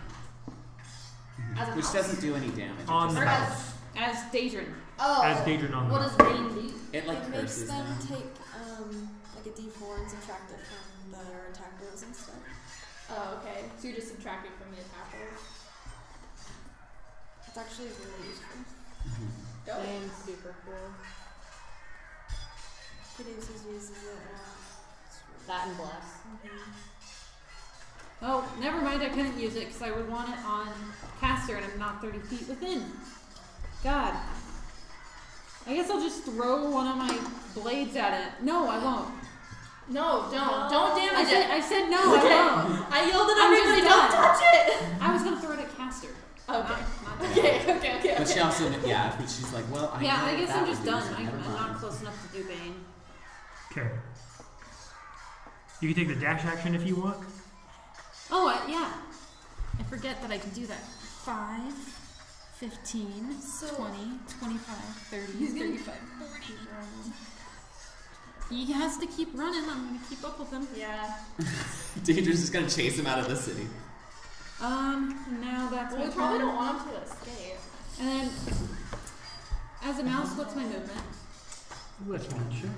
As a
Which
mouse.
doesn't do any damage. It,
On
just-
the
Or as-
mouse.
as Daedrin.
Oh.
As Daedrin on the
What
mouse.
does Bane do?
it like
it makes
curses
them
them.
take um, like a D4 and subtract it from their attack rolls and stuff.
Oh, okay. So you're just subtracting from the attack roll.
It's actually really useful.
Go.
Bane's super cool.
Caduceus uses it a uh, lot.
That and bless.
Mhm.
Oh, never mind. I couldn't use it because I would want it on caster, and I'm not 30 feet within. God. I guess I'll just throw one of my blades at it. No, I won't.
No, don't.
Don't damage I said, it. I said no,
Okay.
I won't.
I yelled at
I'm
everybody,
just
don't
done.
touch it!
I was gonna throw it at caster.
Okay.
Not, not
Okay, okay, okay.
But
okay.
she also, yeah, but she's like, well, I
yeah,
know
I guess
that
I'm
would
just
do
done.
this,
I'm,
never
I'm
mind.
not close enough to do Bane.
Okay. You can take the dash action if you want.
Oh, I, yeah. I forget that I can do that. 5, 15,
So-
25, 30, 35, 40. He has to keep running. I'm going to keep up with him.
Yeah.
Daedrin's just gonna chase him out of the city.
Um, now that's
Well,
my
we probably
turn.
don't want him to escape.
And then, as a mouse, what's my movement?
Let's one check.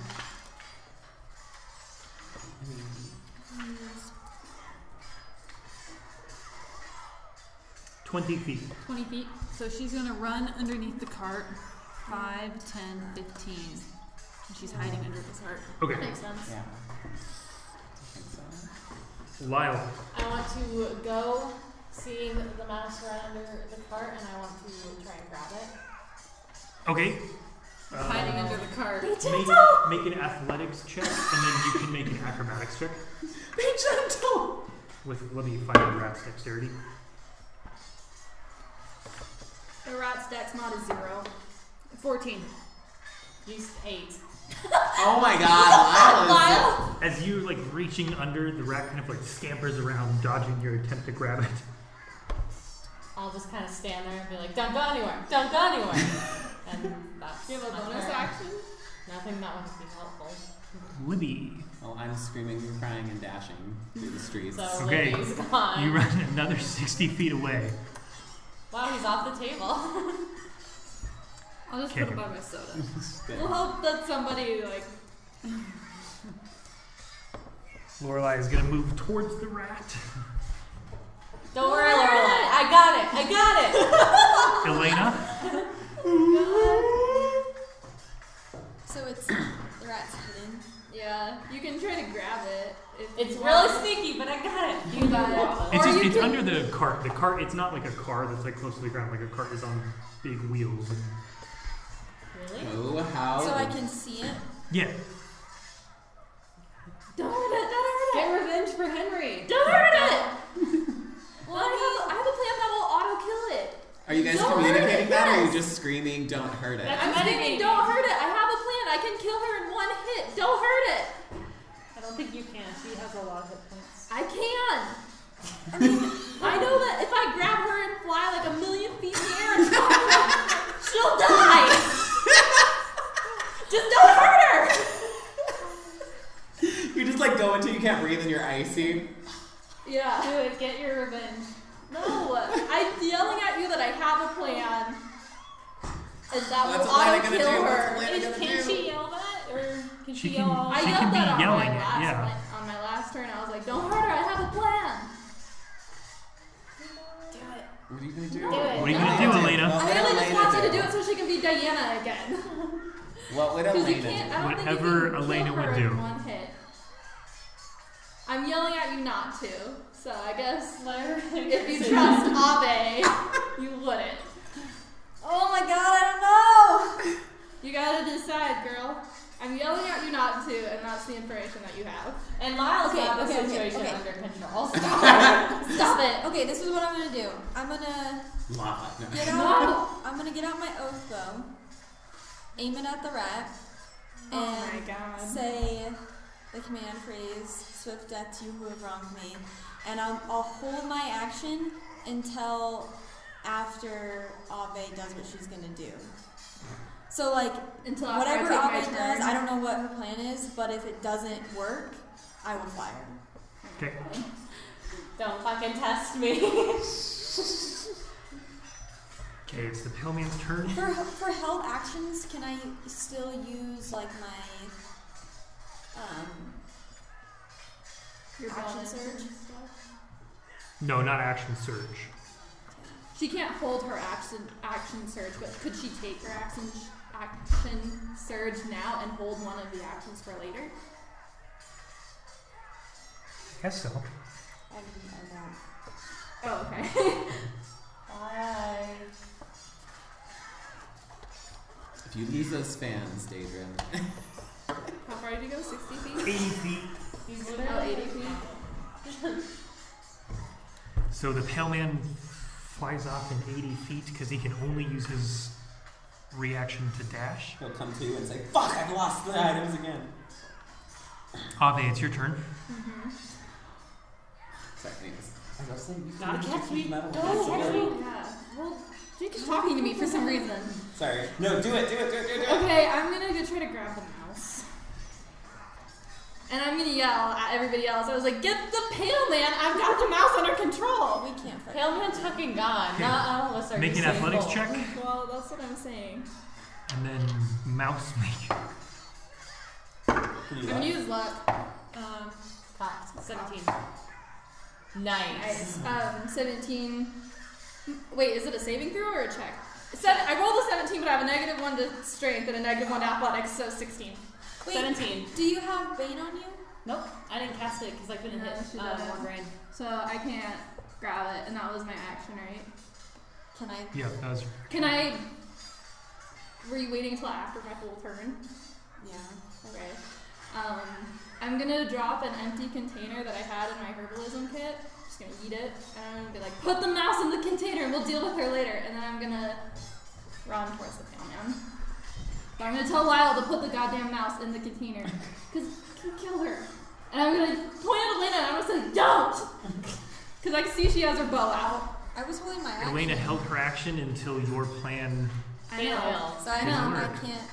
I mean,
Yes.
20 feet.
20 feet. So she's going to run underneath the cart. 5, 10, 15. And she's hiding under the cart.
Okay.
Makes sense.
yeah. I think so.
Lyle.
I want to go, seeing the mouse run under the cart, and I want to try and grab it.
Okay. Uh,
hiding under the cart.
Make, make an athletics check, and then you can make an acrobatics check.
Be gentle!
With let me find a rat's dexterity.
The rat's deck's not a zero.
14.
Use eight.
Oh my god, Lyle! is-
As you like reaching under, the rat kind of like scampers around, dodging your attempt to grab it.
I'll just kind of stand there and be like, don't go anywhere, don't go anywhere. and that's
Do you have a
my
bonus
turn.
action?
Nothing that would be helpful.
Libby,
Well, Oh, I'm screaming and crying and dashing through the streets.
So
Okay.
Libby's gone.
you run another 60 feet away.
wow, he's off the table.
I'll just
Okay.
put it by my soda.
We'll hope that somebody, like,
Lorelai is gonna move towards the rat.
don't worry, Lorelai. I got it. I got it.
Elena,
So it's the rat's hidden.
yeah, you can try to grab it. If
It's
you
really
want.
sneaky, but I got it.
You got it.
it's
or
just,
you
it's
can,
under the cart. The cart. It's not like a car that's like close to the ground. Like a cart is on big wheels. And,
Really?
Oh, how?
So I can see it.
yeah.
Don't hurt it, don't hurt it.
Get revenge for Henry.
Don't hurt it! well, I have, I have a plan that will auto kill it.
Are you guys
Don't hurt
communicating
it,
that or are you
yes.
just screaming, don't hurt it?
I'm screaming,
mitigating.
don't hurt it. I have a plan. I can kill her in one hit. Don't hurt it.
I don't think you can. She has a lot of hit points.
I can. I know that if I grab her and fly like a million feet in the air, and drop her, she'll die. Just don't hurt her.
You just like go until you can't breathe and you're icy.
Yeah.
Do it. Get your revenge.
No. I'm yelling at you that I have a plan. And that
What's
will
Elena
auto
gonna
kill
do? What's
her.
Elena
Is,
gonna
can
do?
she yell that, or can she,
She
yell?
can-
all-
I
She
yelled
be
that on
yelling
my
it,
last
yeah.
one- on my last turn. I was like, "Don't hurt her. I have a plan."
Do it.
What are you gonna do?
Do it. What are you
gonna do, Elena?
What
I
would
really
Elena
just want you to
do?
do it so she can be Diana again.
What would
Because
Elena
you can't.
do?
I don't
Whatever
think you can
Elena
kill
would
her
do.
in one hit. I'm yelling at you not to. So I guess if you trust Abe, you wouldn't.
Oh my god, I don't know!
You gotta decide, girl. I'm yelling at you not to, and that's the information that you have.
And Lyle's
Okay,
got the
okay, okay,
situation
okay.
under control. Stop.
Stop it.
Okay, this is what I'm gonna do. I'm gonna
Lava. No.
get out. I'm gonna get out my oath bow, aim it at the rat, and
Oh my god.
say the command phrase swift death to you who have wronged me and I'll, I'll hold my action until after Ave does what she's gonna do so like
Until after I
whatever
take my
Ave
turn.
does I don't know what her plan is but if it doesn't work I will fire
Okay.
Don't fucking test me.
Okay, it's the pale man's turn.
for, for held actions can I still use like my um
Your
Action
bonus
surge?
and stuff.
No, not action surge.
She can't hold her action action surge, but could she take her action action surge now and hold one of the actions for later?
Guess so.
I mean, I don't
Oh, okay.
Bye.
If you lose those fans, Daedrin.
How far did you go? 60 feet?
80 feet.
He's
Oh, 80
literally.
feet.
So the pale man flies off in 80 feet because he can only use his reaction to dash.
He'll come to and say, "Fuck! I've lost the items again."
Ave, it's your turn.
Sorry, anyways. As I was saying, you
Gotta
can
catch
just
me.
keep metal
Gotta
against the
catch
wall.
me.
Yeah. Well, Jake is talking to me for some reason.
Sorry. No, do it. Do it. Do it. Do it. Do it.
Okay, I'm gonna go try to grab the mouse. And I'm gonna yell at everybody else. I was like, get the pale man! I've got the mouse under control!
we can't fight.
Pale man's fucking gone.
Okay.
Not all of us are
Make an
disabled.
athletics check,
Well, that's what I'm saying.
and then mouse make.
Can you
I'm gonna
laugh?
use luck.
Um, cocked. 17. Nice.
Nice. Um, 17. Wait, is it a saving throw or a check? Seven, I rolled a 17, but I have a negative 1 to strength and a negative 1 to athletics, so 16.
Wait,
17.
do you have Bane on you?
Nope. I didn't cast it because I couldn't
No, she
hit uh,
doesn't.
more grand.
So I can't grab it, and that was my action, right?
Can I
Yeah, that was.
Can I. Were you waiting till after my full turn?
Yeah.
Okay. Um, I'm gonna drop an empty container that I had in my herbalism kit. Just gonna eat it, and I'm gonna be like, put the mouse in the container, and we'll deal with her later. And then I'm gonna run towards the pale man. But I'm gonna tell Lyle to put the goddamn mouse in the container, cause it can kill her. And I'm gonna point at Elena, and I'm gonna say, don't, cause I can see she has her bow out.
I was holding my action.
Elena held her action until your plan.
I know.
So I know
Didn't
I
work.
can't.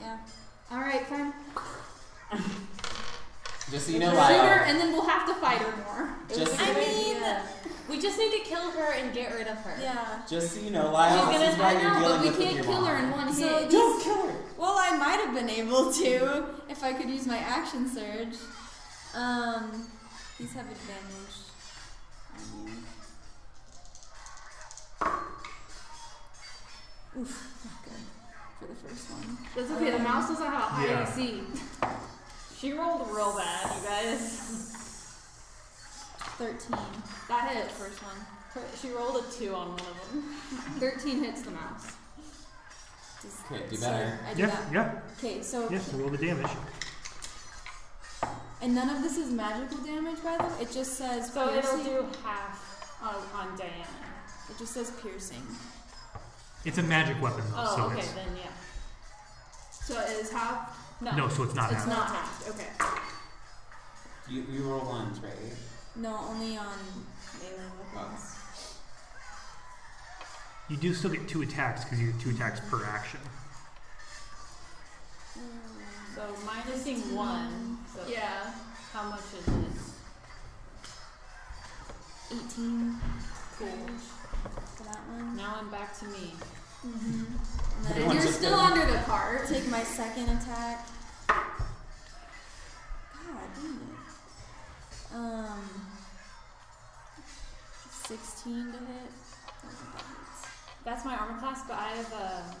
Yeah.
All right, fine.
Just so you know,
Shoot her,
Lyle.
and then we'll have to fight her more.
Just,
I mean, we just need to kill her and get rid of her.
Yeah.
just so you know, Lyle.
She's
This is
gonna-
why
I
you're
know,
dealing
but we
with
can't
with your
kill
mom.
her in one hit.
So
Don't kill her.
Well, I might have been able to if I could use my action surge. Um, these have advantage. on you. Oof, not good for the first one.
That's okay. The mouse doesn't have a high
Yeah.
AC.
She rolled real bad, you guys.
Thirteen.
That hits.
First one.
She rolled a 2 on one of them.
Thirteen hits the mouse.
Does-
Okay, do
so
better.
I do
Yeah,
that.
yeah,
Okay, so
yeah. So roll the damage.
and none of this is magical damage, by the way. It just says
So it'll
piercing.
do half on, on Diana.
It just says piercing.
It's a magic weapon though,
Oh,
so
okay,
it's
then yeah.
So it is half.
no, so it's not.
It's
half.
not
Not half. Okay.
You, you roll ones, right?
No, only on melee weapons.
You do still get two attacks because you get two attacks per action.
Oh.
Hmm.
So minusing 1. So
Yeah.
how much is this?
Eighteen.
Cool. Cool.
for that one.
Now I'm back to me.
Mm-hmm.
That
And then
one's
you're
a
still
fail.
under the cart. Take my second attack. God damn it. Um, 16 to hit. I don't think that hits.
That's my armor class, but I have a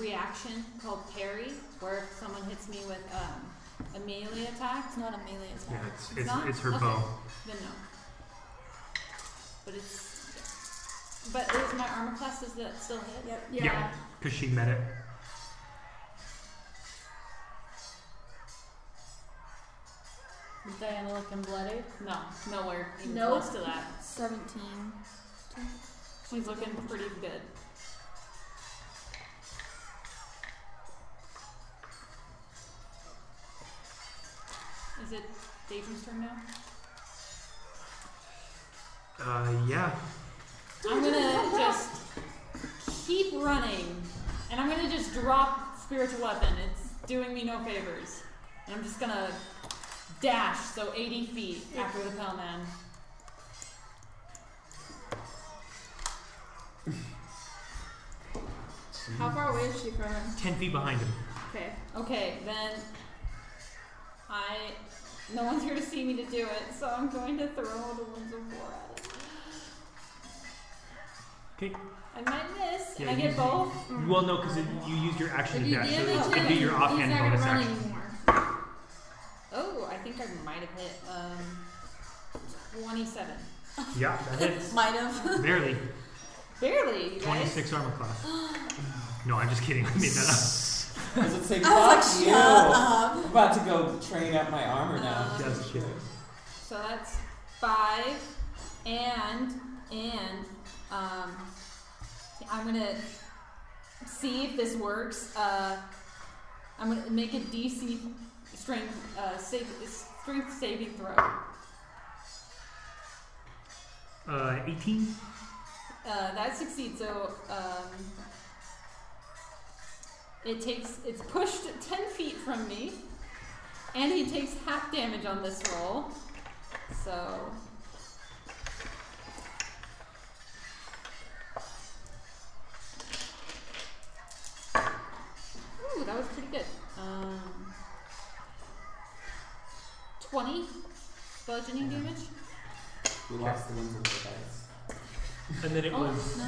reaction called parry, where if someone hits me with um, a melee attack,
It's not a melee attack.
Yeah, it's
It's
it's,
not?
it's her
Okay.
bow.
then no. But it's. But is my armor class does that still hit?
Yep.
Yeah.
Yeah. Because she met it.
Is Diana looking bloody?
No, nowhere. Even
Nope.
close to that.
17.
She's looking pretty good. Is it Daedrum's turn now?
Uh, yeah.
I'm gonna just keep running, and I'm gonna just drop spiritual weapon. It's doing me no favors, and I'm just gonna dash so 80 feet after the pale man.
How far away is she from him?
Ten feet behind him.
Okay.
Okay, then I no one's here to see me to do it, so I'm going to throw the winds of war at it.
Okay.
I might miss,
Yeah,
and I
you-
get both.
Well, no, because you used your action
If
to
you
dash, so
damage
it could be
it,
your
he's
offhand
not gonna
bonus
run
action.
anymore.
Oh, I think I might have hit um 27.
Yeah, that hits.
Might have.
Barely.
Barely, you guys.
Twenty-six armor class. No, I'm just kidding. I made that up.
Does it say
I was
fuck
like,
you?
shut up.
I'm about to go train up my armor now.
Just kidding.
So that's five, and and um, I'm gonna see if this works. Uh, I'm gonna make a DC strength uh, save, strength saving throw.
Uh, eighteen.
Uh, that succeeds. So um, it takes it's pushed ten feet from me, and he takes half damage on this roll. So ooh, that was pretty good. Um, Twenty bludgeoning damage.
We lost the ones with the dice.
And then it
Oh,
was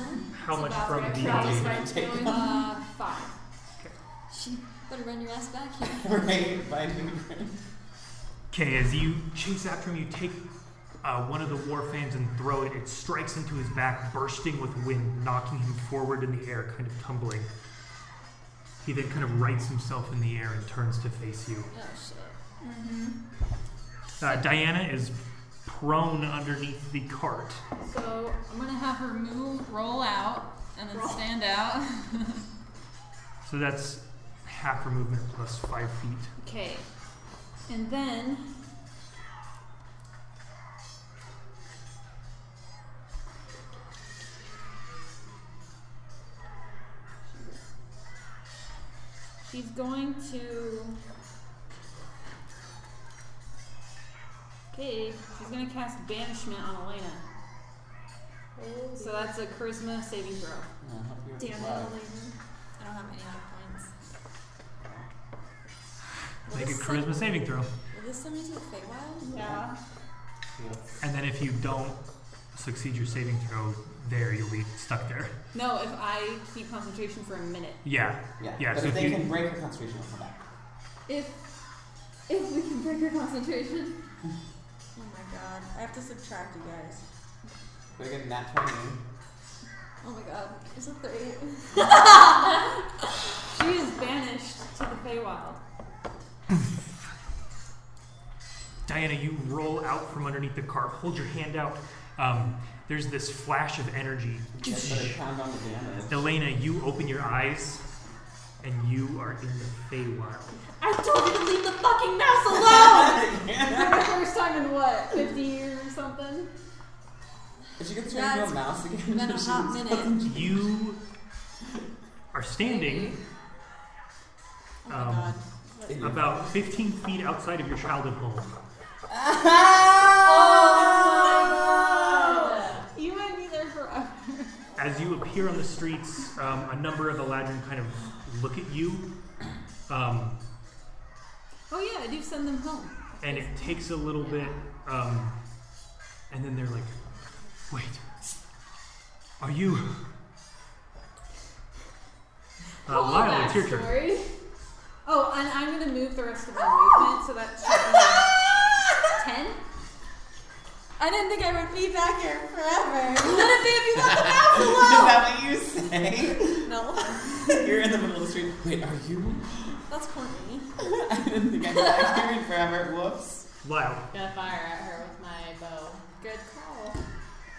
how
It's
much
about
from
right.
the
Probably
eight?
right. Take-
Uh, five.
She better run your ass back here.
right? Finding friends.
Okay, as you chase after him, you take uh, one of the war fans and throw it. It strikes into his back, bursting with wind, knocking him forward in the air, kind of tumbling. He then kind of rights himself in the air and turns to face you.
Oh, shit.
Uh, Diana is prone underneath the cart.
So I'm gonna have her move, roll out, and then stand out.
So that's half her movement plus five feet.
Okay. And then she's going to Okay, she's gonna cast banishment on Elena. So that's a charisma saving throw.
I'll help you with the
Damn it,
blood.
Elena. I don't have any hit points. Will
Make a
this
charisma
send-
saving throw.
Will this send me to the Feywild?
Yeah.
Yes.
And then if you don't succeed your saving throw there, you'll be stuck there.
No, if I keep concentration for a minute.
Yeah.
Yeah.
Yeah,
but
so if
if they
you-
can break the concentration, I'll come back.
If if we can break her concentration.
Oh my god. I have to subtract you guys.
We're getting that 20.
Oh my god. It's a three.
She is banished to the Feywild.
Diana, you roll out from underneath the cart. Hold your hand out. Um, there's this flash of energy.
Just put a pound on the damage.
Elena, you open your eyes, and you are in the Feywild.
I told you to leave the fucking mouse alone!
For the first time in what, 50 years or something?
If she gets turned into
That's
a mouse again,
been a
she
hot
was
minute.
fucking-
You are standing
Oh my
Um,
god.
about 15 feet outside of your childhood home.
Oh,
You went
as you appear on the streets, um, a number of Eladrin kind of look at you, um,
Oh yeah, I do send them home.
and it takes a little bit, um, and then they're like, "Wait, are you?" Uh,
Whole
Lila, it's your turn.
backstory. Oh, and I'm gonna move the rest of my movement, so that's ten.
I didn't think I would be back here forever.
Is that what you say?
No,
You're in the middle of the street. Wait, are you?
that's corny.
I didn't think I'd be back here in forever. Whoops.
Lyle,
Gonna fire at her with my bow.
Good call.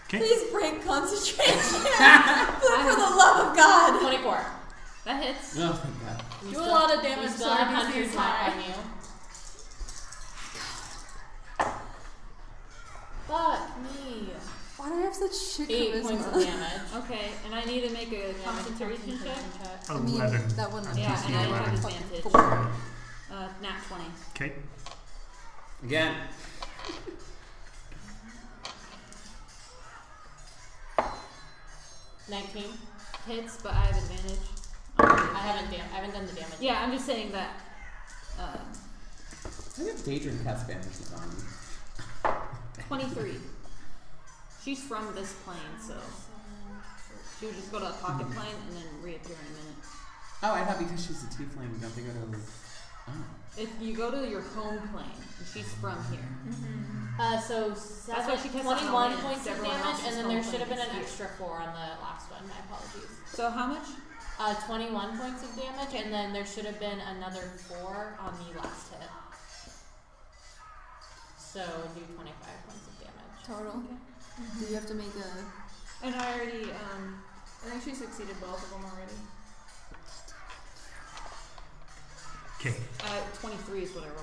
Please break concentration. for the love of God.
24. That hits.
Oh, thank God.
You
Do a lot of damage,
You still
so
have
I do see
hunters
it's
left
high.
on you. Fuck me.
Why do I have such shit
Eight points of
charisma?
damage.
Okay, and I need to make a
Yeah,
concentration check.
check.
Oh,
I mean,
eleven.
that one was
Yeah,
DC
and I have
11.
advantage.
four.
Uh, nat twenty.
Okay.
Again.
Nineteen.
Hits, but I have advantage.
I haven't dam- I haven't done the damage.
Yeah, I'm just saying that. Uh,
I think Daedrin cast bandages on me.
Twenty-three. She's from this plane, so she would just go to a
Hmm.
pocket plane and then reappear in a minute.
Oh, I thought because she's a tiefling, don't they go to? Oh.
If you go to your home plane, and she's from here.
Mm-hmm.
Uh, so
That's why she cast
21
on Elena,
points of
everyone
damage,
else's
and then
spell
there should have been an
point is
extra four on the last one. My apologies.
So how much?
Uh, 21 points of damage, and then there should have been another four on the last hit. So do 25 points of damage.
Total. Do you have to make a.
And I already, um, I think she succeeded both of them already.
Okay.
Uh, 23 is what I rolled.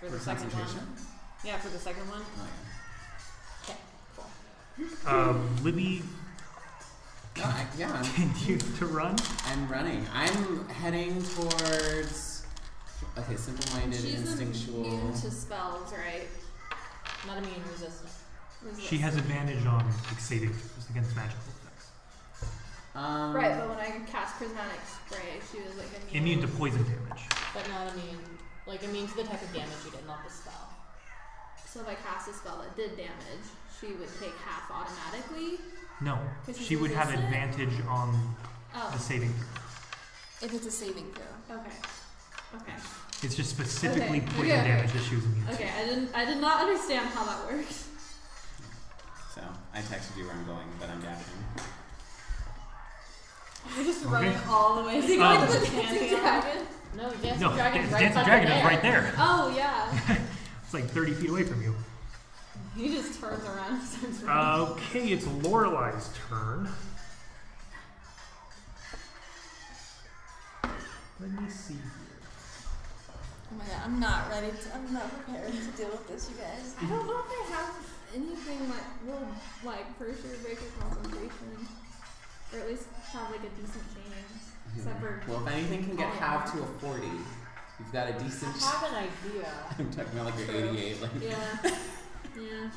For the
For
second one.
concentration?
Yeah, for the second one.
Oh,
Okay, cool.
Um, Libby
yeah. No, I, yeah, I'm-
continues to run.
I'm running. I'm heading towards. Okay, simple-minded, instinctual.
immune to spells, right?
Not immune resistant.
Was it-
She has advantage on like, saving throws against magical effects.
Um,
Right, but when I cast prismatic spray, she was like
Immune to poison damage.
But not immune, like immune to the type of damage you did, not the spell.
So if I cast a spell that did damage, she would take half automatically.
No,
'Cause she's
she would have
resistant?
advantage on the
Oh,
saving throw.
If it's a saving throw.
okay, okay,
It's just specifically
Okay,
poison
okay.
damage that she was immune
okay. I didn't, I did not understand how that works.
So I texted you where I'm going, but I'm dashing.
We're just
Okay.
running all the way. Is he
going Um,
to the
Dragon.
No,
to.
Dancing
No,
Dragon's
Dance
right
Dancing
up
Dragon
there.
is right there.
Oh yeah.
It's like 30 feet away from you.
He just turns around and starts running.
Okay, it's Lorelai's turn. Let me see.
Oh my god, I'm not ready. To, I'm not prepared to deal with this, you guys.
I don't know if I have anything that will like for sure break her concentration, or at least have like a decent change. Except for-
Well, if anything can get half to a 40, you've got a
Uh,
I
decent.
have an idea.
I'm talking about like your 88. Like, hmm.
Yeah, yeah.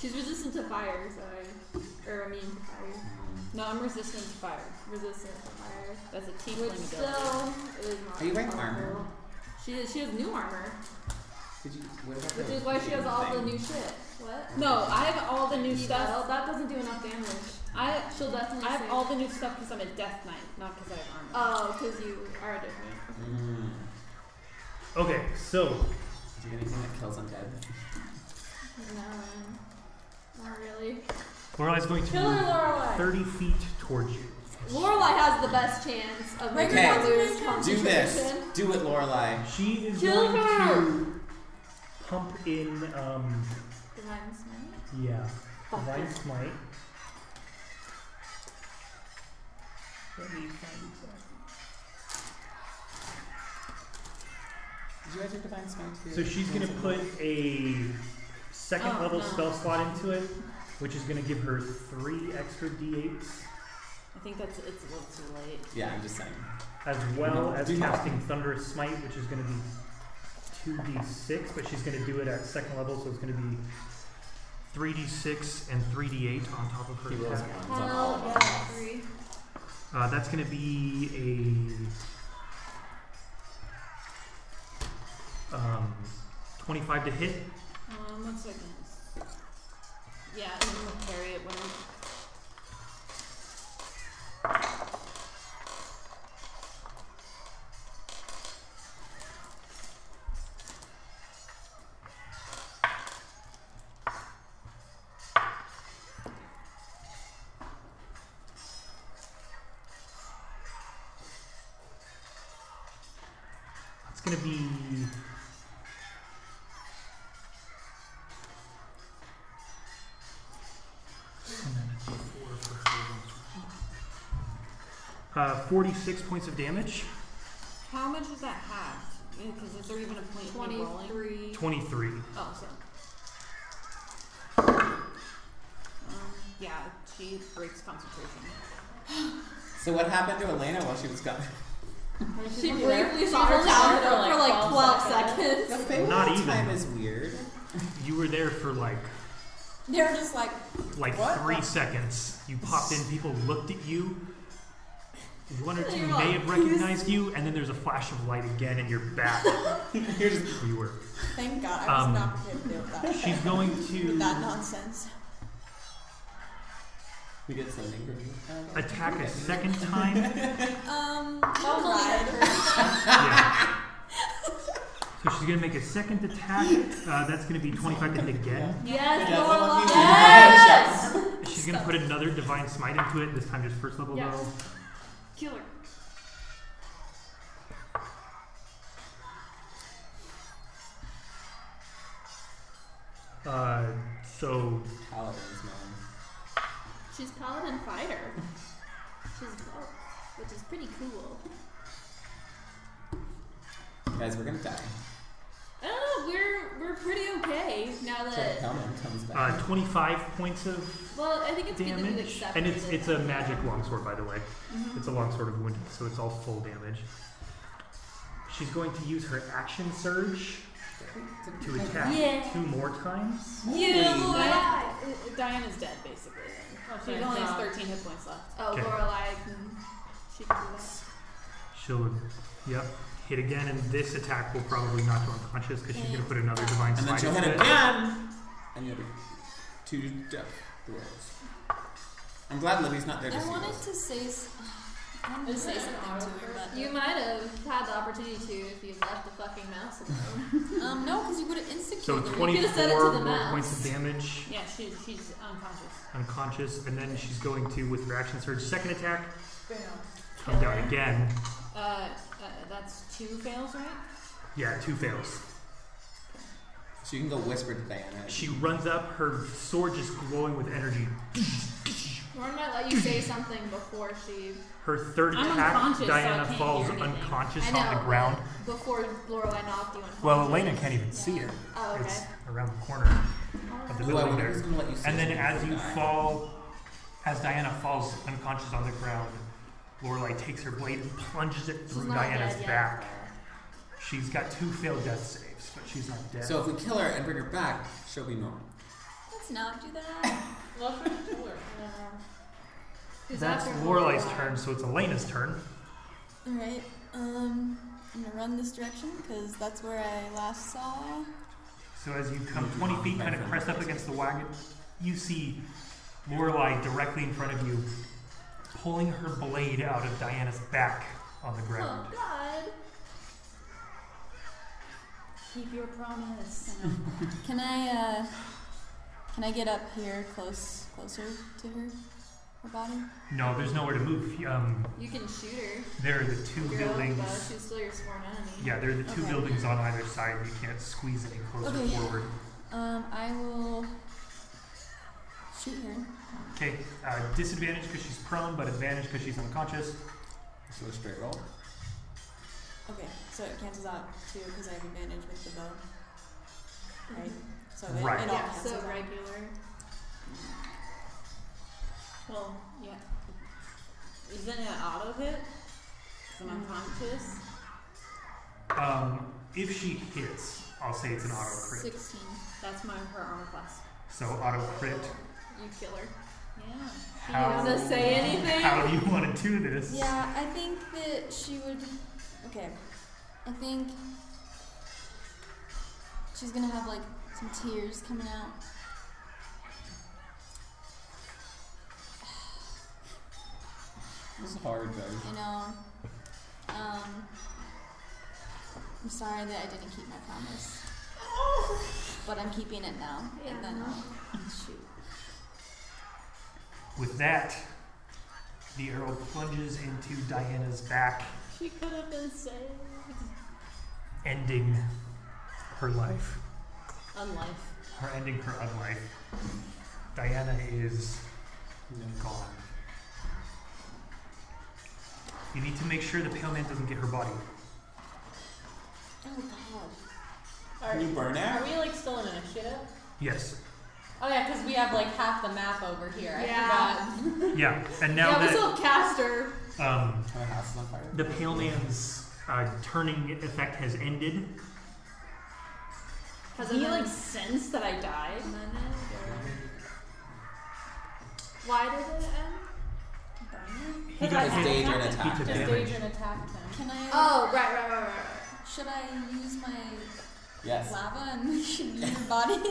She's resistant to fire, so I, or immune to fire,
mm.
No, I'm resistant to fire.
resistant to fire.
That's a T
Which
ability.
still is not.
Are you wearing
helpful.
armor?
She is. She has new armor,
Did you? What about
which
the
is why she has all the
thing?
new shit. What?
No, I have all the new
New
stuff.
stuff. That doesn't do enough damage.
I
She'll definitely.
I have
save.
all the new stuff because I'm a death knight, not because I have armor.
Oh, because you are different.
Mm.
Okay, so
Do you have anything that kills undead?
No, not really.
Lorelai's going to
Killer
move
Lorelai.
30 feet towards you.
Lorelai has the best chance
Wait,
of making
wait,
her
wait,
lose
wait, wait.
Do this.
concentration.
Do it, Lorelai.
She is
Kill
going
her!
to pump in, um,
Divine smite.
yeah,
Fuck
divine
it.
smite. Let me find it.
Did you guys do divine smite too?
So she's gonna put a second
Oh,
level
no.
spell slot into it, which is gonna give her three extra d8s,
I think that's it's a little too late.
Yeah, I'm just saying.
as well
No,
as
do not.
casting thunderous smite, which is gonna be two d6, but she's gonna do it at second level, so it's gonna be 3d6 and 3d8 on top of her
He rolls
attack.
ones on all
Hell
of them.
yeah, three.
Uh, that's going to be a um, 25 to hit.
Um, one second. Yeah, and then we'll carry it when we.
It's going to be. Uh, 46 points of damage.
How much is that half? Because is there even a point in me rolling?
Twenty-three.
23.
Oh, sorry. Um, yeah, she breaks concentration.
So what happened to Elena while she was gone?
She
She's
briefly
there.
saw her
She's
tower
there
for like
The
12 seconds.
thing
Not
with
even.
time is weird.
You were there for like
They're just like,
like
What?
three seconds. You popped in, people looked at you. One or two
You're
may have recognized you, and then there's a flash of light again, and you're back
You're just
where you were.
thank God, I was
Um,
not prepared to deal with that.
She's going
with that
to
nonsense.
We get something from you.
attack a second time.
Oh
Um,
Yeah. So she's going to make a second attack. Uh, that's going to be 25 to hit again.
Yes,
Yeah,
Lord,
well,
love
you-
yes!
She's going to put another divine smite into it. This time, just first level
Yeah.
though.
Killer.
Uh, so
Paladin's mom.
She's paladin fighter. She's both, which is pretty cool.
Guys, we're gonna die.
I don't know. Oh, We're we're pretty okay now
So
that.
Hellman comes back.
uh, 25 points of
Well, I think it's good that we've
damage,
accepted
and it's
it. Mm-hmm.
it's a magic longsword, by the way. It's a longsword of wounded, so it's all full damage. She's going to use her action surge to attack
Yeah.
two more times.
You
Diana, Uh, Diana's dead, basically. Then. she
she's
only has
not.
13 hit points left.
Oh,
Okay.
Lorelai can. She can do that.
She'll, yep, hit again, and this attack will probably knock her unconscious because she's going to put another divine
and then
smite
she'll hit
into it.
again. And you'll be two death rolls. I'm glad Libby's not there to
I
see
wanted
this.
to say, s- I wanted to say something to her,
You might have had the opportunity to if you left the fucking mouse alone.
but um, no, because you would have
So
instigated. it.
could've said it to
24
the
more
mouse.
points of damage,
Yeah, she, she's unconscious.
unconscious, and then she's going to, with her action surge, second attack,
Bam.
come down again.
Uh, uh, that's two fails, right?
Yeah, two fails.
So you can go whisper to Diana.
She runs up, her sword just glowing with energy.
Lauren might let you say something before she.
Her third
I'm
attack,
unconscious, so I
Diana
can't
falls
hear anything.
unconscious
I know.
on the ground.
Before Lorelai knocked you unconscious.
Well, Elena can't even see it.
Oh, okay.
It's around the corner of the
Ooh, I
building
wonder who's
there.
gonna let you see
And then
this
as
before
you
die.
fall, as Diana falls unconscious on the ground, Lorelai takes her blade and plunges it through
not
Diana's
dead yet.
back. She's got two failed death saves, but she's not dead.
So if we kill her and bring her back, she'll be normal.
Let's not do that.
Love for the tour.
Who's
That's
after
Lorelai's
Lorelai?
turn, so it's Elena's turn.
All right. Um, I'm gonna run this direction because that's where I last saw.
So as you come 20 feet, kind of pressed up against the wagon, you see Lorelai directly in front of you, pulling her blade out of Diana's back on the ground.
Oh, God.
Keep your promise.
Can I uh, can I get up here close closer to her, her body?
No, there's nowhere to move. Um,
You can shoot her.
there are the two
Your own bow.
buildings.
She's still your sworn enemy.
Yeah, there are the two
Okay.
buildings on either side. You can't squeeze any closer
Okay.
forward.
Um, I will shoot her.
Okay, uh, disadvantage because she's prone, but advantage because she's unconscious.
So a straight roll.
Okay, so it cancels out too because I have advantage with the bow, right? So it,
Right.
it all
Yeah,
cancels
so
out.
regular.
Well, yeah. Isn't it auto hit? 'Cause I'm unconscious.
Um, if she hits, I'll say it's an auto crit.
Sixteen.
That's my her armor class.
So auto crit.
You killer.
Yeah.
How,
wanna say anything?
How do you want to do this?
Yeah, I think that she would. Okay, I think she's gonna have like some tears coming out.
This is hard, though.
You know, um, I'm sorry that I didn't keep my promise, but I'm keeping it now. And then I'll shoot.
With that, the arrow plunges into Diana's back,
She could have been saved.
ending her life.
Unlife.
Her ending her own life. Diana is gone. You need to make sure the pale man doesn't get her body.
Oh God.
Are,
Can you burn it?
are we like still in initiative?
Yes.
Oh yeah, because we have like half the map over here. I
Yeah.
forgot.
Yeah. And now
yeah, we still have Caster.
that um,
Our house is on fire.
The Pale Man's uh, turning effect has ended.
Has
he
it
like
been-
sense that I died?
Why did it end?
Burn
He got
Because
hit.
Daedrin attacked
took
him.
damage.
Because Daedrin attacked him.
it? Can I?
Oh, right, right, right, right. right.
Should I use my
Yes.
lava and make your body? Into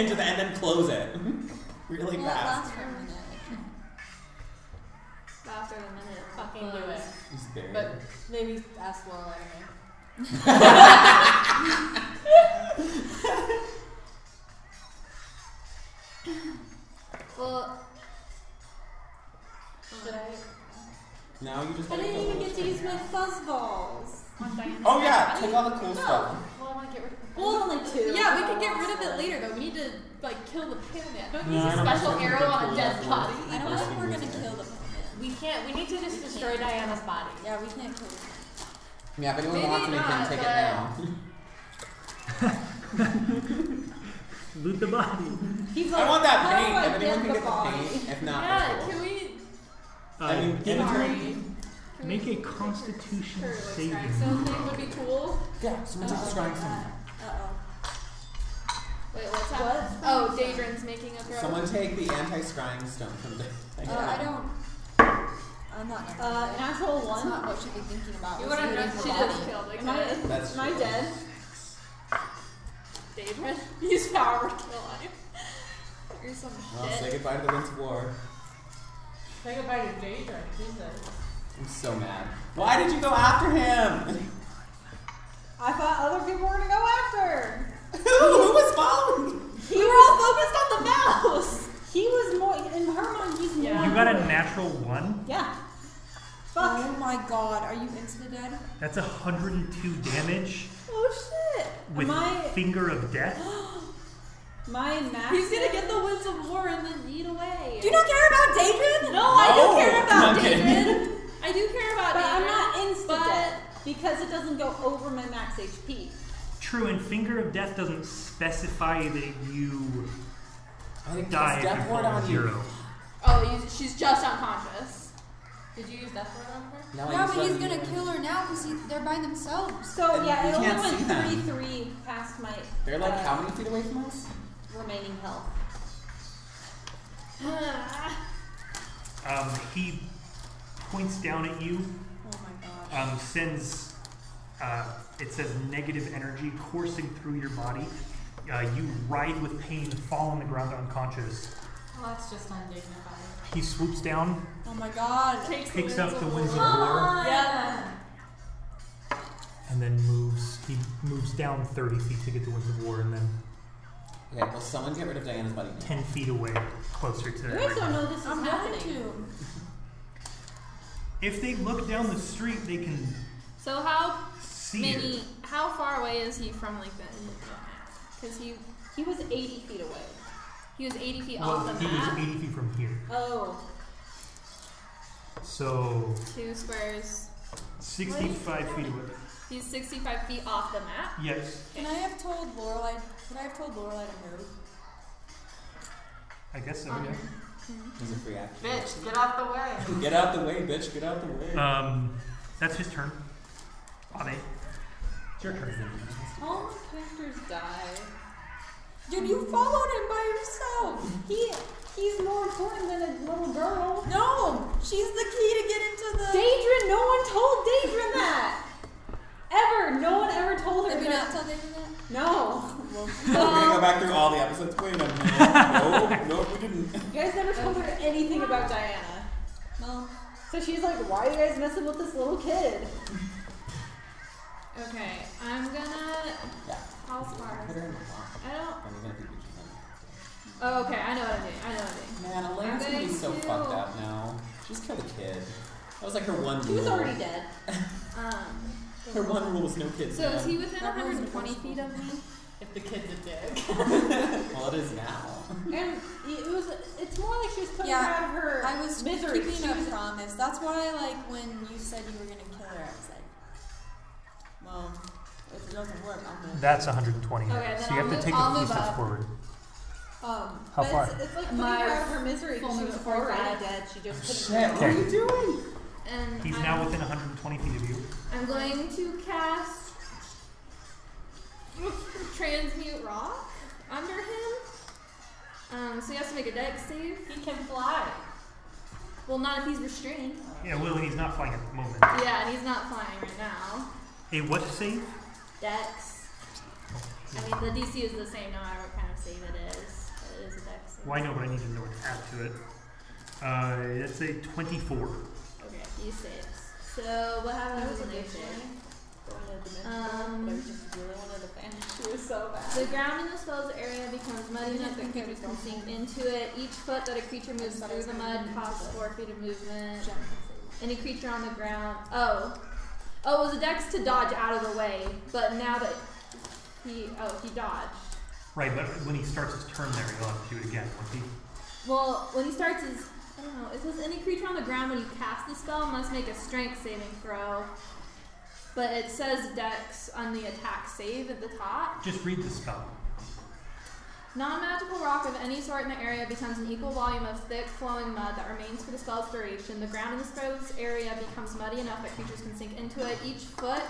Into the and then close it. really
well, it
fast.
lasts for a minute.
After the minute.
Fucking do it.
He's buried.
But maybe ask Laura later.
Well,
Should I?
now you just
I
gotta
didn't
kill
even
the
get to
witch.
use my fuzz balls.
on Diana.
Oh yeah, take all the cool stuff.
Well, I want to get rid of them.
Well,
only two.
Yeah, we could get rid of it later though. We need to like kill the pale man. Don't
No,
use
I
a
don't
special
think we
arrow
can
on
pull
a
that
dead
one.
body.
I don't
First
think
we
we're
lose
gonna
it.
kill the plant.
We can't. We need to just destroy Diana's body.
Yeah, we can't kill the plant.
Yeah, if anyone
Maybe
wants anything,
not,
take it
but-
now.
Loot the body.
He's
I
like,
want that
how
paint.
do I
If anyone
get
can
the
get the
body?
paint, if not,
Yeah,
Ah, that's cool.
can we?
I mean,
give it to
sorry.
her. make a Constitution
Sure, let's
saving.
try. So thing would be cool.
Yeah,
Oh,
someone just describe something.
Uh
Wait, what's that? Oh, Daedrin's making a throw.
Someone take the anti-scrying stone from the.
oh. Uh, I don't. I'm not.
Uh, natural
that's
one.
not what she'd be thinking about.
You
was
would have
looting
known
her
she
body.
just killed.
Am I,
Okay.
That's
am I
true.
dead?
Daedrin, use power to kill on you. You're some
Well,
shit.
say goodbye to the Winds of War.
Say goodbye to Daedra. Jesus.
I'm so mad. Why did you go after him?
I thought other people were gonna go after.
Who? Who was following?
We were all focused on the mouse. He was more in her mind. He's more.
You got a natural one.
Yeah. Fuck.
Oh my god, are you into the dead?
That's 102 damage
Oh shit.
with
my
finger of death.
my max.
He's gonna get the winds of war and then lead away.
Do you not care about Daedrin?
No, I do
No,
care
not
about
kidding.
Daedrin. I do care about
But I'm
Daedrin,
not insta
but-
dead because it doesn't go over my max HP.
True, and finger of death doesn't specify that you
I think
die if
it's death
you
ward
fall
on
to
you.
zero.
Oh, you, she's just unconscious.
Did you use Death Ward on her?
No,
Yeah,
I
but he's
just-
gonna kill her now because they're by themselves.
So
And
yeah,
you
it only
can't see them.
went 33 past my
They're like
uh,
how many feet away from us?
remaining health.
Um, he points down at you,
Oh my god.
um, sends, uh, it says negative energy coursing through your body. Uh, you writhe with pain, fall on the ground unconscious.
Well, that's just undignified.
He swoops down,
Oh my god.
Takes
picks
the
up
winds
the
of
winds of
war.
war,
Yeah.
and then moves. He moves down 30 feet to get the winds of war, and then
Okay, will someone get rid of Diana's body?
10 feet away, closer to.
You guys don't know this is
I'm going
happening.
to.
If they look down the street, they can
So how
see
many?
it.
How far away is he from like the? Because he
He was 80 feet away.
he was 80 feet
Well,
off the
he was
map.
80 feet from here,
Oh,
so
Two squares.
65 feet away.
He's 65 feet off the map.
Yes.
Can I have told Lorelai? Could I have told Lorelai to move?
I guess so.
Um,
It's a free action.
Bitch, get out the way.
Get out the way, bitch. Get out the way.
Yeah. Um, that's his turn. Abe, it's your turn.
all my characters die.
Dude, you followed him by yourself.
He he's more important than a little girl.
No, she's the key to get into the.
Daedrin, no one told Daedrin that. Ever, no one ever told her
Did we not
that.
tell David that?
No,
We're gonna go back through all the episodes. Wait a minute. no, no, we didn't.
you guys never told her anything about Diana.
Well,
So she's like, why are you guys messing with this little kid?
Okay, I'm gonna.
Yeah.
I'll start.
Put her in the box.
I don't.
Then you're gonna be bitching
Oh, okay, I know what I'm doing. I know what I'm doing.
Man, Elaine's gonna be so
Thank you.
fucked up now. Just kill the kid. That was like her one
He
rule.
was already dead.
Um,
Her one rule was no kids.
so is
man.
he within
That rule's
120 feet of me?
If the kid's a dick.
Well, it is now.
And it was. It's more like she was putting
Yeah,
her out of her
I was
misery. She
keeping a
was-
promise. That's why, like, when you said you were gonna kill her, I was like, well, if it doesn't work, I'm gonna.
That's 120.
Okay,
yards.
then
so you
I'll
have to
move-
take a
I'll
few
move
steps
up.
forward.
Um,
How
but
far?
It's, it's like putting her
My
out of her misery because
full
she was
movement forward.
already dead. She just couldn't.
Shit.
Okay.
What are you doing?
And
He's
I'm,
now within 120 feet of you.
I'm going to cast transmute rock under him. Um, so he has to make a dex save.
He can fly.
Well, not if he's restrained.
Yeah, well, he's not flying at the moment.
Yeah, and he's not flying right now.
Hey, what save?
Dex. I mean, the DC is the same no matter what kind of save it is. but It is a dex. save.
Well, I know, but I need to know what to add to it. Uh, let's say 24.
Okay, he saves. So what
That
happens
was a
when they
good
save?
one. Going to the dimension. But I
Um,
just really wanted to fan. She was so bad.
The ground in the spell's area becomes muddy enough that creatures can sink into it. Each foot that a creature moves through the mud costs four feet of movement. Any creature on the ground. Oh. Oh, it was a dex to dodge out of the way, but now that he. Oh, he dodged.
Right, but when he starts his turn there, he'll have to do it again. won't he?
Well, when he starts his. I don't know. It says any creature on the ground when you cast the spell must make a strength saving throw. But it says dex on the attack save at the top.
Just read the spell.
Non-magical rock of any sort in the area becomes an equal volume of thick, flowing mud that remains for the spell's duration. The ground in the spell's area becomes muddy enough that creatures can sink into it. Each foot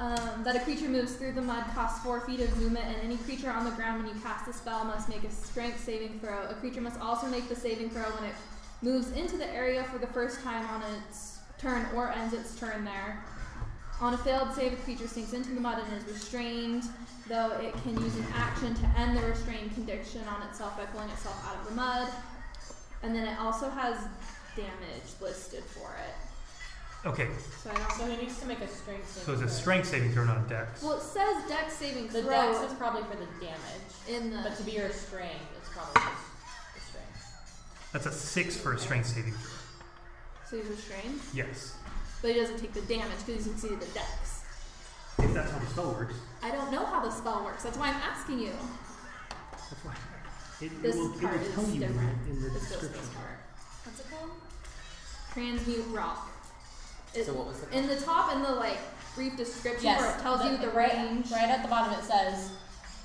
um, that a creature moves through the mud costs four feet of movement, and any creature on the ground when you cast the spell must make a strength saving throw. A creature must also make the saving throw when it moves into the area for the first time on its turn or ends its turn there. On a failed save, a creature sinks into the mud and is restrained, though it can use an action to end the restrained condition on itself by pulling itself out of the mud. And then it also has damage listed for it.
Okay,
So I don't.
So he needs to make a strength
so it's
saving
a
throw.
strength saving throw, not a dex.
Well, it says dex saving
The
throw
dex is probably for the damage,
in the.
but to be restrained, it's probably just the strength.
That's a 6 for a strength saving throw.
So he's restrained,
Yes.
but he doesn't take the damage because he's exceeded the dex.
If that's how the spell works.
I don't know how the spell works. That's why I'm asking you.
That's why. It, it
This
will, it
part
will
is
tell you in
different.
the, in the
It's just
description.
this part.
What's it called?
Transmute rock. It-
So what was it?
in the top in the like brief description where it tells
the-
you the
right,
range.
Right at the bottom, it says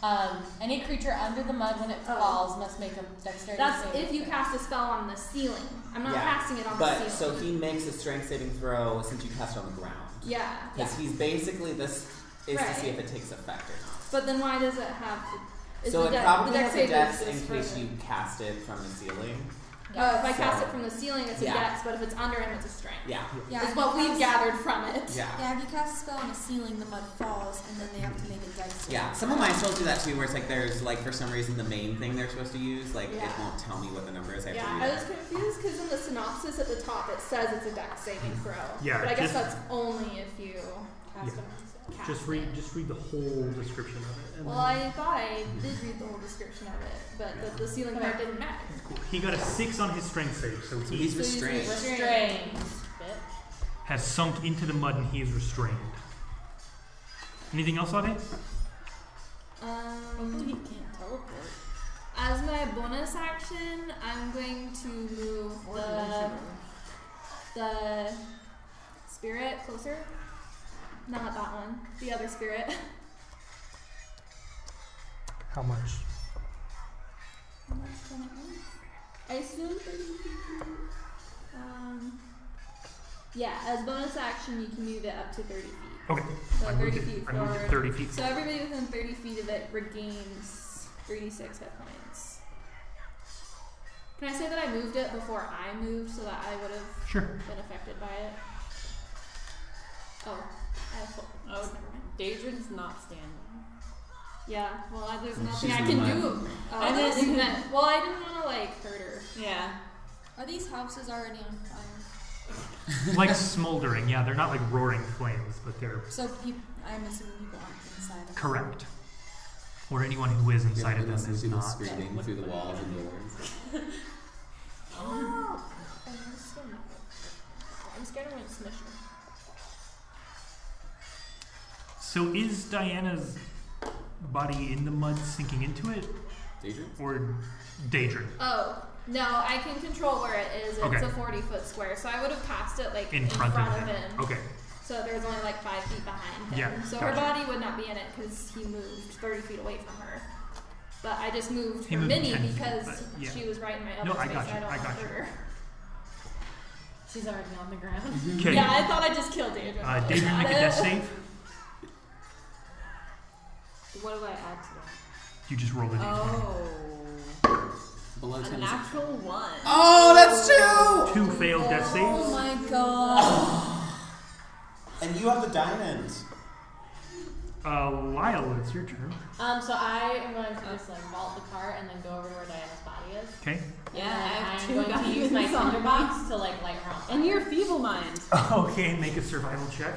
um, any creature under the mud when it
Oh.
falls must make a dexterity.
That's
saving
if you
throw.
cast a spell on the ceiling. I'm not
Yeah,
casting it on
But
the
so
ceiling.
he makes a strength saving throw since you cast it on the ground.
yeah.
Because he's basically this is
Right.
to see if it takes effect or not.
But then why does it have the is
so
the
it
dex-
probably
the dex
has a
save
dex
versus
in case
further?
you cast it from the ceiling.
Oh, if I cast
So-
it from the ceiling it's
Yeah.
a dex, but if it's under him it's a strength.
Yeah.
Yeah,
Is what
if you cast-
we've gathered from it.
Yeah.
Yeah, if you cast a spell on a ceiling, the mud falls, and then they have to make a dex. save.
Yeah. Some of my spells do that too, where it's like there's like for some reason the main thing they're supposed to use, like it
Yeah.
won't tell me what the number is. I have
Yeah,
to
I
read
was
it.
confused because in the synopsis at the top it says it's a dex saving throw.
Yeah,
But I
just-
guess that's only if you
Yeah.
cast
Just read,
it.
just read the whole description of it. and
Well,
then-
I thought I did read the whole description of it, but the, the ceiling part didn't matter.
Cool. He got a 6 on his strength save, so
So
he
he's restrained.
restrained. Bitch.
has sunk into the mud and he is restrained. Anything else on it?
Um,
He can't teleport.
as my bonus action, I'm going to move the, the spirit closer. Not that one. The other spirit.
How much?
I assume that you can do- Um, yeah, as bonus action, you can move it up to 30 feet.
Okay.
So
I
30
moved it,
feet
I moved it
forward.
30 feet.
So everybody within 30 feet of it regains 3d6 hit points. Can I say that I moved it before I moved so that I would have
Sure.
been affected by it? Oh, I have full.
Oh.
never mind.
Daedrin's not standing.
Yeah, well, I- there's
And
nothing
she's
I
in
can
my-
do. Oh,
I
I
didn't-
didn't Well, I didn't want to, like, hurt her.
Yeah.
Are these houses already on fire?
like smoldering. Yeah, they're not like roaring flames, but they're
So peop I'm assuming people aren't inside. Of
correct. Or anyone who is inside of
Yeah,
them is
people
not.
screaming through the walls and doors.
Oh.
I'm scared. I'm scared I'm going to smush her.
So is Diana's body in the mud sinking into it,
Daedra?
or Daedra
Oh, no, I can control where it is. It's
Okay.
a 40 foot square, so I would have cast it, like,
in front of him?
him.
Okay.
So there's only like five feet behind him.
Yeah,
so her
gotcha.
body would not be in it because he moved 30 feet away from her. But I just moved
He
her
moved
mini
10 feet,
because
but yeah.
she was right in my other
No, I
space.
gotcha,
I don't
I
want
gotcha.
her.
She's already on the ground.
Okay.
Yeah, I thought I just killed Daedra.
Uh, Daedra, make a death save.
What do I add to that?
You just roll a d20.
Oh.
Below
A
10 is
natural one.
Oh, that's two!
Two failed death
Oh
saves.
my god.
And you have the diamond.
Uh, Lyle, it's your turn.
Um, so I am going to just like vault the cart and then go over to where Diana's body is.
Okay.
Yeah,
and then
I have
I'm
two
going to
values
use my
on her.
tinderbox to like light her on fire.
And you're feeble mind.
Okay, make a survival check.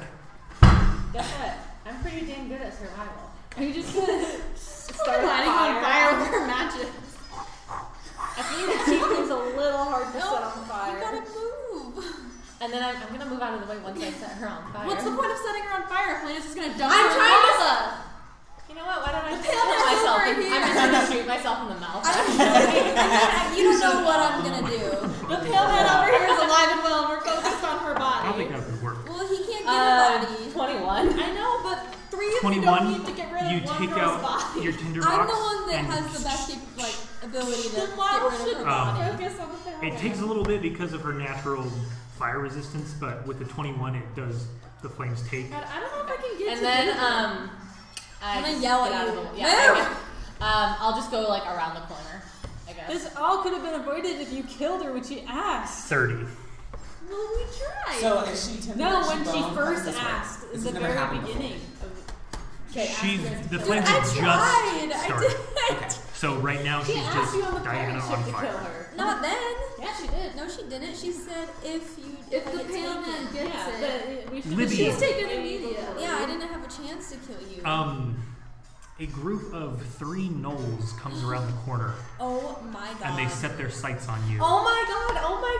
Guess what? I'm pretty damn good at survival.
Are you just gonna start
Lighting
lighting on
fire.
fire with her matches?
I feel the teeth is a little hard to set on
You gotta
fire.
move.
And then I'm, I'm gonna move out of the way once I set her on fire.
What's the point of setting her on fire if Lana's just gonna dump
I'm
her
trying to-
in lava?
You know what? Why don't I just
pail
kill
is
myself?
over
and-
here.
I'm just gonna shoot myself in the mouth.
I mean, you don't know what I'm gonna do.
The pale head over here is alive and well, and we're focused on her
I don't think
body.
that would work.
Well, he can't get a
Uh,
body.
21.
I know, but three of you
21,
don't need to get rid of
you
one
take
girl's
out
body.
your tinderbox.
I'm the one that
and
has the best cap- like ability to
The
get
model
rid
should
of her
Um,
body.
focus on the pale
It
head.
takes a little bit because of her natural fire resistance, but with the 21, it does. The flames take.
God, I don't know if I can get
And
to
then
this.
um, I
I'm gonna
just
yell
get
at
out of
you.
the yeah. I
Move!
guess. um, I'll just go like around the corner. I guess.
This all could have been avoided if you killed her when she asked.
30.
Well, we tried.
So if she tempted
No,
her,
when she
boned
first
this way.
asked,
This
in the
has never
very
happened before.
beginning. Of,
okay,
She's
after-
the
Dude,
flames
I
have just
tried. I
started.
Okay.
So right now
she
she's
asked
just
you on the
Diana
pirate
on
ship to kill
fire.
her.
Not then.
yeah, she did.
No, she didn't. She said if you
If
I
the
get
pale
taken.
man gets
Yeah,
it.
but we should
Libby.
She's taken immediately.
Yeah, I didn't have a chance to kill you.
Um, a group of three gnolls comes around the corner
oh my god.
and they set their sights on you.
Oh my god, oh my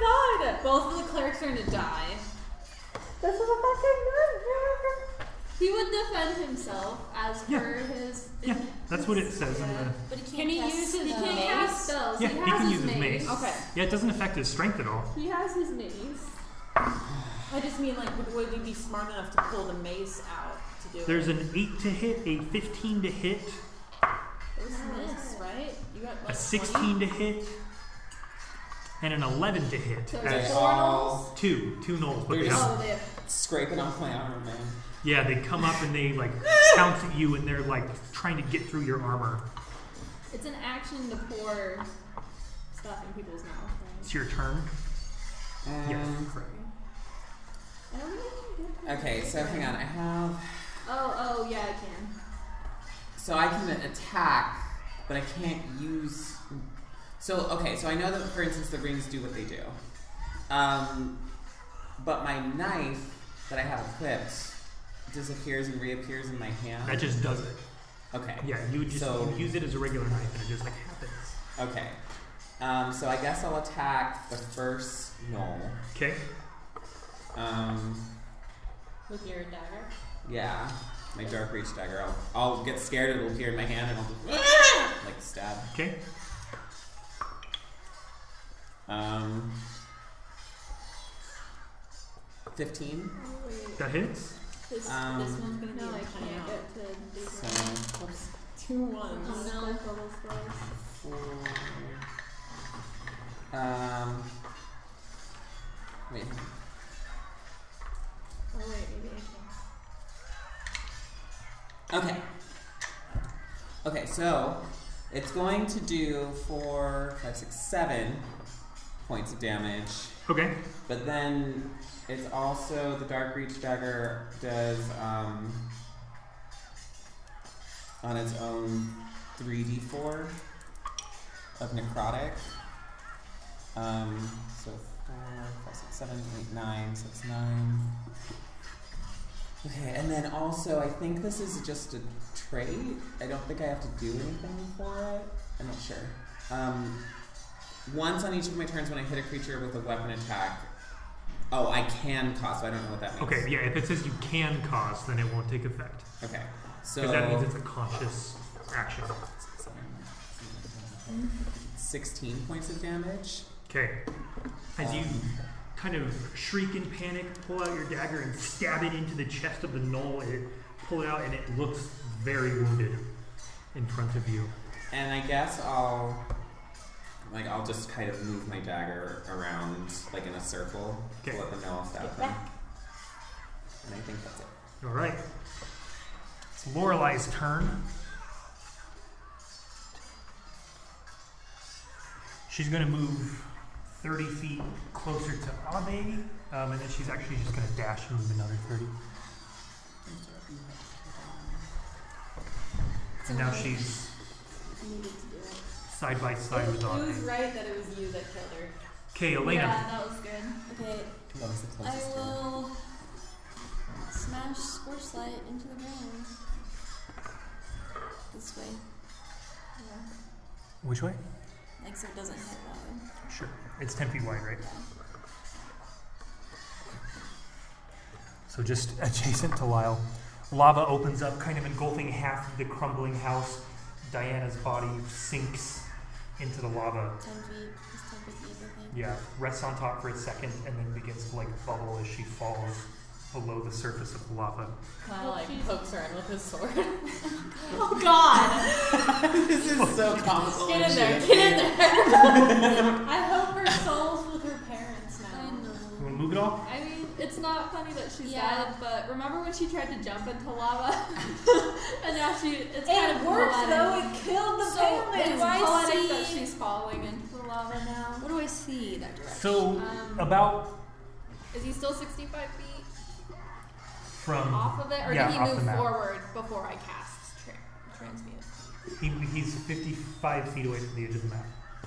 god! Both of the clerics are gonna die.
This is a fucking murder. He would defend himself as
Yeah.
per his.
Yeah, that's what it says in the.
but he
Can
can't
he
cast
use his- he
He
spells.
can't cast spells.
Yeah,
he
he
has
can
his
use his
mace.
mace.
Okay.
Yeah, it doesn't affect his strength at all.
He has his mace.
I just mean, like, would, would we be smart enough to pull the mace out to do
There's
it?
an 8 to hit, a 15 to hit,
It was this, right? You got
a
like 20?
16 to hit, and an 11 to hit.
So
as
it's
They
four
all
two, two gnolls, but
They're
they
just-
have
Oh, they have
scraping off my armor, man.
Yeah, they come up and they like pounce at you, and they're like trying to get through your armor.
It's an action to pour stuff in people's mouth.
It's your turn. Yes,
Um,
correct.
Right? I don't think I can do that.
okay, so hang on. I have.
Oh, oh, yeah, I can.
So I can attack, but I can't use. So okay, so I know that for instance the rings do what they do, um, but my knife that I have equipped disappears and reappears in my hand.
That just does it.
okay.
Yeah, you would just
So-
you use it as a regular knife, and it just like happens.
Okay. Um, so I guess I'll attack the first knoll.
Okay.
Um,
With your dagger.
yeah, my dark reach dagger. I'll, I'll get scared. It'll appear in my hand, and I'll just, like stab.
Okay.
Um, fifteen.
That hits.
Oh, This,
Um,
this one's gonna be
no,
a
I
tie
can't.
out. Get to
So,
these
whoops,
Two ones.
ones.
Oh, no.
Circle this place.
four. Um, wait.
Oh, wait, maybe I can.
Okay. Okay, so It's going to do four, five, six, seven points of damage.
Okay.
But then it's also the Dark Reach dagger does um, on its own 3d4 of necrotic. Um, so four, five, six, seven, eight, nine. So it's nine. Okay, and then also I think this is just a trait. I don't think I have to do anything for it. I'm not sure. Um, once on each of my turns when I hit a creature with a weapon attack. Oh, I can cost. but I don't know what that means.
Okay, yeah, if it says you can cause, then it won't take effect.
Okay. So
Because that means it's a conscious action.
sixteen points of damage.
Okay. As you
Um,
kind of shriek in panic, pull out your dagger and stab it into the chest of the knoll, it pull it out and it looks very wounded in front of you.
And I guess I'll like I'll just kind of move my dagger around like in a circle
Okay.
to let them know I'll stab them. And I think that's it.
All right. It's Lorelai's turn. She's going to move 30 feet closer to Abe, um, and then she's actually just going to dash and move another 30. And now she's
needed to do it.
side by side with
It was
Abe.
right that it was you that killed her.
Okay, Elena.
Yeah, that was good.
Okay,
That was the
I
closest one.
will smash Scorch Light into the ground. This way. Yeah.
Which way?
Like so it doesn't hit Robin.
Sure. It's 10 feet wide, right? So just adjacent to Lyle. Lava opens up, kind of engulfing half of the crumbling house. Diana's body sinks into the lava.
Ten feet. It's ten feet easy thing.
Yeah, rests on top for a second and then begins to like bubble as she falls below the surface of the lava.
Kyle like pokes her in with his sword.
Oh God!
This is so comical.
Get
and
in there,
shit.
get in there.
I hope her soul's with her parents
I
now.
You
know.
want to move it all?
I mean, it's not funny that she's
Yeah.
dead, but remember when she tried to jump into lava? and now she, it's kind of poetic.
It killed
the family.
It's
Do I
poetic that
see-
she's falling into the lava now.
What do I see that direction?
So
Um,
about
Is he still 65 feet
from
off of it, or
Yeah,
did he
off the
move
map.
forward before I cast tra- transmute?
he, he's 55 feet away from the edge of the map.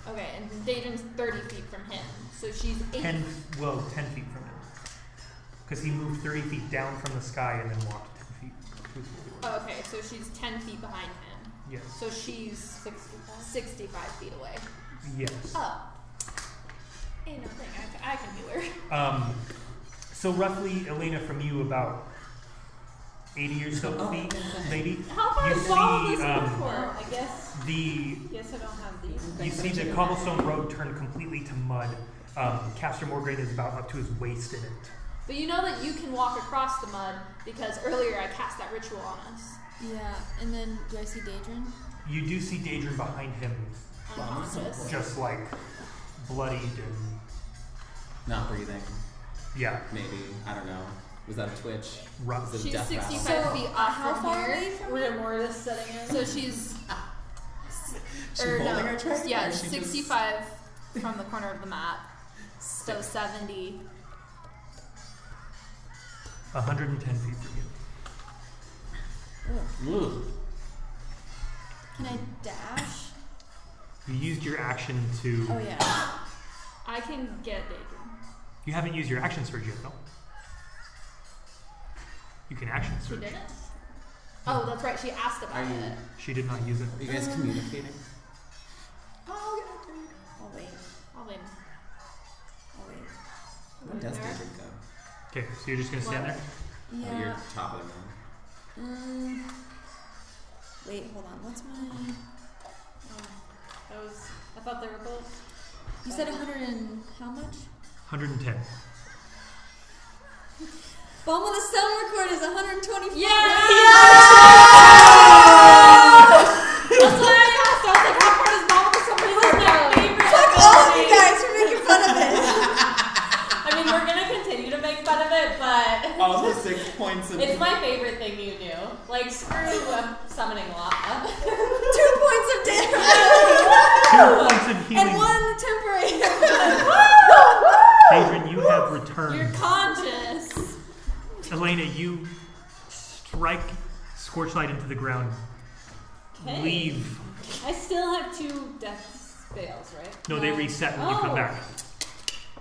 Okay, and Daedron's 30 feet from him, so she's eight.
10, well, 10 feet from him. Because he moved 30 feet down from the sky and then walked 10 feet. to his forward.
Oh, okay, so she's 10 feet behind him.
Yes.
So she's 65 feet away.
Yes.
Oh. Ain't no thing. I, ca- I can heal her.
Um, so roughly, Elena, from you about 80 or so
Oh.
feet, maybe,
How far
You
is all
see,
this
um,
before?
Well, I guess.
the
Yes, I don't have these.
you see the cobblestone road turn completely to mud. Um, Castor Morgan is about up to his waist in it.
But you know that you can walk across the mud because earlier I cast that ritual on us.
Yeah, and then do I see Daedrin?
You do see Daedrin behind him,
Unconscious.
just like bloodied and
Not breathing.
yeah,
Maybe. I don't know. Was that a twitch?
rough.
Was it a
She's
death rattle?
65
So,
feet off
How
from
far
here.
away from
Rigor mortis setting in.
So she's
She
or
holding
no,
her trident, or
yeah,
she just-
sixty-five from the corner of the map. So seventy.
110 feet from you.
Ooh.
Can I dash?
You used your action to.
Oh yeah.
I can get Daedrin.
You haven't used your action surge yet, though. You can action
She
surge.
didn't. Oh, that's right. She asked
Are
about
you
it.
She did not use it.
are you
Um,
guys communicating?
Oh yeah, dude. I'll wait.
I'll leave.
I'll wait.
Where does
There.
Daedric go?
Okay, so you're just gonna stand there.
Oh, you're
Yeah.
top of the moon.
Um, wait, hold on. What's my?
That was. I thought they were both.
You said 100 and how much?
110.
Bomb on the sound record is 124.
Yeah! That's what I asked. I was like, what part is mom for somebody who's my favorite?
Fuck all of you guys for making fun of it.
I mean, we're gonna continue to make fun of it, but
All the six points of
it's my favorite thing you do. Like, screw uh, summoning lava.
Two points of of damage
Two points of
and
healing.
one temporary.
Adrian, you have
You're
returned.
conscious.
Elena, you strike Scorchlight into the ground.
Okay.
Leave.
I still have two death spells, right?
No, they reset when you come
Oh.
back.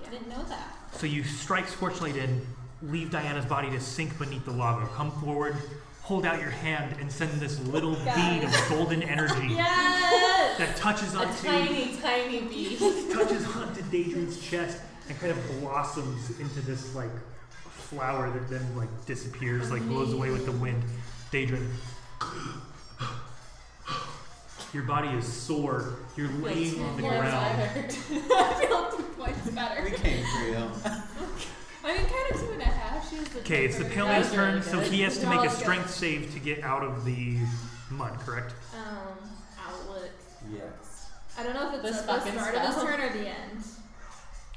I didn't know that.
So you strike Scorchlight in, leave Diana's body to sink beneath the lava. Come forward, hold out your hand, and send this little
Got
bead of golden energy
Yes!
that touches
A
onto
tiny, tiny bee.
touches onto Daedrin's chest and kind of blossoms into this like flower that then like disappears, like blows away with the wind. Daedrin. Your body is sore. You're laying on the
Points
ground.
either.
I feel two points better.
We came for you.
I mean, kind of two and a half. She's the
Okay, it's the
Joker.
Paleo's
That was really
turn, so
good.
he has to make a
That was good.
strength save to get out of the mud, correct?
Um, outlook.
Yes.
I don't know if
This
it's at the
fucking
start of the
spell.
turn or the end.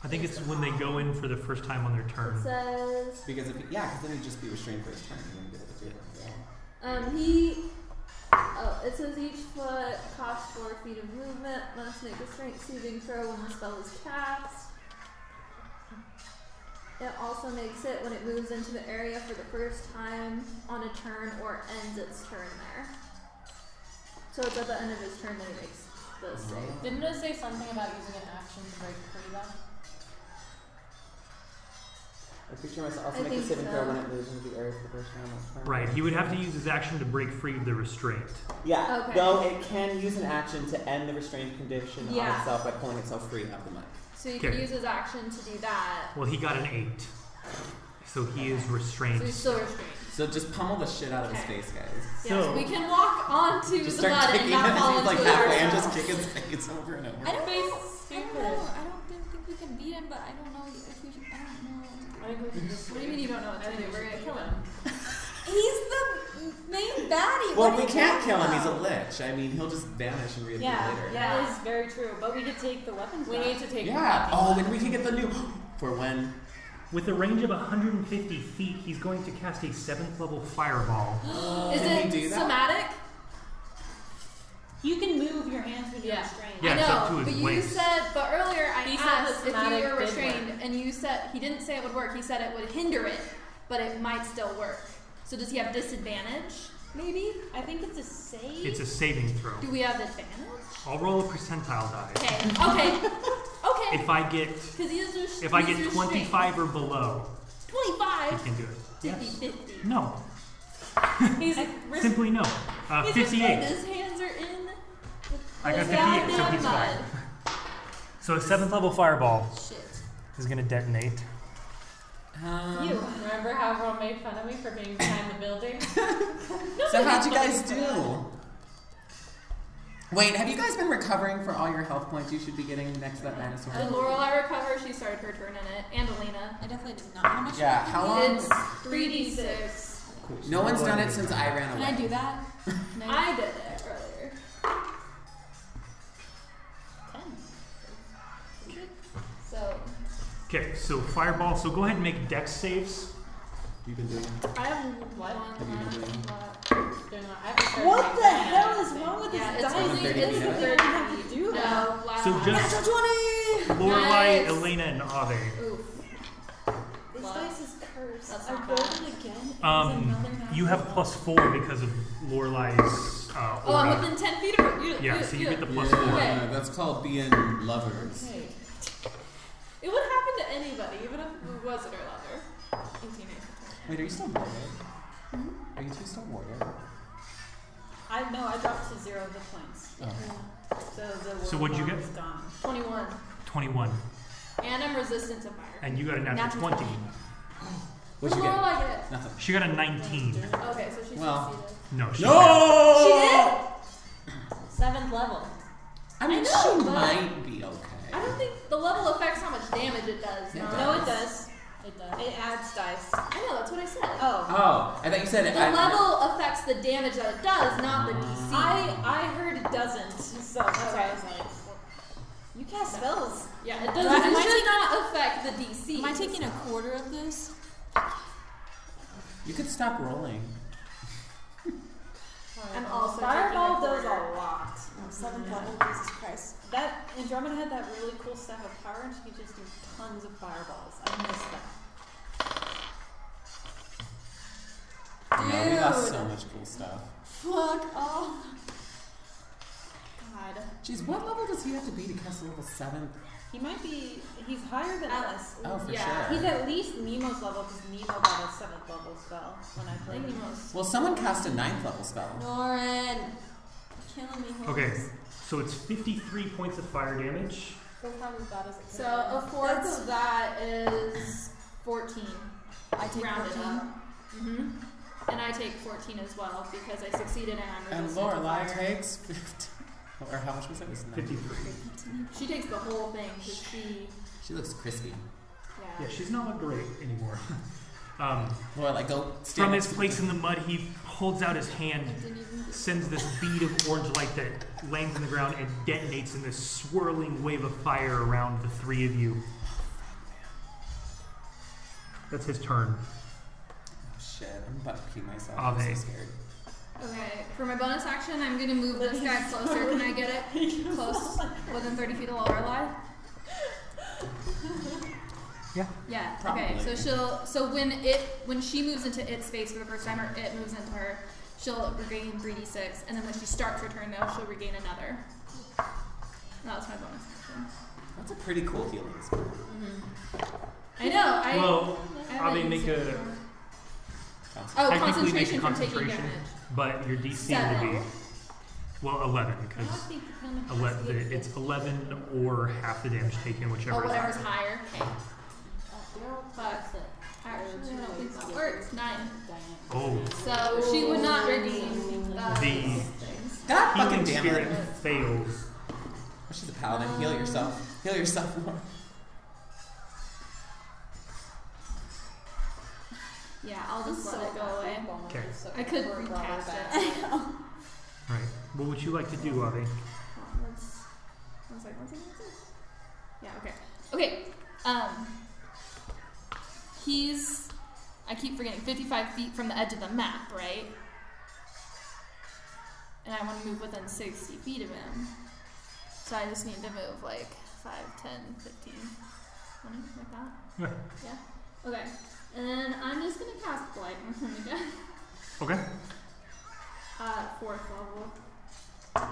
I think it's when they go in for the first time on their
It
turn.
says,
Because if yeah, because then he'd just be restrained for his turn. He wouldn't be able to do it. Yeah.
um, he. Oh, it says each foot costs four feet of movement, must make a strength saving throw when the spell is cast. It also makes it when it moves into the area for the first time on a turn or ends its turn there. So it's at the end of his turn that he makes the save.
Didn't it say something about using an action to break free though?
A creature must also
I
make a
think
saving
so.
throw when it moves into the area for the first time. on turn.
Right, he would have to use his action to break free of the restraint.
Yeah.
Okay.
Though it can use an action to end the restrained condition on
Yeah.
itself by pulling itself free of the mud.
So you can
Okay.
use his action to do that.
Well, he got an 8. So he is
So he's
restrained.
still restrained.
So just pummel the shit out of his
Okay.
face, guys.
Yes,
So-
we can walk onto
Just
the
start
mud and
kicking him.
not
He's
fall into
like
it
halfway and just
ourselves.
kick his face over and over.
I don't
Face
know. I don't
stupid.
know. I don't think, think we can beat him, but I don't know if we can. I don't know.
I think we should just
What do you mean you don't know what to do? We're gonna kill him.
He's the main baddie.
Well,
what
we
are you
can't
talking
kill him. He's a
about?
lich. I mean, he'll just vanish and reappear later.
yeah.
is very true. But we could take the weapons. We need to take.
Yeah. Oh, and we can get the new for when.
With a range of 150 feet, he's going to cast a 7th level fireball.
Is
Can
it
we do that?
somatic?
You can move your hands when you're
Yeah.
restrained.
Yeah,
I
it's up
know,
to his
but you
waist.
said, but earlier I
He said
asked
the
if you
somatic
were
did
restrained, and you said he didn't say it would work. He said it would hinder it, but it might still work. So does he have disadvantage? Maybe.
I think it's a save.
It's a saving throw.
Do we have advantage?
I'll roll a percentile die.
Okay. Okay. okay.
If I get
Because he is just.
if I get 25 or below, I
Twenty-five.
can do it.
To be
Yes.
fifty.
No.
He's
Simply no. Uh,
He's just like,
58.
His hands are in.
I got
the
58, so he's
goddamn
fine. So a 7th level fireball
mud. Shit.
is going to detonate.
Um,
you. Remember how everyone made fun of me for being behind the building?
So how'd you guys do? Wait, have you guys been recovering for all your health points? You should be getting next to that minus
Did
one.
Lorelai recover? She started her turn in it. And Elena.
I definitely did not. How much?
Yeah, how long?
It's 3d6.
No one's done it since I ran
Can I
away.
do that? Can I-
I did it earlier. Ten. So,
Okay, so fireball. So go ahead and make dex saves.
You've been doing. it.
I have
What?
one
Have you been doing? it?
left.
What the hell is wrong with
Yeah, it's
dice?
only
Thirty
it's
minutes.
thirty have to do
that.
No, last
So just
Natural twenty.
Lorelai,
Nice.
Elena, and Ave.
Oof.
This
Love.
dice is cursed.
That's
I
not
rolled
bad.
it again. It was
Um,
another
you have
natural.
plus four because of Lorelai's uh,
Oh, I'm
aura.
within 10 feet of her. You,
Yeah,
you,
so you get the plus four.
Yeah, that's called being lovers.
Okay. It would happen to anybody, even if it wasn't her lover. 18, 19.
Wait, are you still warded?
Hmm?
Are you two still warded?
I know I dropped to zero the points,
Oh.
so the
So
word
what'd you
bomb
get?
is gone.
21.
Twenty-one,
And I'm resistant to fire.
and you got a natural
Natural
twenty.
What'd you
Roll
get?
like it.
Nothing.
She got a nineteen.
Okay, so she's
Well.
succeeded.
No, she
No!
Seventh level.
I mean,
I know,
she
but-
might be okay.
I don't think the level affects how much damage it does.
It
no.
does.
No, it does. It does.
It adds dice. I know, that's what I said.
Oh,
Oh, I thought you said it.
the
I-
level affects the damage that it does, not the DC.
I I heard it doesn't, so that's why I was like, you cast spells.
yeah, it
Do
does.
I- am I
it should
taking-
not affect the DC.
Am I taking a quarter of this?
You could stop rolling.
I'm also
fireball
taking a
does a
quarter.
lot. Seven Yes, that Andromeda had that really cool staff of power, and she could just do tons of fireballs. I miss that.
Yeah, we lost
Dude.
so much cool stuff.
Fuck off.
God,
Jeez, what level does he have to be to cast a level seven?
he might be—he's higher than Alice.
Oh, for
Yeah,
sure.
He's at least Nemo's level because Nemo got a seventh level spell when I played. Nemo's.
well, someone cast a ninth level spell.
Norin. Killing me. Holmes.
Okay, so it's 53 points of fire damage.
Four times as bad as it
So a fourth
That's-
of that is 14.
I take
rounded
14.
up. hmm And I take 14 as well because I succeeded and I'm
And
resistant to
Lorelai
fire.
takes 50. Or how much was it? It was 90.
53.
She takes the whole thing because she,
She looks crispy.
yeah.
Yeah, she's not great anymore. Um,
Lorelai, go
from
stand up
his
to-
place in the mud, he holds out his hand,
I didn't even get-
sends this bead of orange light that lands in the ground and detonates in this swirling wave of fire around the three of you. That's his turn.
Oh, shit, I'm about to pee myself.
Ave.
I'm so scared.
Okay, for my bonus action, I'm gonna move this guy closer. Can I get it close, within 30 feet of Lorelai?
Yeah.
Yeah. Okay.
Probably.
So she'll. So when it when she moves into its space for the first time, or it moves into her, she'll regain 3d6, and then when she starts her turn, though, she'll regain another. That was my bonus action.
That's a pretty cool healing spell.
I know. I.
Well,
I haven't
Ave, make
used it
a-
before.
Sounds
Oh,
technically make a
concentration from taking
concentration.
damage.
but your DC would be
Seven.
well 11
I don't
because
think the kind of
ele- the, it's 11 or half the damage taken, whichever.
Oh,
is
whatever's
higher.
higher. Okay.
Daryl
Fuck. Actually, I don't think that works. Nine.
Oh,
So she would not redeem uh,
The-
these things.
God fucking
healing
damn
spirit
it.
fails.
Oh, she's a paladin. Heal yourself. Heal yourself more.
Yeah, I'll just let it go away.
Okay.
I could recast it.
Right. What would you like to do, Avi?
Hold on, let's- one second, one second, one second. Yeah. Okay. Okay. Um. He's. I keep forgetting. Fifty-five feet from the edge of the map, right? And I want to move within sixty feet of him. So I just need to move like 5, 10, 15, 20, like that.
Yeah.
Yeah. Okay. And then I'm just gonna cast blight on him again.
Okay.
Uh, fourth level.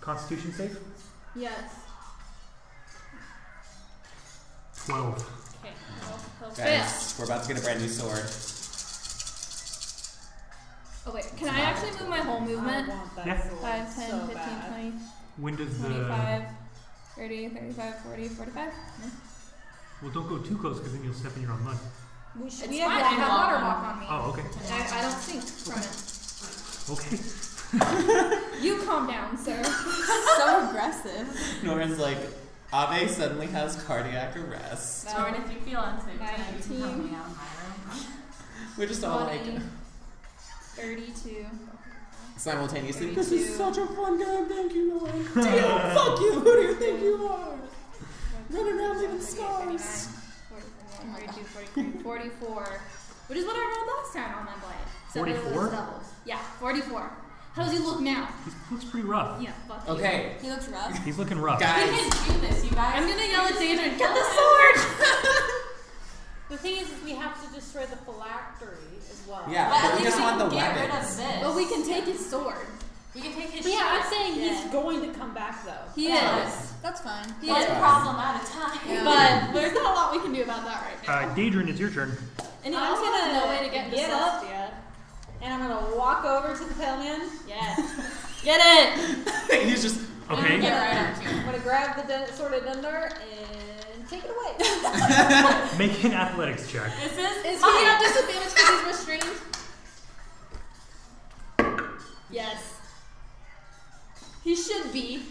Constitution save.
Yes.
12.
Okay. He'll, he'll fail.
Guys, we're about to get a brand new sword.
Oh wait, can I actually move my whole movement?
I want that
Yeah.
sword
5, 10,
so
15,
bad.
20,
When does the
25, 30, 35, 40, 45?
well? Don't go too close because then you'll step in your own mud.
We
It's
should.
fine,
we
I
have
have
water
water
bottle.
walk on me.
Oh, okay.
And I, I don't sink from it.
Okay.
You calm down, sir.
so aggressive.
Nora's like, Ave suddenly has cardiac arrest.
Lauren, if you feel unsafe, tonight, you can help
Nineteen.
me out in my room.
We're just
Oh,
all like
20, 32.
simultaneously.
This is Thirty-two. such
a fun game. Thank you, Noran. Damn, fuck you. Who do you think you are? Running around leaving scars.
49, 42, 43, 44, which is what I rolled last time on that blade. So it was
44?
doubles. Yeah, 44. How does he look now?
He looks pretty rough.
Yeah, fuck you.
Oh.
Okay,
He looks rough.
He's looking rough.
We
guys.
can do this, you guys.
I'm gonna yell at Daedra, get the sword!
The thing is, is we have to destroy the phylactery as well.
Yeah,
But at
but we
least
just
we
want
can
the
get rid
weapons.
of this.
But we can take his sword.
We can take his
But yeah, I'm
shit.
saying
Yeah.
he's going to come back though.
He
Yeah.
is.
That's fine.
He
One
is.
problem at a time.
Yeah.
But there's not a lot we can do about that right now.
Uh, Daedrin, it's your turn.
and he
I'm
also
gonna
has no way to
get
get, this
up.
up yet.
And I'm gonna walk over to the paleman.
Yes. get it!
He's just
Okay.
Get right up to
I'm
it.
gonna grab the den- sword of Dundar and take it away.
Make an athletics check.
This is,
Is he
mine.
at disadvantage because he's restrained? Yes. He should be.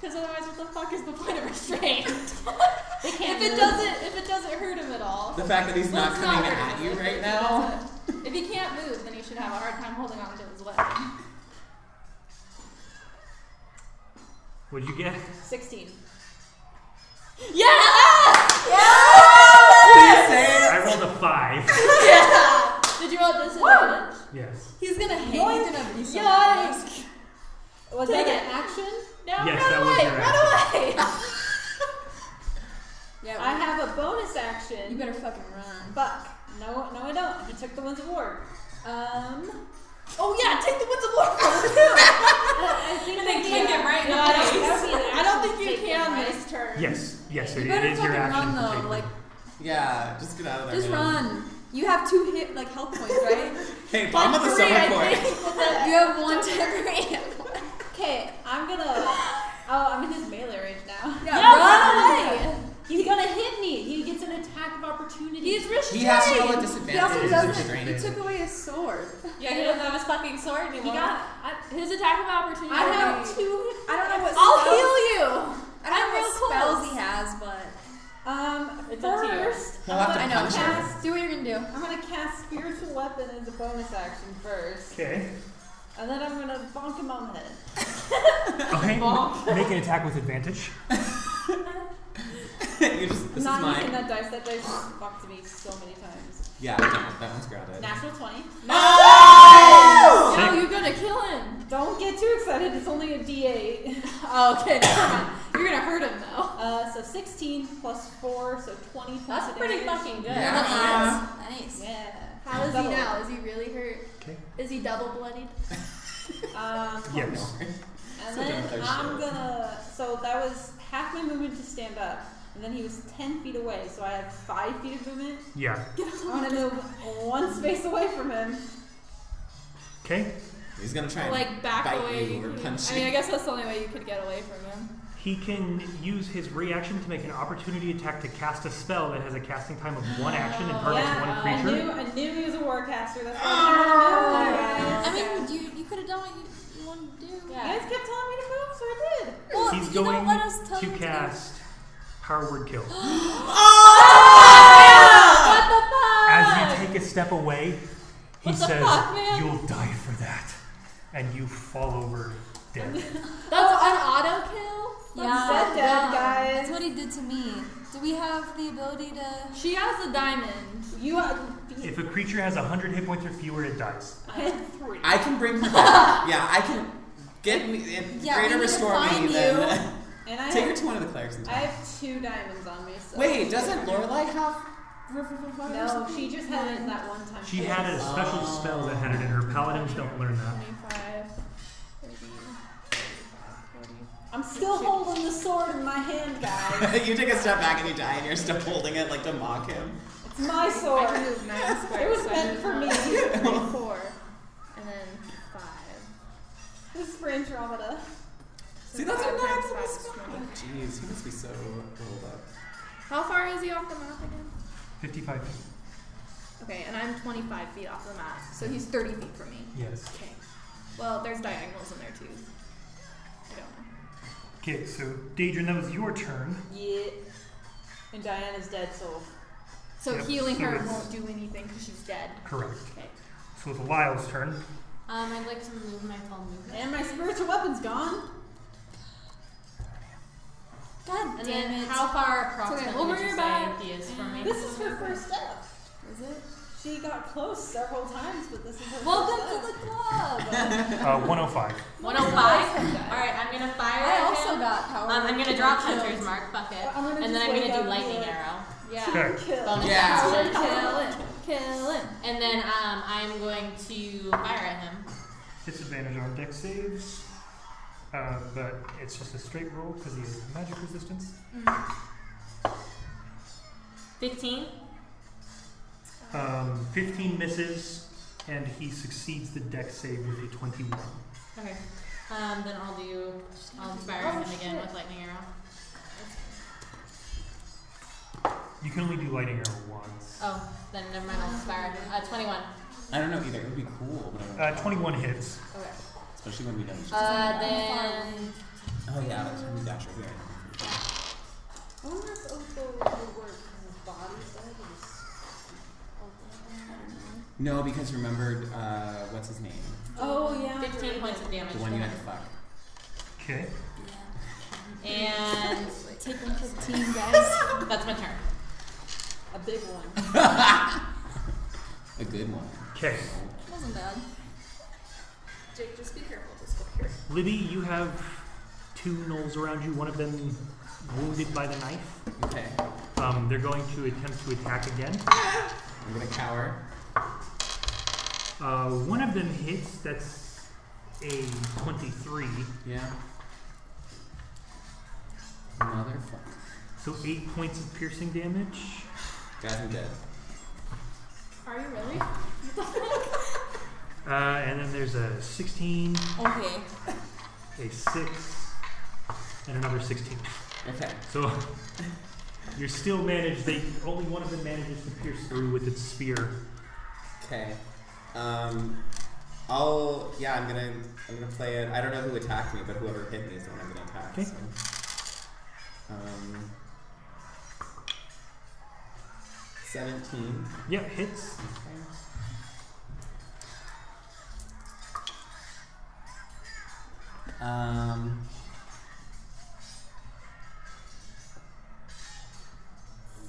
Because otherwise, what the fuck is the point of restraint?
They
if
can't
it
move.
doesn't, if it doesn't hurt him at all.
the fact that he's not
Let's
coming
hurt
at
him
you
if
right
it
now.
doesn't- If he can't move, then he should have a hard time holding on to his weapon.
What'd you get?
Sixteen. Yeah!
Please say it.
I rolled a five.
Did you roll a disadvantage?
yes.
He's gonna hate.
He's gonna be so
Yikes!
Was
Take
that
it.
an action?
No,
Yes,
run
that was
away,
your
run away.
Yeah,
I have a bonus
you
action.
better fucking run.
Fuck. No, no, I don't. He took the ones of war. Um,
Oh yeah, take the Winds of War from us.
I I think
And then
that'd be
kick
a-
him right in
no,
the
I don't-
face.
that would be an
I don't
action
think you
to take him,
can
right?
this turn.
Yes, yes,
You
it,
better
it is your
fucking
action.
run
to
though,
take them.
like-
Yeah, just get out of there.
Just
man.
run. You have two hit like health points, right?
Hey, bomb of the
three, I
summer court.
you have one temporary. Yeah,
Okay, I'm gonna. Oh, I'm in his melee range now.
run away.
He's gonna hit me. He gets an attack of opportunity.
He's restrained.
He has to roll at
He also
disadvantage. It's
doesn't. He
restraining.
took away his sword.
Yeah, he doesn't have his fucking sword
he
anymore.
got. I,
His attack of opportunity.
I have two.
I don't know what.
I'll
spells-
heal you.
I don't
I'm
know
real close.
what spells he has, but
Um,
It's up to you.
first,
He'll have
I
to
know.
punch her.
Cast. Do what you're gonna do.
I'm gonna cast spiritual weapon as a bonus action first,
Okay.
and then I'm gonna bonk him on the head.
Okay. Make an attack with advantage.
You're just, this is
Not using
mine.
that dice. That dice has fucked me so many times.
Yeah, no, that one's grounded.
Natural twenty.
Oh!
No, you're gonna kill him.
Don't get too excited. It's only a D8.
Oh, okay, never mind. You're gonna hurt him though.
Uh, so 16 plus four, so 20. Plus
That's pretty
damage.
fucking good.
Yeah.
Nice.
Yeah.
How is he
Double.
now? Is he really hurt?
Okay.
Is he double bloodied?
Um,
Yes.
And
So
then
don't thirst
I'm
it.
gonna. So that was half my movement to stand up, and then he was ten feet away, so I have five feet of movement.
Yeah.
I want to move one space away from him.
Okay.
He's gonna try and
Like back
bite
away.
you or punch
I
you.
mean, I guess that's the only way you could get away from him.
He can use his reaction to make an opportunity attack to cast a spell that has a casting time of one action and targets
yeah,
one
I
creature. Oh!
knew. I knew he was a warcaster. That's why
I
I
mean,
didn't move.
you you could have done what you, you wanted to do.
You guys kept telling me to move, so I did.
Well,
He's
you
going
don't let us tell
to
you
cast Power Word Kill.
Oh!
As you take a step away, he
What the
says,
fuck, man?
You'll die for that. And you fall over dead.
That's an auto kill.
To go. Yeah,
said that,
yeah.
guys.
That's what he did to me. Do we have the ability to?
She has the diamond.
You uh, are.
if a creature has 100 hit points or fewer, it dies.
I had three.
I can bring her back. Yeah, I can get me and
Yeah, we
greater
need to
restore
find
me than
And I
take her
have,
to one of the clerics and
I have two diamonds on me. So
Wait, doesn't Lorelai have River
No, she just had it that one time.
She had a special spell that had it in her. Paladins don't learn that.
25, 30,
I'm still holding the sword in my hand, guys.
you take a step back and you die and you're still holding it like to mock him.
It's my sword.
I moved nine squares.
It was
so I
meant
moved
for me.
one, three, four, and then five.
This is for Andromeda.
So
See, that's
five
what
times
I'm
five is 20.
Oh, Jeez, he must be so rolled up.
How far is he off the map again?
55 feet.
Okay, and I'm 25 feet off the map, so he's 30 feet from me.
Yes.
Okay. Well, there's diagonals in there too. I don't know.
Okay, so Daedrin, that was your turn.
Yeah. And Diana's dead, so
So
Yep,
healing
so
her
it's-
won't do anything because she's dead.
Correct.
Okay.
So it's Lyle's turn.
Um, I'd like to move my full movement.
and my spiritual weapon's gone.
God
And
damn
then
it!
how far
okay,
approximately
we'll
would
bring
you
her
say
back.
he is from me?
This is her first step.
Is it?
She got close several times, but this is her
Welcome
first
to
step.
the club.
Uh, 105.
105? Alright, I'm gonna fire
I
at
also
him.
got power.
um, I'm gonna drop
Kill.
Hunter's Mark, fuck it.
Well, I'm gonna
and then
just
I'm
wake
gonna
up
do Lightning
and-
Arrow.
Yeah.
Okay.
Kill.
Bonus
Yeah.
action.
Kill him. Kill him.
And then um, I'm going to fire at him.
Disadvantage on deck saves. Uh, but it's just a straight roll because he has magic resistance.
15?
Um, 15 misses, and he succeeds the deck save with a 21.
Okay. Um, then I'll do. I'll fire
Oh,
at him again
shit.
with lightning arrow.
You can only do lightning arrow once.
Oh, then never mind. I'll
Oh,
fire at him. Uh, 21.
I don't know either. It would be cool, but I
Uh,
don't know.
21 hits.
Okay.
especially when we don't.
Uh, then
oh yeah, that's when we dash over here.
I wonder if Otho would work because his body's dead. He's-
No, because remember, uh, what's his name?
Oh, yeah.
15 points of damage.
The one you
to
had
him.
to fuck.
Okay.
And
Take me 15, guys.
that's my turn.
A big one.
A good one.
Okay.
Wasn't bad.
Jake, just be careful with this book here.
Libby, you have two gnolls around you, one of them wounded by the knife.
Okay.
Um, they're going to attempt to attack again.
I'm gonna cower.
Uh, one of them hits, that's a 23,
Yeah. Motherfucker.
so 8 points of piercing damage.
Guys, I'm dead.
Are you really?
Uh, and then there's a 16,
Okay.
a 6, and another 16.
Okay.
So you still manage, they, only one of them manages to pierce through with its spear.
Okay. Um, I'll yeah. I'm gonna I'm gonna play it. I don't know who attacked me, but whoever hit me is the one I'm gonna attack.
Okay.
So. Um. Seventeen.
Yep, hits.
Um.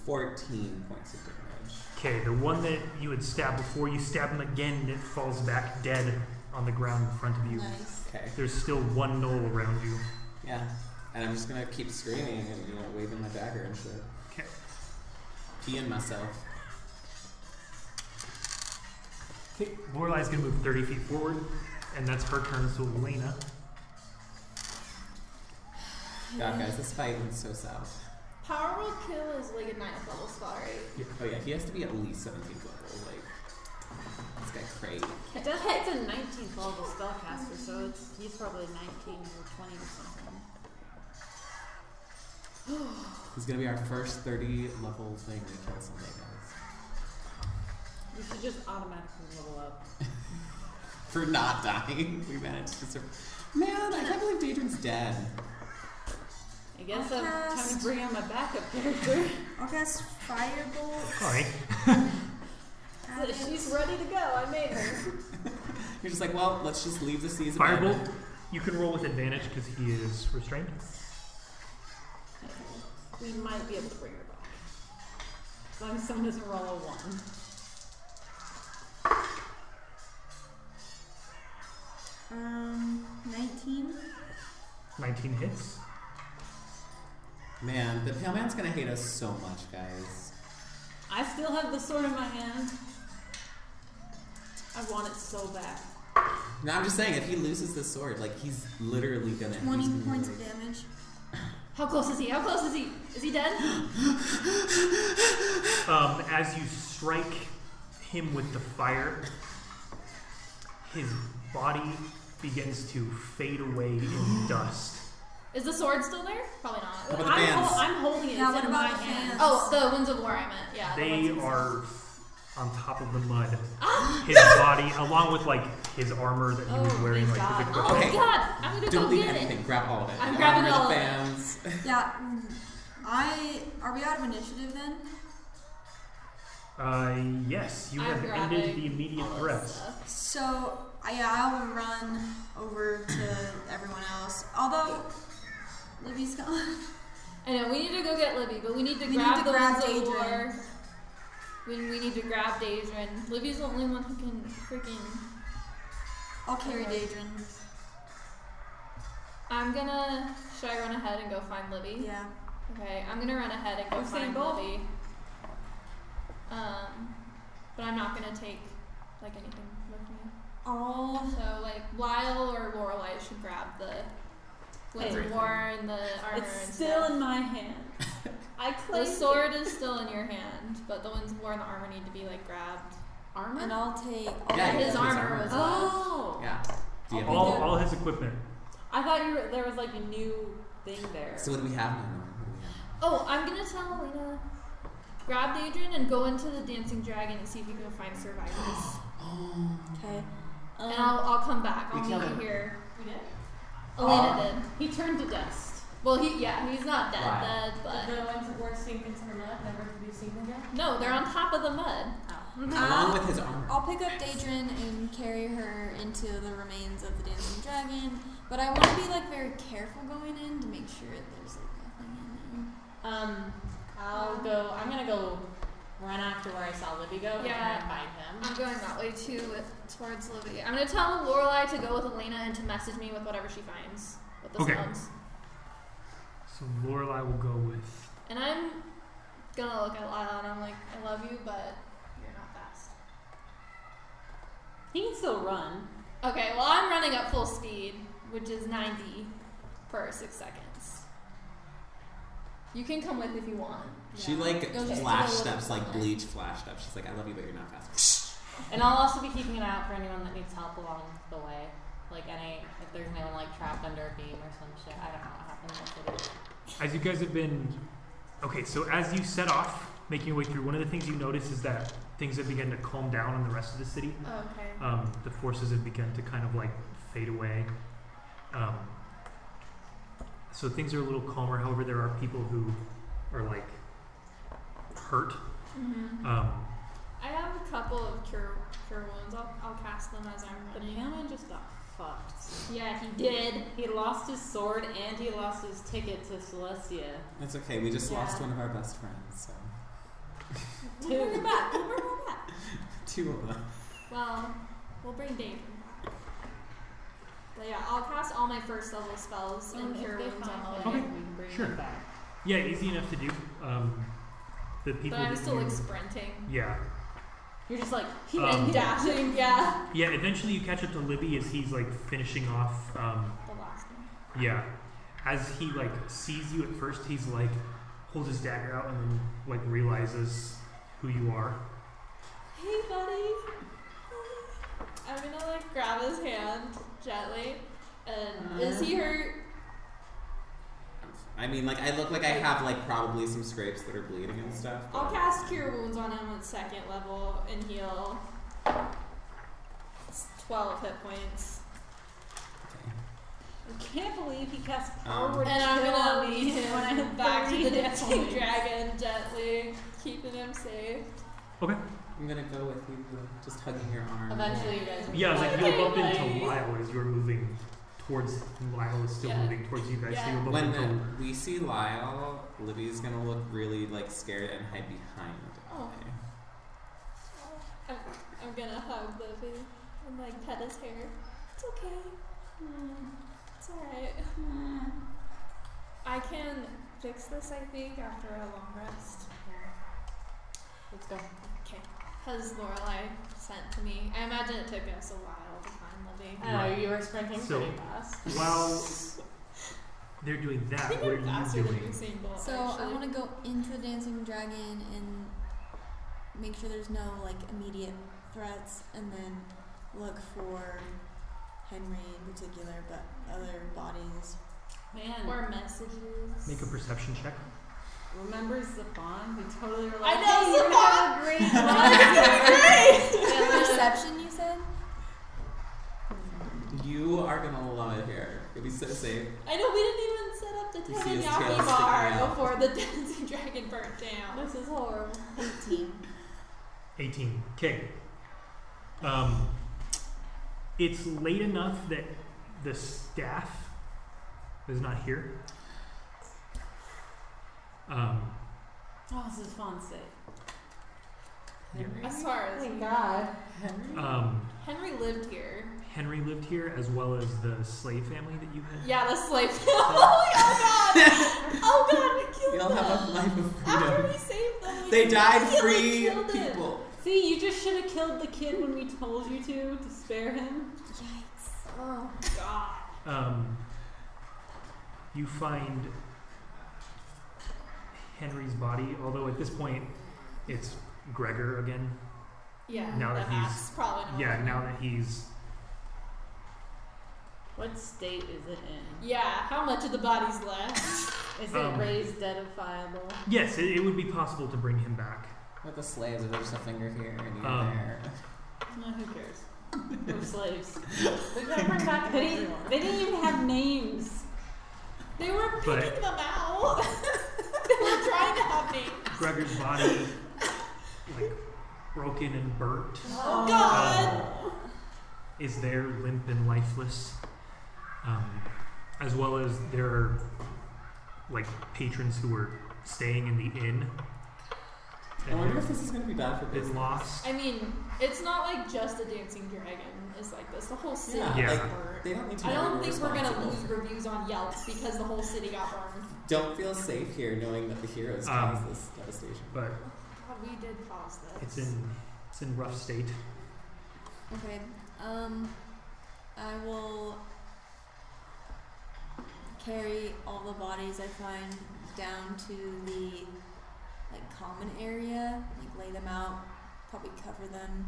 Fourteen points of damage.
Okay, the one that you had stabbed before, you stab him again and it falls back dead on the ground in front of you.
Nice.
Okay.
There's still one knoll around you.
Yeah. And I'm just gonna keep screaming and you know waving my dagger and shit.
Okay.
Peeing myself.
Okay, Lorelai's gonna move 30 feet forward, and that's her turn, so Elena.
God, guys, this fight went so south.
Power roll kill is like a ninth level spell, right?
Oh yeah, he has to be at least 17th level. Like, this guy crazy.
It does, it's a 19th level spellcaster, so it's he's probably 19 or 20 or something.
He's gonna be our first 30 level thing we kill someday, guys.
You should just automatically level up.
For not dying, we managed to survive. Man, I can't believe Daedrin's dead.
I guess
I'll
I'm time
cast-
to bring in my backup character.
I'll cast Firebolt.
Alright.
at it.
She's ready to go. I made her.
You're just like, well, let's just leave the season.
Firebolt, you can roll with advantage because he is restrained.
We might be able to bring her back. As long as someone doesn't roll a one.
Um, 19.
19 hits.
Man, the Pale Man's gonna hate us so much, guys.
I still have the sword in my hand. I want it so bad.
No, I'm just saying, if he loses the sword, like, he's literally gonna.
20
he's gonna be
points
like-
of damage.
How close is he? How close is he? Is he dead?
Um, as you strike him with the fire, his body begins to fade away in dust.
Is the sword still there? Probably
How
not.
about the fans?
I'm holding it.
Yeah,
it's
what
in
about
my
the
hand.
fans?
Oh, the Winds of War, I meant. Yeah. the
They
ones in-
are on top of the mud. His body, along with like his armor that he was
Oh,
wearing,
thank
like the
God.
victim.
Oh
Okay.
my god! I'm gonna
Don't
go
leave
get it.
anything. Grab all of it.
I'm
Armor
grabbing
the
all of it.
fans.
Yeah. mm, I. Are we out of initiative then?
Uh, yes, you
I'm
have ended
grabbing
the immediate
all this
threats.
stuff.
So, I- yeah, I'll run over to everyone else. Although, Libby's gone.
I know, we need to go get Libby, but we need to
We need
grab
to
the
grab
Winds of
Daedrin.
War. We, we need to grab Daedrin. Libby's the only one who can freaking.
I'll carry
Okay.
Daedrin.
I'm gonna. Should I run ahead and go find Libby?
Yeah.
Okay, I'm gonna run ahead and go
Oh, same
find
goal.
Libby. Um, but I'm not gonna take like anything with me.
I'll.
So like Lyle or Lorelai should grab the
Everything.
wind war and the armor.
It's
and
still
stuff.
in my hand. I
the
claimed
sword is still in your hand, but the winds war and the armor need to be like grabbed.
Armor?
And I'll take.
Yeah,
his
his
armor
armor.
was off.
Oh.
Yeah. Do you have
All,
any-
all his equipment.
I thought you were, there was like a new thing there.
So what do we have now? What do we have?
Oh, I'm gonna tell Alina. Grab Daedrin and go into the dancing dragon and see if you can find survivors. Um,
Okay. Um,
and I'll, I'll come back.
we
I'll meet
killed
you here.
We did?
Alina
Oh.
did.
He turned to dust.
Well, he yeah, he's not dead,
Right.
dead, but
the ones that were sink into the mud, never to be seen again.
no, they're on top of the mud.
Along
I'll-
with his armor.
uh,
I'll pick up Daedrin and carry her into the remains of the dancing dragon, but I want to be like very careful going in to make sure there's like nothing in there.
Um, I'll go. I'm gonna go run after where I saw Libby go
Yeah.
and find him.
I'm going that way too, with, towards Livy. I'm gonna tell Lorelai to go with Elena and to message me with whatever she finds with the
Okay.
sounds.
So Lorelai will go with.
And I'm gonna look at Lila and I'm like, I love you, but you're not fast.
He can still run.
Okay, well I'm running at full speed, which is 90 per six seconds. You can come with if you want.
She like
You'll just
flash
go with
steps, like
someone.
bleach flash steps. She's like, I love you, but you're not fast.
And I'll also be keeping an eye out for anyone that needs help along the way. Like any, if there's anyone like trapped under a beam or some shit. I don't know what happened. With Libby.
As you guys have been. Okay, so as you set off, making your way through, one of the things you notice is that things have begun to calm down in the rest of the city.
Oh, Okay.
Um, the forces have begun to kind of like fade away. Um, so things are a little calmer. However, there are people who are like hurt.
hmm
Um,
I have a couple of cure cure wounds. I'll, I'll cast them as I'm
But
running.
Hammond just got fucked.
Yeah, he did.
He lost his sword and he lost his ticket to Celestia.
That's okay. We just
Yeah.
lost one of our best friends, so
Two.
We're back. We're back.
two of them.
Well, we'll bring Damon back. But yeah, I'll cast all my first level spells
Oh,
and cure wounds on all of
Okay,
them.
sure. yeah, easy enough to do. Um, the people.
But I'm
that
still
you-
like sprinting.
yeah,
You're just like,
Um,
and dashing, yeah.
yeah. Eventually, you catch up to Libby as he's like finishing off. Um,
The last one.
yeah, as he like sees you at first, he's like holds his dagger out and then like realizes who you are.
Hey, buddy. I'm gonna like grab his hand gently.
Uh-huh.
And is he hurt?
I mean, like I look like I have like probably some scrapes that are bleeding and stuff.
I'll
but-
cast cure wounds on him at second level and heal. It's 12 hit points.
Okay.
I can't believe he cast
Oh,
Um,
power
And I'm
kill on
gonna
me
lead
when I
him
have
back to the
30
dancing
points.
dragon gently, keeping him safe.
I'm gonna go with you, uh, just hugging your arm.
eventually you guys. will be
Yeah, it's like you'll bump into
Hey.
Lyle as you're moving towards Lyle is still
Yeah.
moving towards you guys. So
Yeah.
you'll bump
When
into
uh, we see Lyle, Libby's gonna look really like scared and hide behind.
Oh.
Ollie.
I'm, I'm gonna hug Livy and like pet his hair. It's okay. It's alright. I can fix this, I think, after a long rest.
Let's go.
Okay. Has Lorelai sent to me? I imagine it took us a while to find Livy.
I don't know, Oh, you were sprinting
So-
pretty fast.
While they're doing
I
that,
think
what
I'm
are
faster
you
than
doing?
Usain Bolt.
So I
actually.
want to go into the dancing dragon and make sure there's no like immediate threats, and then look for Henry in particular, but other bodies.
Man,
Or messages.
Make a perception check.
remembers Zaphon? We totally were
I
like, hey,
know Zaphon!
you have a great
Perception, you said.
You are gonna love it here. It'll be so safe.
I know we didn't even
You see his
set up
tail
the Teriyaki bar
sticking out.
before the dancing dragon burnt down.
This is horrible.
18.
18. Okay. Um, it's late enough that the staff is not here. Um,
Oh, Zaphon's safe.
yeah.
As far as
Thank God.
um,
Henry lived here.
Henry lived here as well as the slave family that you had.
Yeah, the slave. oh, yeah, god! Oh god, we killed
You'll
them.
have a life of
After
freedom.
we saved them, we
They died
we
free
killed him.
people.
See, you just should have killed the kid when we told you to, to spare him.
Yikes.
Oh god.
Um, you find Henry's body, although at this point it's Gregor again.
Yeah.
Now
the
that he's-
hat's probably not.
Yeah, now that he's
What state is it in?
Yeah. How much of the body's left?
Is
Um,
it raised deadifiable?
yes, it, it would be possible to bring him back.
With the slaves, there's a finger here and you
Um,
there.
No, who cares? We're slaves.
We gotta bring back
They didn't,
everyone.
they didn't even have names.
They were picking
But-
them out. they were trying to have names.
Gregor's body, like broken and burnt, uh,
Oh god.
is there limp and lifeless, um, as well as there are like patrons who were staying in the inn
I wonder if this is going to be bad for
is
business.
lost.
I mean, it's not like just the dancing dragon is like this. The whole city
Yeah,
Yeah.
is
like,
burnt.
they don't need to.
I
know
don't think we're gonna
responsible
lose
for-
reviews on Yelp because the whole city got burned.
Don't feel safe here, knowing that the heroes
Um,
caused this devastation.
But
God, we did pause this.
it's in it's in rough state.
Okay. Um, I will carry all the bodies I find down to the like common area. Like lay them out. Probably cover them,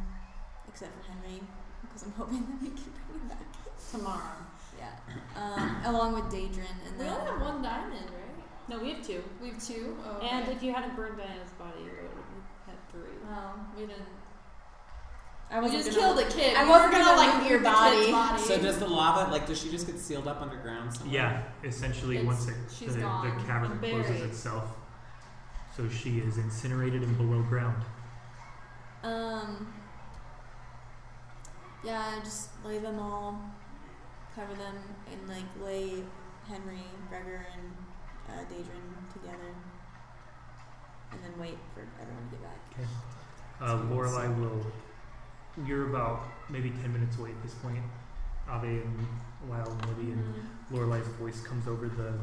except for Henry, because I'm hoping that we can bring him back.
tomorrow.
Yeah. Um, along with Daedrin, and
We
then
only have one diamond, right?
No, we have two.
We have two. Oh,
And
okay.
if you hadn't burned Diana's body, we would have had three.
well, we didn't.
I
We
wasn't
just
gonna-
killed a kid.
I
We
wasn't
were
gonna
like
loot your
the kid's
body.
So does the lava like? Does she just get sealed up underground somewhere?
Yeah, essentially
It's-
once it,
she's
the, the
gone
cavern
and
closes
buried.
itself, so she is incinerated and below ground.
Um. Yeah, just lay them all, cover them, and like lay Henry, Gregor, and uh, Daedrin together, and then wait for everyone to get back.
Uh,
So-
Lorelai will. You're about maybe ten minutes away at this point. Ave and Lyle and Libby and
Mm-hmm.
Lorelai's voice comes over the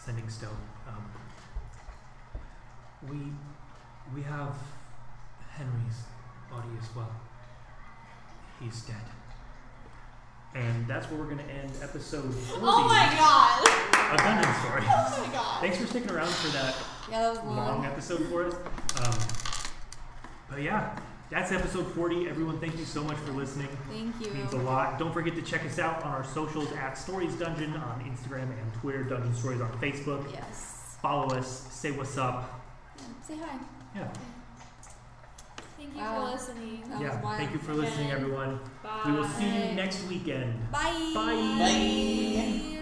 sending stone. Um, we we have Henry's body as well. He's dead. And that's where we're gonna end episode 40
Oh my god!
of Dungeon Stories.
Oh my god!
Thanks for sticking around for that
Yeah, that was long.
long episode for us. Um, but yeah, that's episode 40. Everyone, thank you so much for listening.
Thank you.
It means a lot. Don't forget to check us out on our socials at Stories Dungeon on Instagram and Twitter, Dungeon Stories on Facebook.
Yes.
Follow us, say what's up.
Yeah, Say hi.
Yeah,
Thank you
Wow.
for listening.
That was
yeah.
wild.
Thank you for listening,
Okay.
everyone. We will see you
Bye.
next weekend.
Bye.
Bye.
Bye.